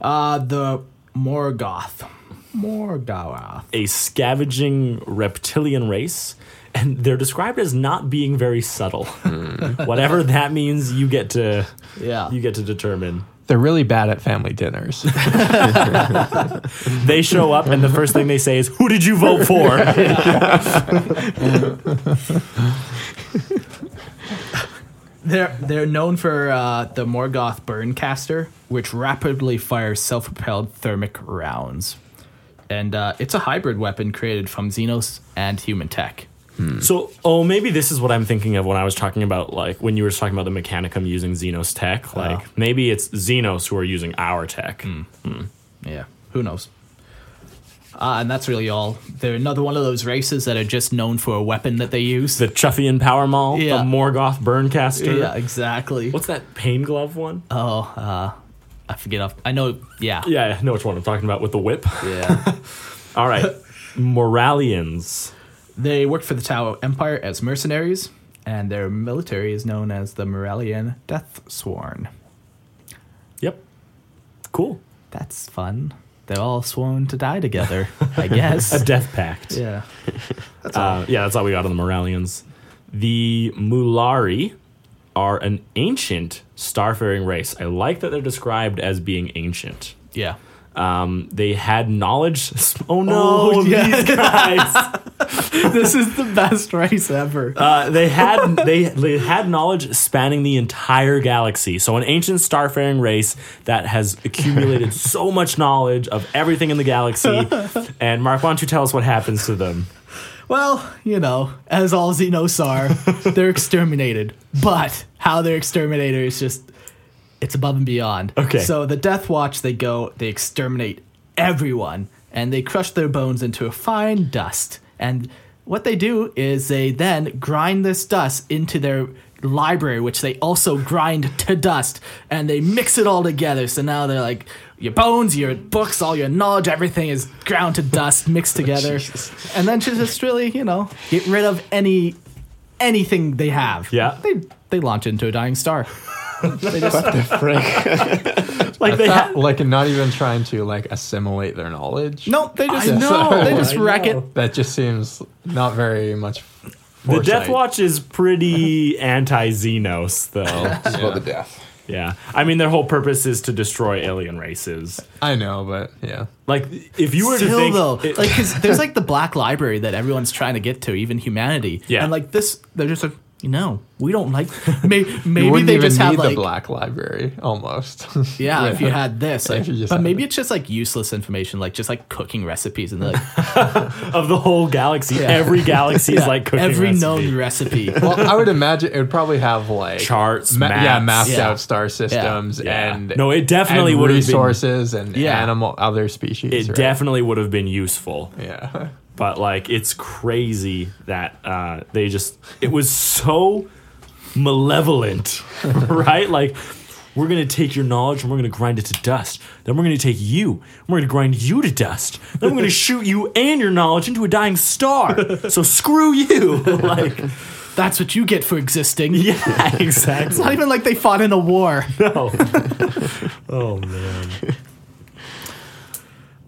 D: Uh, the Morgoth. Morgoth.
C: a scavenging reptilian race, and they're described as not being very subtle.
D: Hmm.
C: Whatever that means, you get to
D: Yeah.
C: you get to determine.
B: They're really bad at family dinners.
C: They show up, and the first thing they say is, "Who did you vote for?"
D: They're they're known for uh, the Morgoth Burncaster, which rapidly fires self-propelled thermic rounds, and uh, it's a hybrid weapon created from Xenos and human tech.
C: So, oh, maybe this is what I'm thinking of when I was talking about, like, when you were talking about the Mechanicum using Xenos tech. Like, maybe it's Xenos who are using our tech.
D: Hmm. Yeah, who knows? Uh, and that's really all. They're another one of those races that are just known for a weapon that they use.
C: The Chuffian Power Mall,
D: Yeah.
C: the Morgoth Burncaster.
D: yeah, exactly.
C: What's that pain glove one?
D: Oh, uh, I forget. Off. I know. Yeah.
C: yeah, I know which one I'm talking about with the whip.
D: Yeah.
C: All right. Moralians.
D: they worked for the Tau Empire as mercenaries, and their military is known as the Moralian Death Sworn.
C: Yep. Cool.
D: That's fun. They're all sworn to die together, I guess.
C: Death Pact. Yeah.
D: yeah.
C: Uh, yeah, that's all we got on the Moralians. The Mulari are an ancient starfaring race. I like that they're described as being ancient.
D: Yeah.
C: Um, they had knowledge. Oh no,
D: Oh, yeah.
C: these guys.
D: this is the best race ever.
C: Uh, they had they they had knowledge spanning the entire galaxy. So an ancient starfaring race that has accumulated so much knowledge of everything in the galaxy. And Mark, why don't you tell us what happens to them?
D: well, you know, as all Xenos are, they're exterminated. But how they're exterminated is just it's above and beyond.
C: Okay.
D: So the Death Watch they go, they exterminate everyone. and they crush their bones into a fine dust. And what they do is they then grind this dust into their library, which they also grind to dust, and they mix it all together. So now they're like your bones, your books, all your knowledge, everything is ground to dust,
C: Oh,
D: mixed together, and then to just really, you know, get rid of any anything they have.
C: Yeah.
D: they they launch into a dying star.
C: Like they
B: Not-
C: have,
B: like not even trying to like assimilate their knowledge.
D: No, they just
B: I know,
D: they just
C: I
D: wreck
C: know.
D: it.
B: that just seems not very much.
C: the Death
B: foresight.
C: Watch is pretty anti Xenos though.
E: It's about the death.
C: yeah, I mean their whole purpose is to destroy alien races.
B: I know, but yeah,
C: Like if you were to
D: Still
C: think,
D: though,
C: it-
D: like because there's like the black library that everyone's trying to get to, even humanity.
C: Yeah.
D: and like this, they're just like, no, we don't like. May, maybe
B: wouldn't
D: they
B: even
D: just
B: need
D: have
B: the
D: like,
B: black library almost.
D: yeah, if you had this, like,
B: you just
D: but
B: had
D: maybe
B: it.
D: it's just like useless information, like just like cooking recipes, and they're like
C: of the whole galaxy, every galaxy is
D: yeah,
C: like cooking
D: every
C: recipe.
D: known recipe.
B: well, I would imagine it would probably have like
C: Charts,
B: ma- yeah,
C: maps.
B: mapped
D: Yeah.
B: out star systems
C: Yeah.
B: and
C: No, it definitely
B: and
C: would have been-
B: resources and
D: Yeah.
B: animal other species.
C: It
B: right?
C: definitely would have been useful.
B: yeah.
C: but like it's crazy that uh, they just it was so malevolent right like we're gonna take your knowledge and we're gonna grind it to dust then we're gonna take you and we're gonna grind you to dust then we're gonna shoot you and your knowledge into a dying star so screw you like
D: That's what you get for existing.
C: yeah
D: It's not
C: exactly
D: even like they fought in a war.
C: no. oh man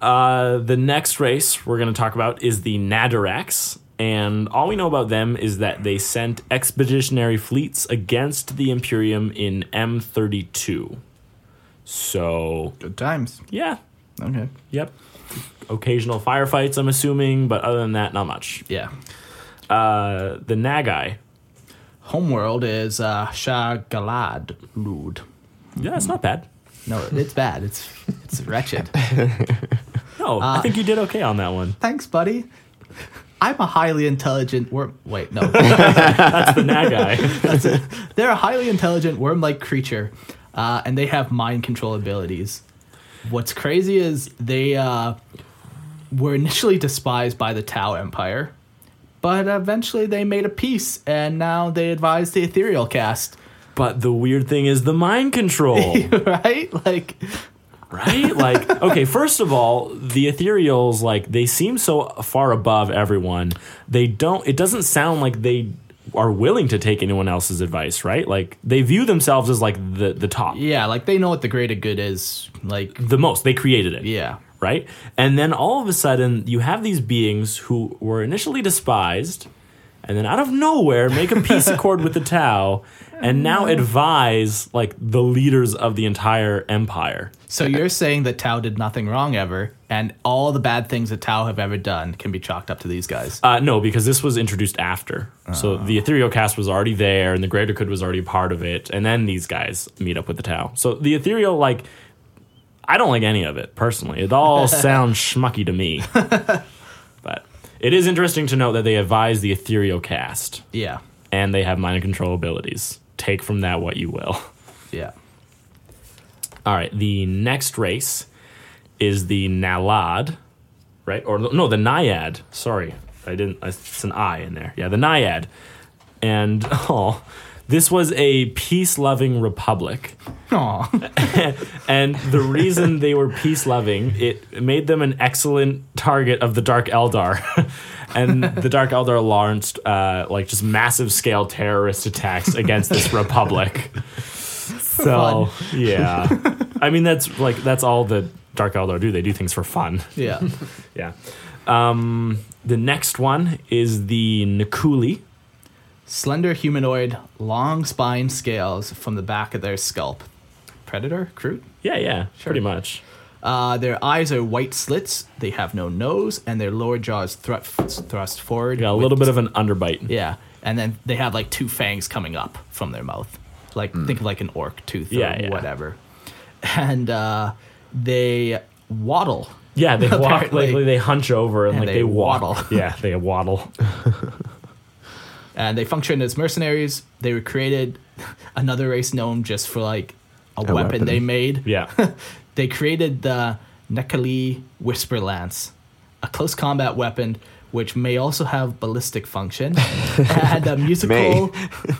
C: Uh, the next race we're going to talk about is the Nadarax. And all we know about them is that they sent expeditionary fleets against the Imperium in M32. So,
D: Good times.
C: yeah.
D: Okay.
C: Yep. Occasional firefights, I'm assuming, but other than that, not much.
D: Yeah.
C: Uh, the Nagai.
D: Homeworld is uh, Shagalad Lud.
C: Yeah, it's not bad.
D: No, it's bad. It's it's wretched.
C: No, I think you did okay on that one.
D: Thanks, buddy. I'm a highly intelligent worm. Wait, no.
C: The Nagai.
D: They're a highly intelligent worm like creature, uh, and they have mind control abilities. What's crazy is they uh, were initially despised by the Tau Empire, but eventually they made a peace, and now they advise the Ethereal Cast,
C: but the weird thing is the mind control.
D: right? Like,
C: right? Like, okay, first of all, the ethereals like they seem so far above everyone. They don't. It doesn't sound like they are willing to take anyone else's advice, right? Like they view themselves as like the the top,
D: yeah, like they know what the greater good is. Like,
C: the most. They created it,
D: yeah.
C: right? And then all of a sudden, you have these beings who were initially despised. And then out of nowhere, make a peace accord with the Tao, and now advise like the leaders of the entire empire.
D: So you're saying that Tau did nothing wrong ever, and all the bad things that Tau have ever done can be chalked up to these guys.
C: Uh, no, because this was introduced after. So the Ethereal cast was already there, and the Greater Good was already a part of it. And then these guys meet up with the Tau. So the Ethereal, like, I don't like any of it personally. It all sounds schmucky to me. but it is interesting to note that they advise the Ethereal cast,
D: Yeah.
C: and they have minor control abilities. Take from that what you will.
D: Yeah.
C: All right, the next race is the Nalad, right? Or no, the Naiad. Sorry, I didn't. I- It's an I in there. Yeah, the Naiad. And oh, this was a peace-loving republic,
D: Aw.
C: and the reason they were peace-loving, it made them an excellent target of the Dark Eldar. and the Dark Eldar launched uh, like just massive-scale terrorist attacks against this republic. So yeah, I mean that's like that's all the Dark Eldar do. They do things for fun.
D: Yeah.
C: Yeah. Um, the next one is the Nakuli.
D: Slender humanoid, long spine scales from the back of their scalp. Predator? Crude?
C: Yeah, yeah, pretty much.
D: Uh, their eyes are white slits, they have no nose, and their lower jaw is thru- thrust forward.
C: Yeah, a little bit of an underbite.
D: Yeah. And then they have like two fangs coming up from their mouth. Like think of like an orc tooth
C: Hmm. Yeah,
D: or
C: yeah.
D: whatever. And uh, they waddle.
C: Yeah, they walk like
D: Apparently.
C: they hunch over and,
D: And
C: like they,
D: they
C: walk.
D: waddle.
C: yeah, they waddle.
D: And they function as mercenaries. They were created another race known just for like a, weapon,
E: weapon.
D: they made.
C: Yeah,
D: They created the Nekali Whisper Lance. a close combat weapon, which may also have ballistic function, and a musical,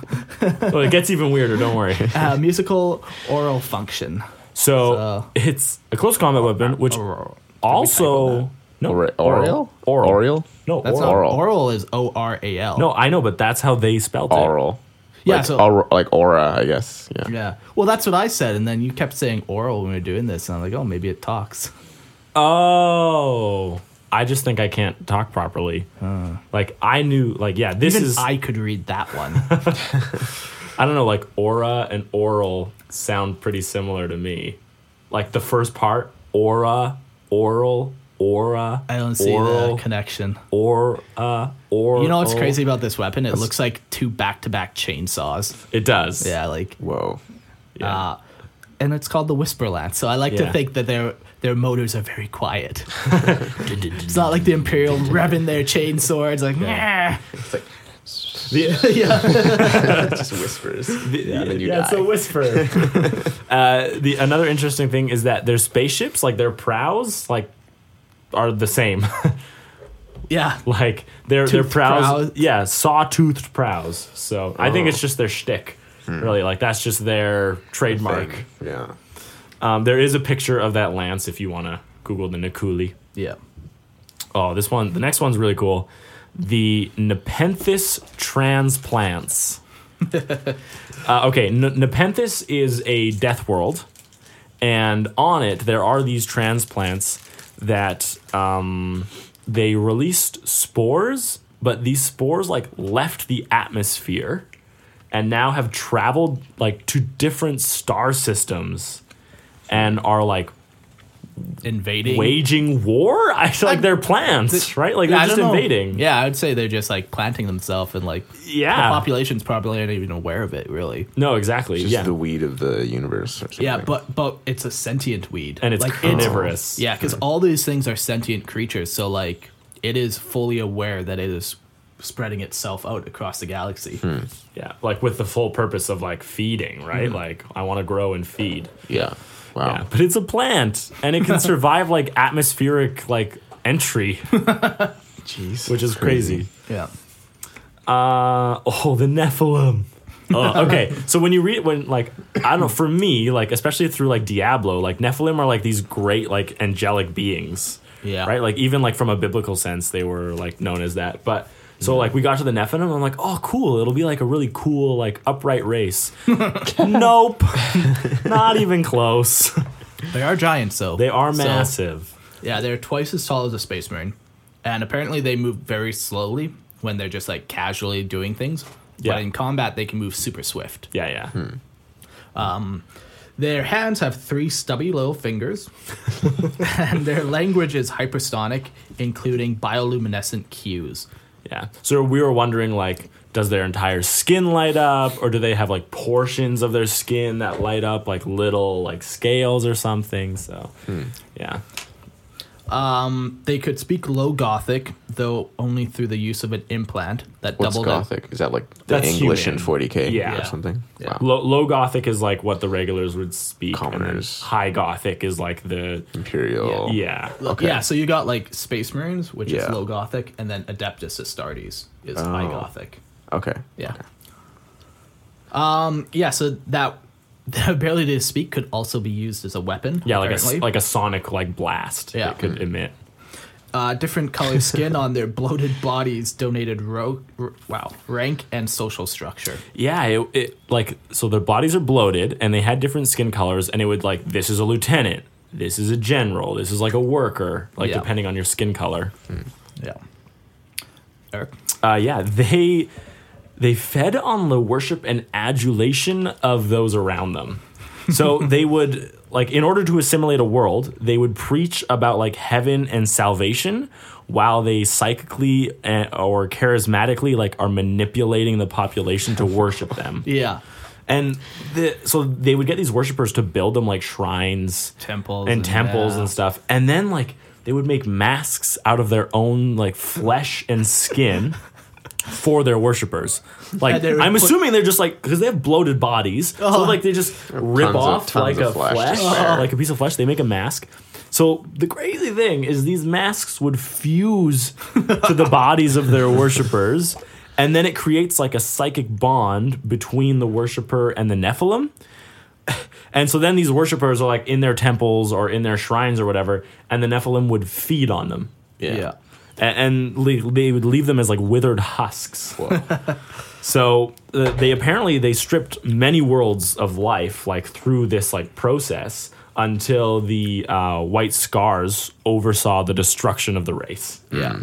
C: Well, it gets even weirder. Don't worry.
D: uh, musical oral function.
C: So,
D: So-
C: it's a close combat weapon, which
D: Oral.
C: also no
E: Ori-
C: oral oral
E: Oral?
C: no
D: That's
C: oral.
E: Oral.
D: not oral. Is O R A L.
C: no I know, but that's how they spelt
E: Oral.
D: Yeah,
E: Like,
D: so-
E: aur- like aura, I guess. Yeah.
D: Yeah. Well, that's what I said, and then you kept saying oral when we were doing this, and I'm like, oh, maybe it talks.
C: it. Oh, I just think I can't talk properly. Like I knew, like yeah, this
D: Even
C: is I,
D: I could read that one.
C: don't know, like aura and oral sound pretty similar to me. Like the first part, aura, oral, aura.
D: I don't see
C: oral,
D: the connection.
C: Or uh, or
D: You know what's crazy about this weapon? It looks like two back-to-back chainsaws.
C: It does.
D: Yeah, like
E: Whoa.
C: Yeah.
D: Uh, and it's called the Whisper Lance. So I like
C: Yeah.
D: to think that their their motors are very quiet. it's not like the Imperial revving their chain swords like. Yeah.
C: The-
E: Just whispers.
C: yeah,
E: then you
C: it's a whisper. uh, the another interesting thing is that their spaceships, like their prows, like are the same.
D: Yeah.
C: like their their
D: Toothed
C: prows,
D: prows.
C: yeah, sawtoothed prows. So I think it's just their shtick, really. Like that's just their trademark.
E: Yeah.
C: Um, there is a picture of that lance if you want to Google the Nakuli.
D: Yeah.
C: Oh, this one, the next one's really cool. The Nepenthes transplants. uh, okay, N- Nepenthes is a death world, and on it there are these transplants that um, they released spores, but these spores like left the atmosphere and now have traveled like to different star systems and are like
D: Invading.
C: waging war. I feel like they're plants, right? Like they're
D: I
C: just
D: don't know.
C: invading.
D: Yeah, I would say they're just like planting themselves and like the
C: yeah.
D: population's probably not even aware of it really.
C: No, exactly.
E: Just
C: yeah,
E: the weed of the universe. Or something.
D: Yeah, but but it's a sentient weed
C: and it's
D: like
C: carnivorous.
D: Yeah, because all these things are sentient creatures, so like it is fully aware that it is spreading itself out across the galaxy.
C: Hmm. yeah. Like with the full purpose of like feeding, right?
D: Mm-hmm.
C: Like I want to grow and feed.
E: Yeah.
C: Yeah,
E: Wow.
C: but it's a plant, and it can survive like atmospheric like entry,
E: Jeez.
C: which is crazy.
D: Yeah.
C: Uh, oh, the Nephilim. Oh, okay, so when you read when like I don't know for me like especially through like Diablo like Nephilim are like these great like angelic beings.
D: Yeah.
C: Right? Like even like from a biblical sense they were like known as that. But so like we got to the Nephilim I'm like, "Oh, cool. It'll be like a really cool like upright race." nope. Not even close.
D: They are giants, though.
C: They are
D: So,
C: massive.
D: yeah, they're twice as tall as a space marine, and apparently they move very slowly when they're just like casually doing things.
C: Yeah.
D: But in combat, they can move super swift.
C: yeah, yeah.
D: Their hands have three stubby little fingers, and their language is hypersonic, including bioluminescent cues.
C: Yeah. So we were wondering like does their entire skin light up or do they have like portions of their skin that light up like little like scales or something? So
D: Hmm.
C: yeah.
D: They could speak low Gothic, though only through the use of an implant that
E: What's
D: doubled
E: Gothic? Is that like the
C: That's
E: English
C: human.
E: in 40K
C: Yeah.
E: or something? Wow.
C: Low, low Gothic is like what the regulars would speak. and then
E: Commoners.
C: High Gothic is like the
D: Oh.
E: Imperial.
C: yeah.
E: Okay.
D: Yeah, so you got like Space Marines, which is
E: Yeah. Oh.
D: low Gothic, and then Adeptus Astartes is high Gothic.
E: Okay.
D: Yeah. Um. Yeah. So that the ability to speak could also be used as a weapon.
C: Yeah, like a s-
D: apparently.
C: like a sonic like blast.
D: Yeah. Hmm.
C: It could emit.
D: uh, different color skin on their bloated bodies donated ro- r- wow rank and social structure.
C: Yeah, it, it like so their bodies are bloated and they had different skin colors and it would like this is a lieutenant, this is a general, this is like a worker, like
D: Yeah.
C: depending on your skin color.
D: Yeah. Eric.
C: Uh, yeah, they they fed on the worship and adulation of those around them. So they would like in order to assimilate a world, they would preach about like heaven and salvation while they psychically eh, or charismatically like are manipulating the population to worship them.
D: Yeah.
C: And the, so they would get these worshipers to build them like shrines,
D: Temples
C: and,
D: and-
C: temples
D: yeah.
C: and stuff. And then like they would make masks out of their own like flesh and skin. for their worshippers. Like
D: they would
C: I'm
D: put- Uh-huh.
C: assuming they're just like because they have bloated bodies, so like they just rip
E: tons of-
C: off
E: tons
C: like a
E: of flesh
C: flesh,
E: to spare.
C: like a piece of flesh. They make a mask. So the crazy thing is these masks would fuse to the bodies of their worshippers, and then it creates like a psychic bond between the worshipper and the Nephilim. And so then these worshippers are like in their temples or in their shrines or whatever, and the Nephilim would feed on them.
D: Yeah.
C: A- and, le- they would leave them as like withered husks. so uh, they apparently they stripped many worlds of life like through this like process until the uh, white scars oversaw the destruction of the race.
D: Yeah.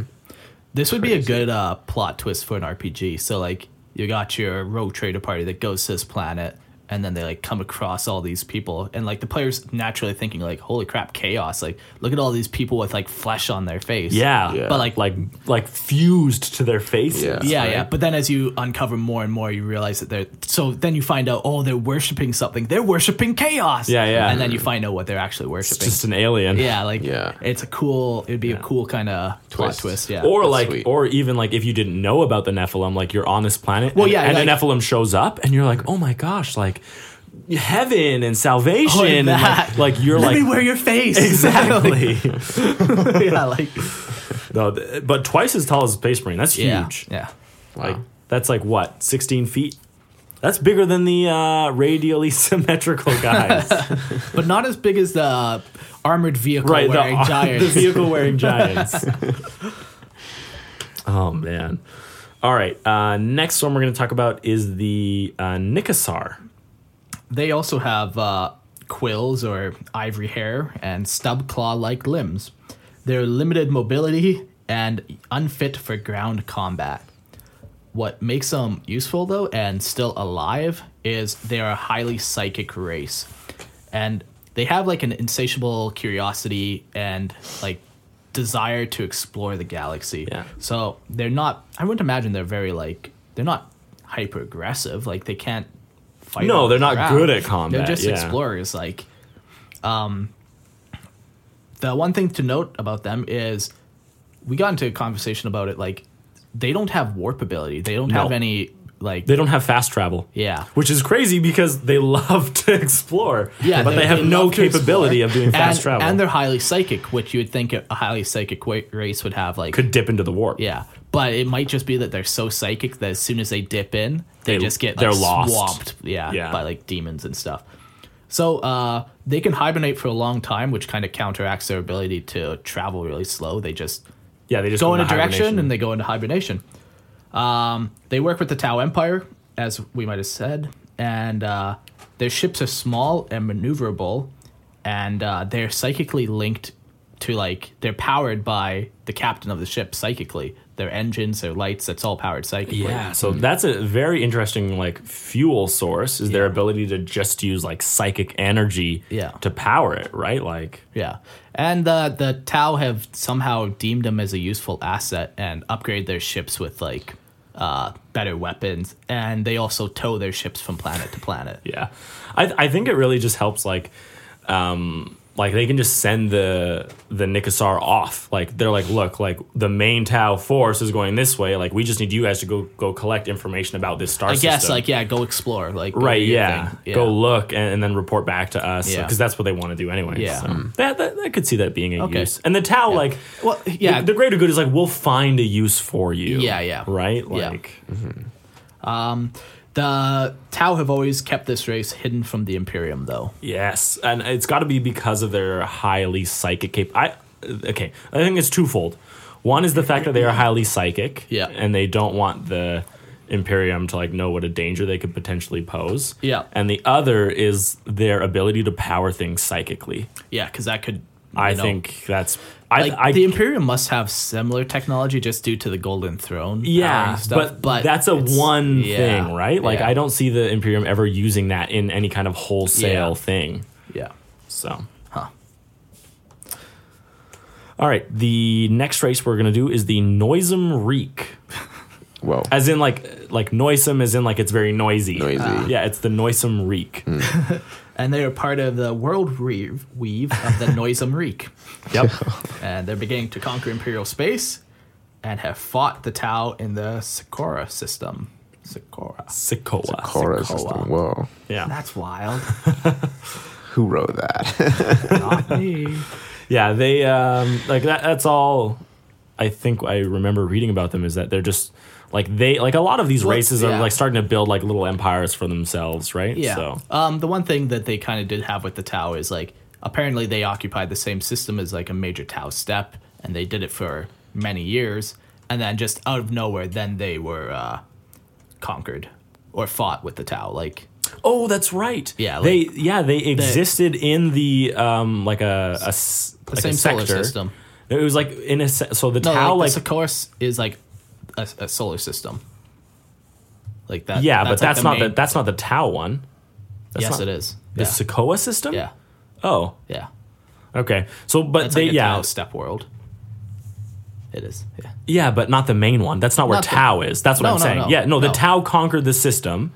D: This would be a good uh, plot twist for an RPG. So like you got your rogue trader party that goes to this planet and then they like come across all these people and like the players naturally thinking like holy crap chaos like look at all these people with like flesh on their face.
C: Yeah,
E: Yeah.
C: but like like like fused to their faces.
E: Yeah.
D: Yeah, yeah. But then as you uncover more and more, you realize that they're. So then you find out, oh, they're worshiping something. They're worshiping chaos.
C: Yeah, yeah.
D: And then you find out what they're actually
C: It's
D: worshiping.
C: just an alien.
D: yeah, like
E: Yeah.
D: it's a cool. It'd be a cool kind of plot
E: Twist.
D: twist. Yeah.
C: Or like,
E: sweet.
C: or even like, if you didn't know about the Nephilim, like you're on this planet,
D: Well,
C: and,
D: yeah,
C: and
D: like-
C: the Nephilim shows up, and you're like, oh my gosh, like heaven and salvation,
D: Oh,
C: and, like,
D: and that.
C: like you're
D: let
C: like
D: me wear your face.
C: exactly.
D: yeah, like
C: no, th- but twice as tall as a Space Marine. That's
D: yeah,
C: huge.
D: yeah.
C: Like that's like what 16 feet. That's bigger than the uh, radially symmetrical guys,
D: But not as big as the armored vehicle
C: right? The,
D: wearing giant.
C: the vehicle wearing giants. oh man! All right. Uh, next one we're going to talk about is the uh, Nikasar.
D: They also have uh, quills or ivory hair and stub claw like limbs. They're limited mobility and unfit for ground combat. What makes them useful, though, and still alive, is they are a highly psychic race. And they have like an insatiable curiosity and like desire to explore the galaxy.
C: Yeah.
D: So they're not, I wouldn't imagine they're very like, they're not hyper aggressive. Like they can't fight.
C: No,
D: on
C: they're
D: the
C: not
D: ground.
C: good at combat,
D: They're just
C: yeah.
D: explorers. Like, um, the one thing to note about them is we got into a conversation about it. Like, they don't have warp ability. They don't
C: No.
D: have any like.
C: They don't have fast travel.
D: yeah.
C: Which is crazy because they love to explore.
D: Yeah,
C: But they, have no
D: love to
C: capability
D: explore.
C: of doing fast
D: and,
C: travel.
D: and they're highly psychic, which you would think a highly psychic wa- race would have. Like,
C: could dip into the warp.
D: yeah, but it might just be that they're so psychic that as soon as they dip in, they,
C: They-
D: just get like,
C: they're lost.
D: swamped, yeah,
C: Yeah.
D: by like demons and stuff. So uh, they can hibernate for a long time, which kind of counteracts their ability to travel really slow. They just
C: Yeah, they just
D: go in a
C: into
D: direction
C: hibernation.
D: and they go into hibernation. Um, they work with the Tau Empire, as we might have said, and uh, their ships are small and maneuverable, and uh, they're psychically linked to like they're powered by the captain of the ship psychically. Their engines, their lights, that's all powered psychically.
C: yeah, so Mm-hmm. that's a very interesting like fuel source is their ability to just use like psychic energy
D: Yeah.
C: to power it, right? Like
D: Yeah. And uh, the Tau have somehow deemed them as a useful asset and upgrade their ships with like uh, better weapons. And they also tow their ships from planet to planet.
C: yeah. I I think it really just helps like um like they can just send the the Nikasar off. Like they're like, look, like the main Tau force is going this way. Like we just need you guys to go go collect information about this star
D: I guess,
C: system.
D: like, yeah, go explore. Like, go
C: right
D: do your
C: yeah.
D: thing.
C: go look and, and then report back to us
D: Yeah.
C: because that's what they want to do anyway
D: Yeah.
C: so
D: Mm.
C: that, that i could see that being a
D: Okay.
C: use and the tau like
D: Well, yeah.
C: the, the greater good is like we'll find a use for you
D: Yeah, yeah.
C: right
D: Yeah.
C: like
D: the Tau have always kept this race hidden from the Imperium, though.
C: yes and it's got to be because of their highly psychic cap i okay i think it's twofold one is the fact that they are highly psychic
D: Yeah.
C: and they don't want the imperium to like know what a danger they could potentially pose
D: Yeah.
C: and the other is their ability to power things psychically
D: Yeah, because that could.
C: I
D: you know,
C: think that's I,
D: Like,
C: I
D: the Imperium must have similar technology just due to the Golden Throne. power
C: yeah,
D: and stuff,
C: but, that's a
D: it's-
C: one
D: yeah,
C: thing, right? Like
D: yeah,
C: I don't see the Imperium ever using that in any kind of wholesale
D: Yeah.
C: thing.
D: Yeah.
C: So,
D: Huh.
C: all right, the next race we're gonna do is the Noisome Reek,
E: Whoa.
C: as in like like noisome, as in like it's very noisy. Uh,
E: Noisy. Ah.
C: Yeah, it's the Noisome Reek.
D: Hmm. And they are part of the world weave, weave of the Noisem Reek.
C: Yep.
D: And they're beginning to conquer Imperial space. and have fought the Tau in the Sakura system. Sakura.
C: Sikoa.
E: Cora system. Whoa.
C: Yeah.
D: That's wild.
E: Who wrote that?
D: Not me.
C: Yeah, they um like that that's all I think I remember reading about them is that they're just like they like a lot of these
D: Well,
C: races
D: yeah.
C: are like starting to build like little empires for themselves, right?
D: Yeah.
C: So
D: Um, the one thing that they kind of did have with the Tau is like apparently they occupied the same system as like a major Tau step, and they did it for many years, and then just out of nowhere, then they were uh, conquered or fought with the Tau. Like
C: Oh, that's right.
D: Yeah,
C: they yeah they existed in the um like a a, s- like a
D: same solar
C: sector.
D: system.
C: It was like in a se- so the
D: no,
C: Tau like,
D: like, the Socorus is like a, a solar system. Like that.
C: yeah, but
D: like,
C: that's
D: the
C: not the
D: main-
C: that's not the Tau one. That's
D: yes,
C: not-
D: it is.
C: The
D: Yeah.
C: Sokoa system.
D: yeah,
C: Oh,
D: yeah.
C: okay. So but
D: That's
C: they
D: like a
C: yeah
D: Tau step world. It is. Yeah.
C: yeah but not the main one. That's not where
D: Not the-
C: Tau is. That's what
D: No,
C: I'm
D: no,
C: saying.
D: no,
C: yeah, no, the
D: no.
C: Tau conquered the system.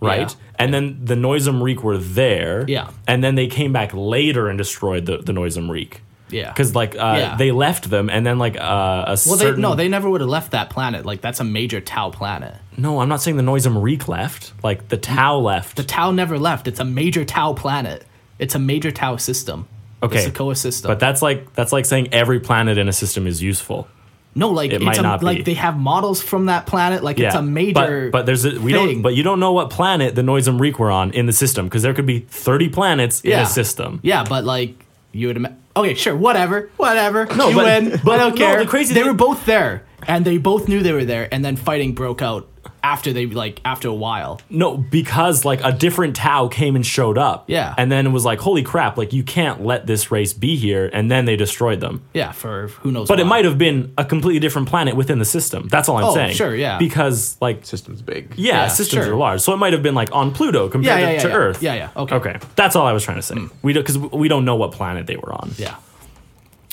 C: Right,
D: Yeah.
C: and then the Noisem Reek were there.
D: Yeah.
C: and then they came back later and destroyed the the Noisem Reek.
D: Yeah.
C: because like uh,
D: Yeah.
C: they left them, and then like uh, a
D: Well,
C: certain
D: they no, they never would have left that planet. Like that's a major Tau planet.
C: No, I'm not saying the Noisem Reek left. Like the Tau left.
D: The Tau never left. It's a major Tau planet. It's a major Tau system.
C: Okay.
D: the Sokoa system.
C: but that's like that's like saying every planet in a system is useful.
D: no, like
C: it
D: it's
C: might
D: a,
C: not
D: like
C: be.
D: they have models from that planet. Like it's a major.
C: But, but there's a, we
D: thing.
C: don't. But you don't know what planet the Noisem Reek were on in the system because there could be 30 planets in
D: Yeah.
C: a system.
D: yeah, but like you would. Ima- okay, sure, whatever, whatever.
C: No,
D: you
C: but-
D: win.
C: but
D: I don't
C: no,
D: care.
C: the crazy
D: they
C: thing-
D: were both there, and they both knew they were there, and then fighting broke out after they like after a while.
C: No, because like a different Tau came and showed up.
D: Yeah.
C: and then it was like, holy crap! Like you can't let this race be here. And then they destroyed them.
D: Yeah, for who knows.
C: But it
D: why.
C: might have been a completely different planet within the system. That's all I'm
D: Oh,
C: saying.
D: sure, yeah.
C: Because like
E: System's big.
C: Yeah,
D: Yeah,
C: systems
D: sure.
C: are large. So it might have been like on Pluto compared
D: Yeah, yeah,
C: to,
D: yeah,
C: to
D: yeah.
C: Earth.
D: Yeah, yeah, okay.
C: Okay. That's all I was trying to say. We don't because we don't know what planet they were on.
D: Yeah,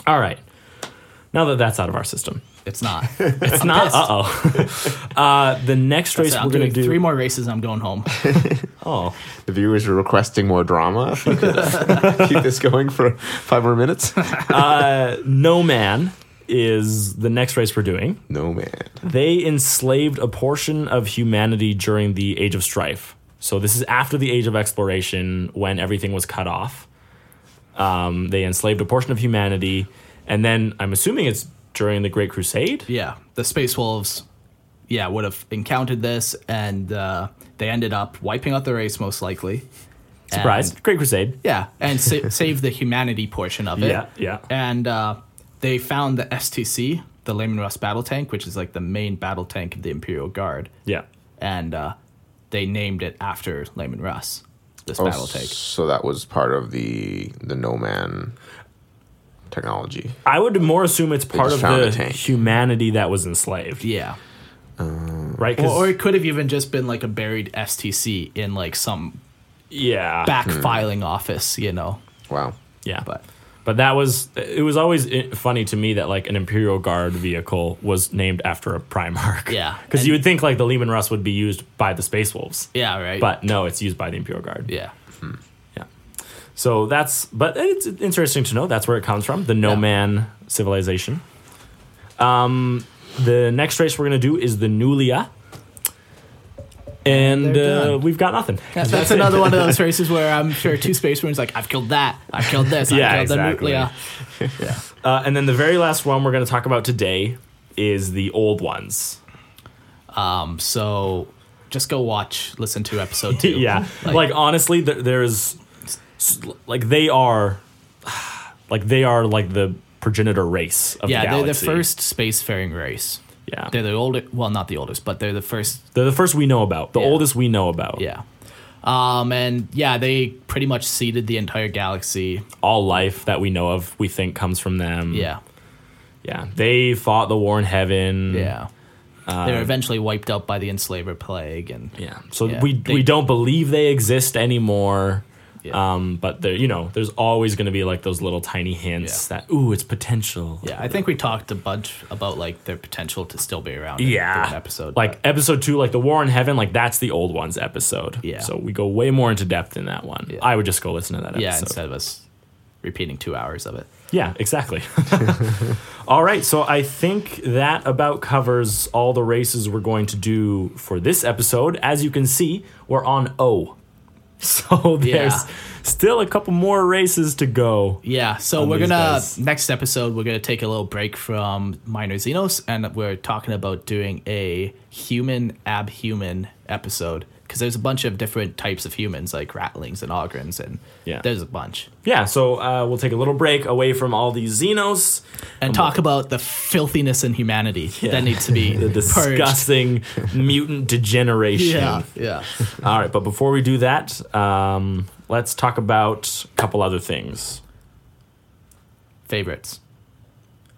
C: All right. Now that that's out of our system,
D: it's not.
C: it's not. Uh oh. uh, the next race
D: So I'm
C: we're gonna
D: doing
C: do.
D: three more races. and I'm going home.
C: Oh,
E: The viewers are requesting more drama. Keep this going for five more minutes.
C: No Man is the next race we're doing.
E: No man.
C: They enslaved a portion of humanity during the Age of Strife. So this is after the Age of Exploration when everything was cut off. Um, they enslaved a portion of humanity, and then I'm assuming it's during the Great Crusade.
D: Yeah, the Space Wolves, yeah, would have encountered this, and uh, they ended up wiping out the race most likely.
C: Surprise!
D: And-
C: Great Crusade.
D: yeah, and sa- save the humanity portion of it.
C: Yeah, yeah.
D: And uh, they found the STC, the Lehman Russ battle tank, which is like the main battle tank of the Imperial Guard,
C: Yeah.
D: and uh, they named it after Lehman Russ. This battle tank.
E: So that was part of the the no man technology.
C: I would more assume it's part
E: just
C: of
E: found
C: the
E: a tank.
C: humanity that was enslaved,
D: Yeah.
C: right? 'Cause-
D: Or, or it could have even just been like a buried STC in like some
C: yeah,
D: back filing office, you know.
E: Wow.
C: yeah.
D: But
C: But that was it. Was always i- funny to me that like an Imperial Guard vehicle was named after a Primarch.
D: Yeah.
C: because
D: And-
C: you would think like the Lehman Russ would be used by the Space Wolves,
D: yeah, right.
C: but no, it's used by the Imperial Guard.
D: yeah.
C: yeah. So that's but it's interesting to know that's where it comes from the No
D: Yeah.
C: Man civilization. Um, the next race we're gonna do is the Nulia, and
D: They're
C: uh,
D: done.
C: we've got nothing.
D: That's, another one of those races where I'm sure two space marines like I've killed that, I've killed this,
C: Yeah,
D: I've killed
C: exactly.
D: the nuclear.
C: Uh, and then the very last one we're going to talk about today is the old ones.
D: Um, so just go watch, listen to episode two.
C: Yeah. Like,
D: Like,
C: honestly, th- there's s- like they are like they are like the progenitor race of
D: yeah,
C: the
D: they're the
C: galaxy.
D: first spacefaring race.
C: Yeah.
D: They're the oldest, well, not the oldest, but they're the first.
C: They're the first we know about. The
D: Yeah.
C: oldest we know about.
D: Yeah. Um, and yeah, they pretty much seeded the entire galaxy.
C: All life that we know of, we think comes from them.
D: Yeah.
C: Yeah. They fought the war in heaven.
D: Yeah.
C: Hmm. Uh,
D: they were eventually wiped out by the enslaver plague and
C: Yeah. So
D: Yeah.
C: we
D: They-
C: we don't believe they exist anymore.
D: Yeah.
C: Um, but there, you know, there's always going to be like those little tiny hints that ooh, it's potential.
D: Yeah, I think we talked a bunch about like their potential to still be around. in-
C: yeah
D: through an episode
C: like
D: but-
C: episode two like the war in heaven like that's the old ones episode
D: Yeah.
C: so we go way more into depth in that one i would just go listen to that episode
D: yeah, instead of us repeating two hours of it.
C: Yeah, exactly. all right, so I think that about covers all the races we're going to do for this episode. As you can see, we're on O. So there's
D: Yeah.
C: still a couple more races to go.
D: Yeah, so we're
C: these
D: gonna
C: guys.
D: next episode we're gonna take a little break from Minor Xenos and we're talking about doing a human abhuman episode because there's a bunch of different types of humans like ratlings and ogrins and
C: Yeah.
D: there's a bunch
C: Yeah, so uh, we'll take a little break away from all these Xenos.
D: and talk about the filthiness in humanity that needs to be
C: The
D: purged.
C: disgusting mutant degeneration.
D: Yeah, yeah.
C: All right, but before we do that, um, let's talk about a couple other things.
D: favorites.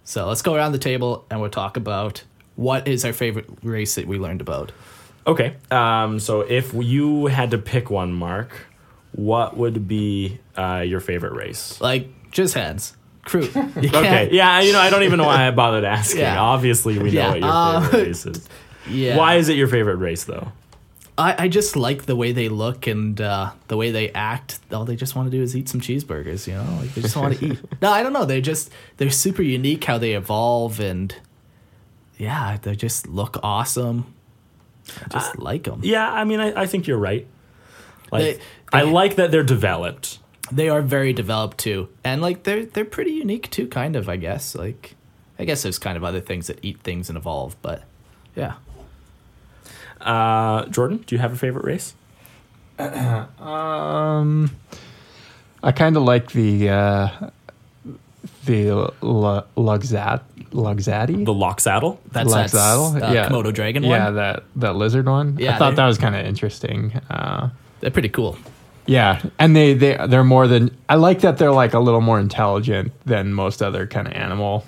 D: So let's go around the table and we'll talk about what is our favorite race that we learned about.
C: Okay, um, so if you had to pick one, Mark, what would be uh, your favorite race?
D: Like just hands, crew. You
C: Okay,
D: can't-
C: yeah, you know, I don't even know why I bothered asking.
D: Yeah.
C: Obviously, we
D: Yeah,
C: know what your
D: uh,
C: favorite race is.
D: yeah.
C: Why is it your favorite race, though?
D: I, I just like the way they look and uh, the way they act. All they just want to do is eat some cheeseburgers, you know? Like they just want to eat. No, I don't know. They're just they're super unique how they evolve and yeah, they just look awesome. I just like 'em. like them.
C: Uh, Yeah, I mean, I, I think you're right. Like,
D: They-
C: I like that they're developed.
D: They are very developed too, and like they're they're pretty unique too, kind of. I guess like I guess there's kind of other things that eat things and evolve, but yeah.
C: Uh, Jordan, do you have a favorite race?
B: Um, I kind of like the uh, the L- L- Luxat Luxati.
C: The lock saddle.
D: That's that
B: Luxatl?
D: uh, Komodo dragon one.
B: Yeah, that that lizard one.
D: Yeah,
B: I thought
D: they-
B: that was kind of interesting. Uh,
D: They're pretty cool.
B: yeah, and they they they're more than I like that they're like a little more intelligent than most other kind of animal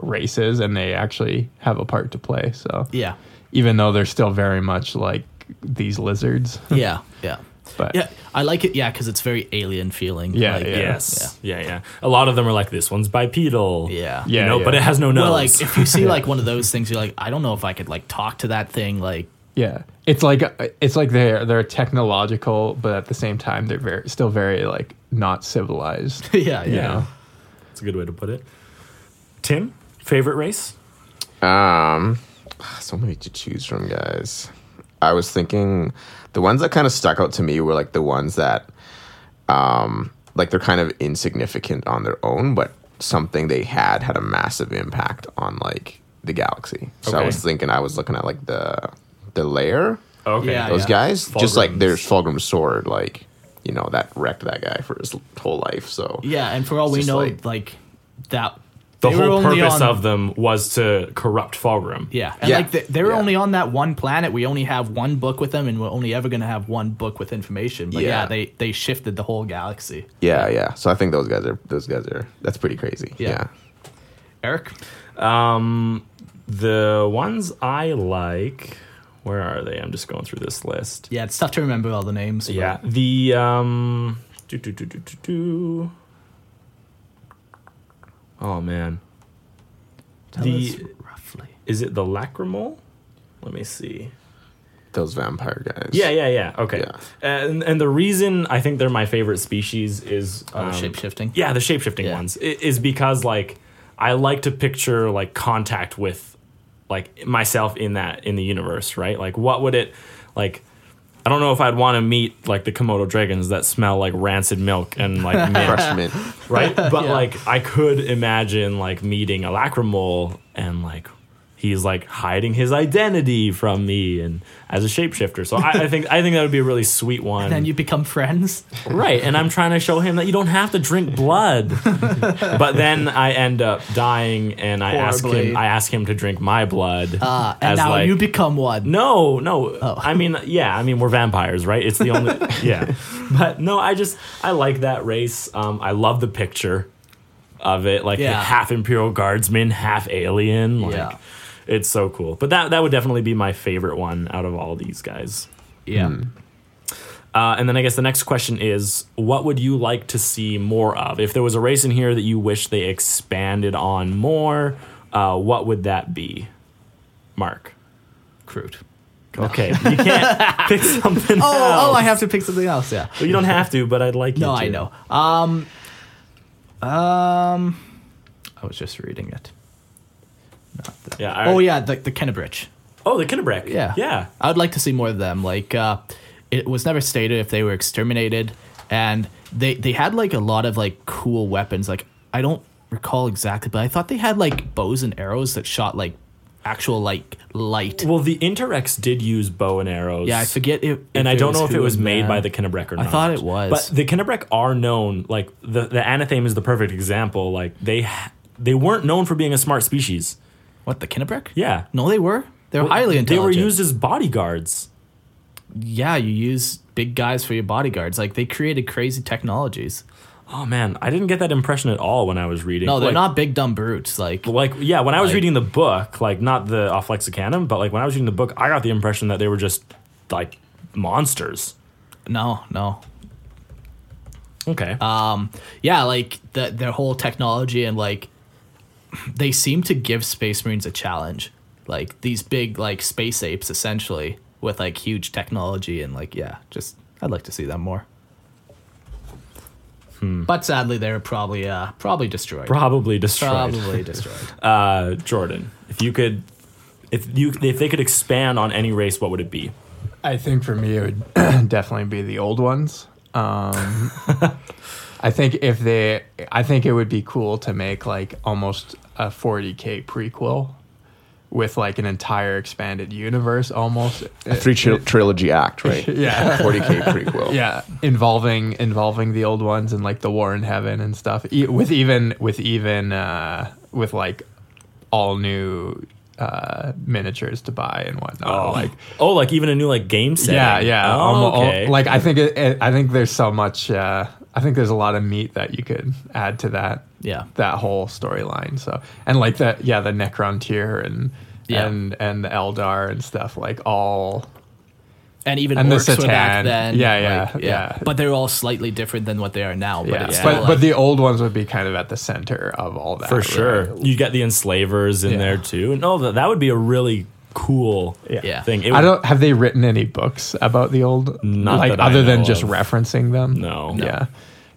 B: races, and they actually have a part to play. So
D: Yeah,
B: even though they're still very much like these lizards,
D: yeah, yeah,
B: but
D: yeah. I like it. Yeah, because it's very alien feeling.
B: Yeah,
D: like,
B: yeah.
C: Yes. Yeah. yeah, A lot of them are like this one's bipedal.
D: yeah,
B: Yeah,
C: You know,
B: yeah.
C: but it has no nose.
D: Well, like if you see like one of those things, you're like, I don't know if I could like talk to that thing. Like,
B: Yeah, it's like it's like they're they're technological, but at the same time they're very still very like not civilized.
D: yeah, yeah.
B: you know?
C: That's a good way to put it. Tim, favorite race?
E: Um, so many to choose from, guys. I was thinking the ones that kind of stuck out to me were like the ones that, um, like they're kind of insignificant on their own, but something they had had a massive impact on like the galaxy. So I
C: Okay.
E: was thinking, I was looking at like the the layer
C: Okay.
D: Yeah.
E: those guys, just like
C: Fulgrim's.
E: there's Fulgrim's sword, like you know that wrecked that guy for his whole life. So
D: Yeah, and for all we
E: just
D: know, like,
E: like-
D: that
C: The
D: they were
C: whole
D: only
C: purpose
D: on-
C: of them was to corrupt Fulgrim.
D: Yeah, and
E: Yeah.
D: like they, they were
E: Yeah.
D: only on that one planet. We only have one book with them, and we're only ever going to have one book with information. But yeah,
E: Yeah.
D: they they shifted the whole galaxy.
E: yeah, yeah. So I think those guys are those guys are that's pretty crazy.
D: Yeah.
E: yeah.
D: Eric,
C: Um, The ones I like, where are they? I'm just going through this list.
D: yeah, it's tough to remember all the names. but-
C: Yeah. The um do, do, do, do, do, do. Oh man.
D: tell
C: The-
D: us roughly.
C: Is it the lacrimal? Let me see.
E: Those vampire guys.
C: Yeah, yeah, yeah. Okay. Uh,
E: Yeah.
C: And and the reason I think they're my favorite species is
D: Oh,
C: um,
D: shape shifting.
C: Yeah, the shapeshifting
D: Yeah.
C: ones i- is because like I like to picture like contact with like myself in that in the universe, right? Like what would it like I don't know if I'd want to meet like the Komodo dragons that smell like rancid milk and like mint,
E: Freshman.
C: right? But
D: Yeah.
C: like I could imagine like meeting a lacrimole and like he's like hiding his identity from me and as a shapeshifter. So I, I think I think that would be a really sweet one.
D: Then you become friends.
C: Right, and I'm trying to show him that you don't have to drink blood. but then I end up dying, and I ask
D: Horribly.
C: him. I ask him to drink my blood.
D: Uh, and
C: as,
D: now
C: like-
D: you become one.
C: no, no.
D: Oh.
C: I mean, yeah. I mean, we're vampires, right? It's the only. yeah, but no. I just I like that race. Um, I love the picture of it, like the
D: Yeah.
C: half imperial guardsman, half alien. Like,
D: Yeah.
C: it's so cool. But that that would definitely be my favorite one out of all these guys.
D: Yeah.
C: Hmm. Uh, and then I guess the next question is what would you like to see more of? If there was a race in here that you wish they expanded on more, uh, what would that be? Mark.
D: Crude.
C: Okay, you can't pick something
D: Oh, oh,
C: else.
D: I have to pick something else. Yeah.
C: Well, you don't have to, but I'd like you
D: No,
C: to.
D: I know. Um, um, I was just reading it. Not the,
C: Yeah. I-
D: oh yeah, the the Kennebrich.
C: Oh, the Kinnebrek.
D: Yeah.
C: Yeah.
D: I would like to see more of them. Like, uh, it was never stated if they were exterminated, and they they had like a lot of like cool weapons. Like, I don't recall exactly, but I thought they had like bows and arrows that shot like actual like light.
C: Well, the Interrex did use bow and arrows.
D: Yeah, I forget it.
C: and I don't know if
D: who
C: it was
D: and
C: made
D: when.
C: by the Kennebrek or
D: I
C: not.
D: thought it was.
C: But the Kennebrek are known like the the Anathame is the perfect example. Like they ha- they weren't known for being a smart species.
D: what the Kennebrec?
C: Yeah.
D: No, they were. They were highly
C: They were
D: intelligent.
C: used as bodyguards.
D: Yeah, you use big guys for your bodyguards. Like they created crazy technologies.
C: Oh man, I didn't get that impression at all when I was reading.
D: No, they're
C: Like-
D: not big dumb brutes. Like
C: Like yeah, when I was
D: Like-
C: reading the book, like not the off lexicanum, but like when I was reading the book, I got the impression that they were just like monsters.
D: no, no.
C: Okay.
B: Uh,
D: Yeah, like the, their whole technology and like they seem to give space marines a challenge. Like these big like space apes essentially with like huge technology and like yeah, just I'd like to see them more. But sadly, they're probably uh probably destroyed.
C: Hmm. Probably destroyed.
D: Probably destroyed.
C: Uh, Jordan, if you could, if you if they could expand on any race, what would it be?
B: I think for me, it would definitely be the old ones. Um, I think if they, I think it would be cool to make like almost a 40k prequel with like an entire expanded universe almost.
E: A three tri- trilogy act, right?
B: Yeah.
E: 40k prequel.
B: yeah involving involving the old ones and like the war in heaven and stuff E- with even with even uh with like all new uh miniatures to buy and whatnot like
C: oh, like even a new like game set.
B: yeah yeah
C: Oh,
B: almo- al-
C: okay.
B: like i think it, it, i think there's so much uh i think there's a lot of meat that you could add to that
D: Yeah.
B: that whole storyline so and like that yeah the necron tier and
D: Yeah.
B: and and the eldar and stuff like all
D: and even
B: And the
D: orcs were back
B: Satan.
D: then.
B: Yeah, yeah, yeah.
D: But they're all slightly different than what they are now. But
B: yeah,
D: it's
B: but,
D: still
B: but
D: like,
B: the old ones would be kind of at the center of all that
C: for
B: right?
C: sure, you got the enslavers in
B: Yeah.
C: there too. No, that that would be a really cool
D: Yeah.
C: thing. It
B: I
C: would-
B: don't have they written any books about the old
C: Not
B: like
C: that I
B: other than
C: know
B: just
C: of.
B: referencing them.
C: No. No.
B: Yeah.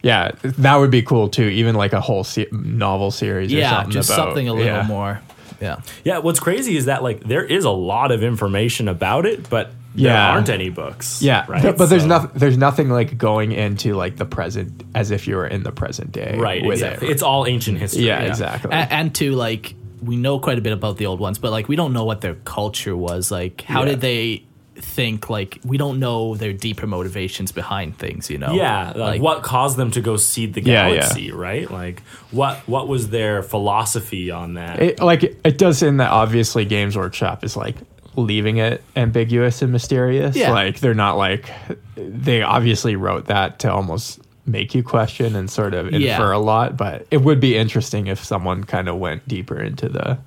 B: Yeah, that would be cool too. Even like a whole se- novel series or
D: yeah,
B: something.
D: just
B: about-
D: something a little
B: yeah.
D: more. Yeah.
C: Yeah, what's crazy is that like there is a lot of information about it, but there
B: Yeah.
C: aren't any books.
B: Yeah,
C: right.
B: but, but there's
C: So-
B: nothing. There's nothing like going into like the present as if you were in the present day.
C: Right,
B: with
C: exactly.
B: it.
C: It's all ancient history.
B: Yeah, exactly.
D: and, and to like we know quite a bit about the old ones but like we don't know what their culture was like how
B: Yeah.
D: did they think like we don't know their deeper motivations behind things you know
C: Yeah, like,
D: like
C: what caused them to go seed the
B: Yeah, yeah.
C: galaxy, right? Like what what was their philosophy on that?
B: it, like it, it does in that obviously games workshop is like leaving it ambiguous and mysterious
D: Yeah.
B: like they're not like they obviously wrote that to almost make you question and sort of infer
D: Yeah.
B: a lot but it would be interesting if someone kind of went deeper into the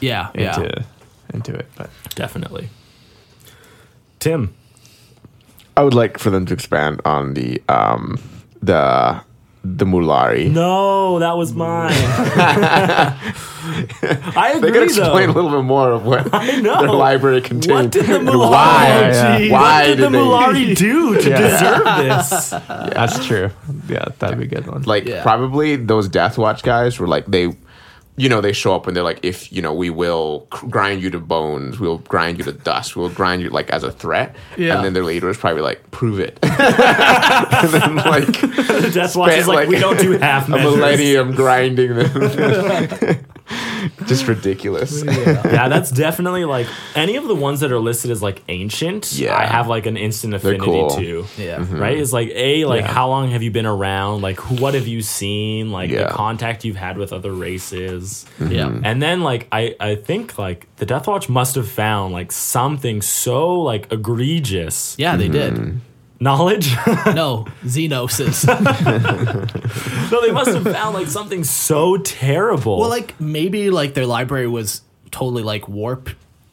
D: yeah yeah
B: into into it but
C: Definitely. Tim,
E: I would like for them to expand on the um the the Mulari.
C: No, that was mine. I
E: They
C: agree,
E: could explain a
C: though.
E: little bit more of what
C: know.
E: their library contained.
C: What did the
E: and
C: Mulari-
E: Why?
B: Yeah, yeah.
E: Why
C: what did,
E: did
C: the
E: they-
C: Mulari do to deserve this?
B: that's true yeah that'd be a good one
E: Like
D: Yeah.
E: probably those Death Watch guys were like they, you know, they show up and they're like, if you know, we will cr- grind you to bones, we'll grind you to dust, we'll grind you like as a threat.
D: Yeah.
E: And then their leader is probably like, prove it. and then like a
C: Death Watch is like,
E: Spent, like,
C: we don't do half measures.
E: millennium grinding them. Just ridiculous.
C: yeah, that's definitely like any of the ones that are listed as like ancient.
E: Yeah.
C: I have like an instant affinity
E: cool.
C: to.
D: Yeah.
B: Mm-hmm.
C: right. It's like a like how long have you been around? Like who, what have you seen? Like
E: Yeah.
C: the contact you've had with other races.
B: Mm-hmm.
D: yeah
C: And then like I I think like the Death Watch must have found like something so like egregious
D: yeah they
B: Mm-hmm.
C: knowledge.
D: did no xenosis
C: no, they must have found like something so terrible.
D: well like maybe like their library was totally like warp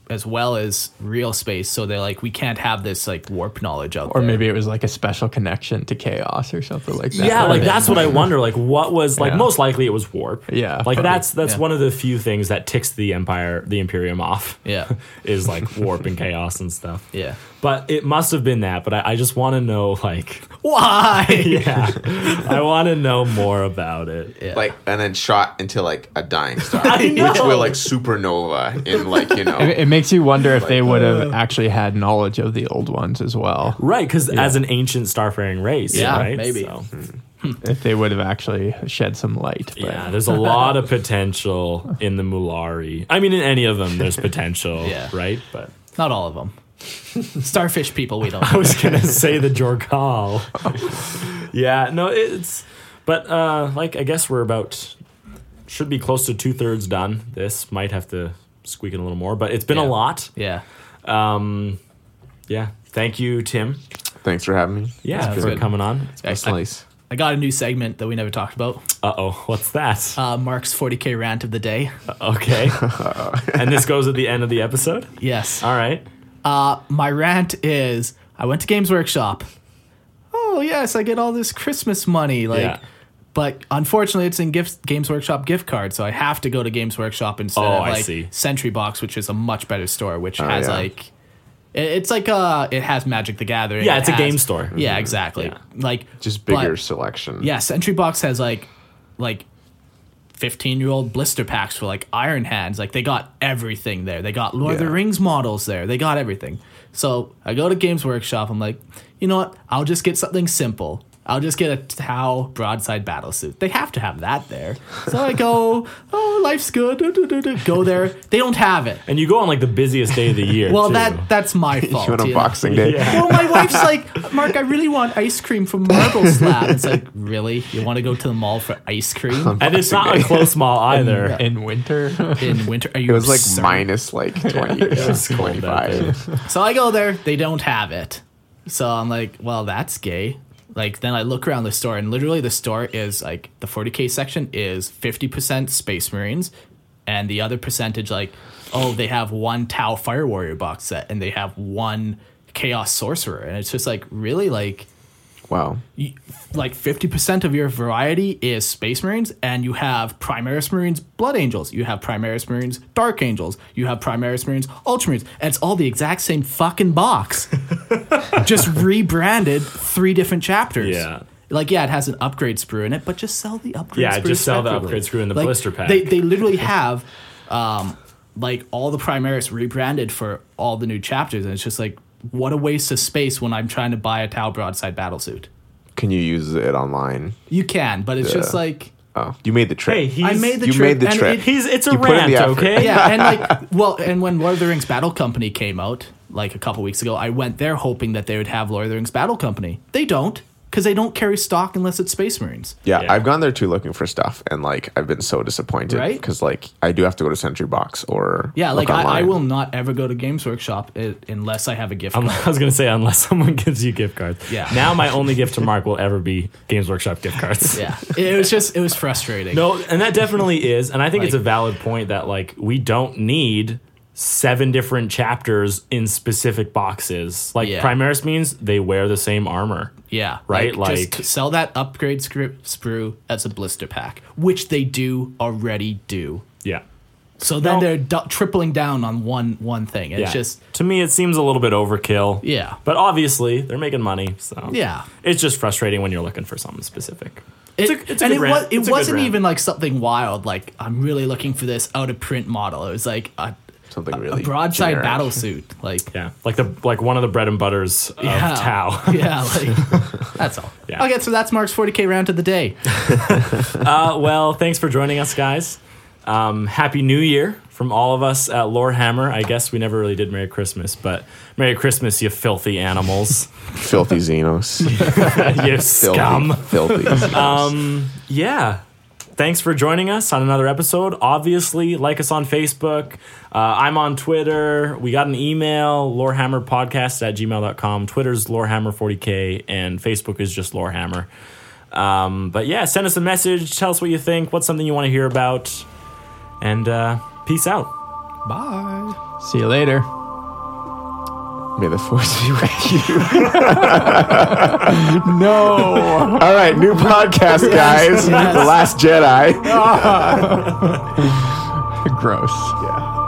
D: as well as real space. So they're like, we can't have this like warp knowledge out
B: Or
D: there.
B: maybe it was like a special connection to chaos or something like that.
C: yeah, like
B: Right.
C: that's what I wonder. Like, what was like
B: Yeah.
C: most likely it was warp.
B: Yeah,
C: like
B: probably.
C: that's that's
D: Yeah.
C: one of the few things that ticks the empire, the Imperium off.
D: Yeah.
C: is like warp and chaos and stuff.
D: Yeah.
C: but it must have been that. But I, I just want to know, like,
D: Why?
C: yeah, I want to know more about it.
D: Yeah.
E: Like and then shot into like a dying star,
C: I know.
D: Oh.
E: which will like supernova in like you know.
B: It, it makes you wonder if they would have
C: uh,
B: actually had knowledge of the old ones as well.
C: Right, because as an ancient starfaring race,
D: Yeah,
C: right?
D: maybe.
C: So,
B: If they would have actually shed some light. But
C: yeah, there's a lot of potential in the Mulari. I mean, in any of them, there's potential,
D: Yeah.
C: right? But
D: Not all of them. Starfish people, we don't.
C: I was gonna say the Jorgal. yeah, no, it's but uh like I guess we're about should be close to two thirds done. This might have to squeak in a little more, but it's been a
D: Yeah.
C: lot.
D: Yeah.
C: Um yeah. Thank you, Tim.
E: Thanks for having me.
C: Yeah,
D: That's
C: for
D: good.
C: coming on.
E: That's
D: I-
E: nice.
D: I got a new segment that we never talked about.
C: Uh oh, what's that?
D: Uh, Mark's 40k rant of the day.
C: Okay. and this goes at the end of the episode?
D: Yes.
C: All right.
D: my rant is I went to Games Workshop. Oh yes, I get all this Christmas money. Like
C: Yeah.
D: but unfortunately it's in gifts Games Workshop gift card, so I have to go to Games Workshop instead
C: Oh,
D: of
C: I
D: like
C: see.
D: Sentry Box, which is a much better store, which has
E: Oh, yeah.
D: like it- it's like uh it has Magic the Gathering.
C: Yeah,
D: it
C: it's a
D: has-
C: game store.
D: Yeah, exactly.
C: Yeah.
D: Like
E: Just
D: but-
E: bigger selection.
D: yeah, Sentry Box has like like 15 year old blister packs for like Iron Hands. Like they got everything there. They got Lord of the
E: Yeah.
D: Rings models there. They got everything. So I go to Games Workshop. I'm like, you know what? I'll just get something simple. I'll just get a Tau broadside battle suit. They have to have that there. So I go, oh, life's good. do, do, do, do. Go there. They don't have it.
C: And you go on like the busiest day of the year.
D: Well,
C: too.
D: that that's my
E: You
D: fault.
E: on a
D: you know?
E: Boxing Day?
C: Yeah.
D: Well, my wife's like, Mark, I really want ice cream from Marble Slab. It's like, really? You want to go to the mall for ice cream
C: and it's not a close mall either.
B: in winter,
D: in winter? Are you
E: It was like
D: absurd?
E: minus like twenty, twenty five.
D: So I go there, they don't have it. So I'm like, well, that's gay. Like then I look around the store, and literally the store is like the 40k section is 50% Space Marines, and the other percentage like, oh, they have one Tau Fire Warrior box set, and they have one Chaos Sorcerer, and it's just like really like.
E: Wow.
D: you- like 50% of your variety is space marines and you have primaris marines blood angels you have primaris marines dark angels you have primaris marines ultramarines and it's all the exact same fucking box just rebranded three different chapters
C: Yeah.
D: like yeah it has an upgrade sprue in it but just sell the upgrade
C: Yeah,
D: sprue
C: just sell the
D: separately.
C: upgrade sprue and the
D: Like,
C: blister pack.
D: they, they literally have um like all the primaris rebranded for all the new chapters and it's just like what a waste of space when i'm trying to buy a tau broadside battlesuit
E: Can you use it online?
D: you can, but it's just like
E: Oh, you made the trip.
C: Hey, he's,
D: I made the
E: you
D: trip.
E: made the
D: and
E: trip.
D: it-
C: he's it's a
E: You put in
C: rant,
E: the effort.
C: okay?
D: yeah, and like well, and when Lord of the Rings Battle Company came out like a couple weeks ago, I went there hoping that they would have Lord of the Rings Battle Company. They don't because they don't carry stock unless it's Space Marines.
E: Yeah,
C: Yeah.
E: I've gone there too looking for stuff, and like I've been so disappointed,
D: Right?
E: Because like I do have to go to Sentry Box or
D: Yeah,
E: look
D: like I, I
E: online.
D: will not ever go to Games Workshop i unless I have a gift.
C: Um,
D: card.
C: I was gonna say unless someone gives you gift cards.
D: Yeah.
C: Now my only gift to Mark will ever be Games Workshop gift cards.
D: Yeah, it was just it was frustrating.
C: No, and that definitely is, and I think it's a
D: Like-
C: valid point that like we don't need seven different chapters in specific boxes. Like
D: Yeah.
C: Primaris means they wear the same armor.
D: Yeah.
C: Right,
D: just
C: like-
D: sell that upgrade script sprue as a blister pack, which they do already do.
C: Yeah.
D: So then
C: No.
D: they're du- tripling down on one one thing. It's
C: yeah.
D: just
C: to me it seems a little bit overkill.
D: Yeah.
C: But obviously they're making money, so
D: Yeah.
C: It's just frustrating when you're looking for something specific.
D: It,
C: a- it's a good
D: and it,
C: rant.
D: was, it
C: It's a good
D: wasn't
C: rant.
D: even like something wild. Like I'm really looking for this out of print model. It was like a,
E: something
D: a
E: really
D: broadside
E: generic.
D: battle suit. Like
C: Yeah. Like the like one of the bread and butters of
D: yeah,
C: Tau.
D: yeah, like that's all.
C: Yeah.
D: Okay, so that's Mark's 40k round of the day.
C: Uh, well, thanks for joining us, guys. Um, Happy New Year from all of us at Lorehammer. I guess we never really did Merry Christmas, but Merry Christmas, you filthy animals,
E: Filthy Xenos,
C: you
E: filthy,
C: scum.
E: filthy. Xenos.
C: Yeah. Thanks for joining us on another episode. Obviously, like us on Facebook. Uh, I'm on Twitter. We got an email, lorehammerpodcast at gmail.com. Twitter's lorehammer40k, and Facebook is just lorehammer. Um, but yeah, send us a message. Tell us what you think. What's something you want to hear about? And uh, peace out.
D: Bye.
B: See you later.
E: May the force be with you.
B: No.
E: All right, new podcast, Ah. guys. The Last Jedi.
B: Gross.
E: Yeah.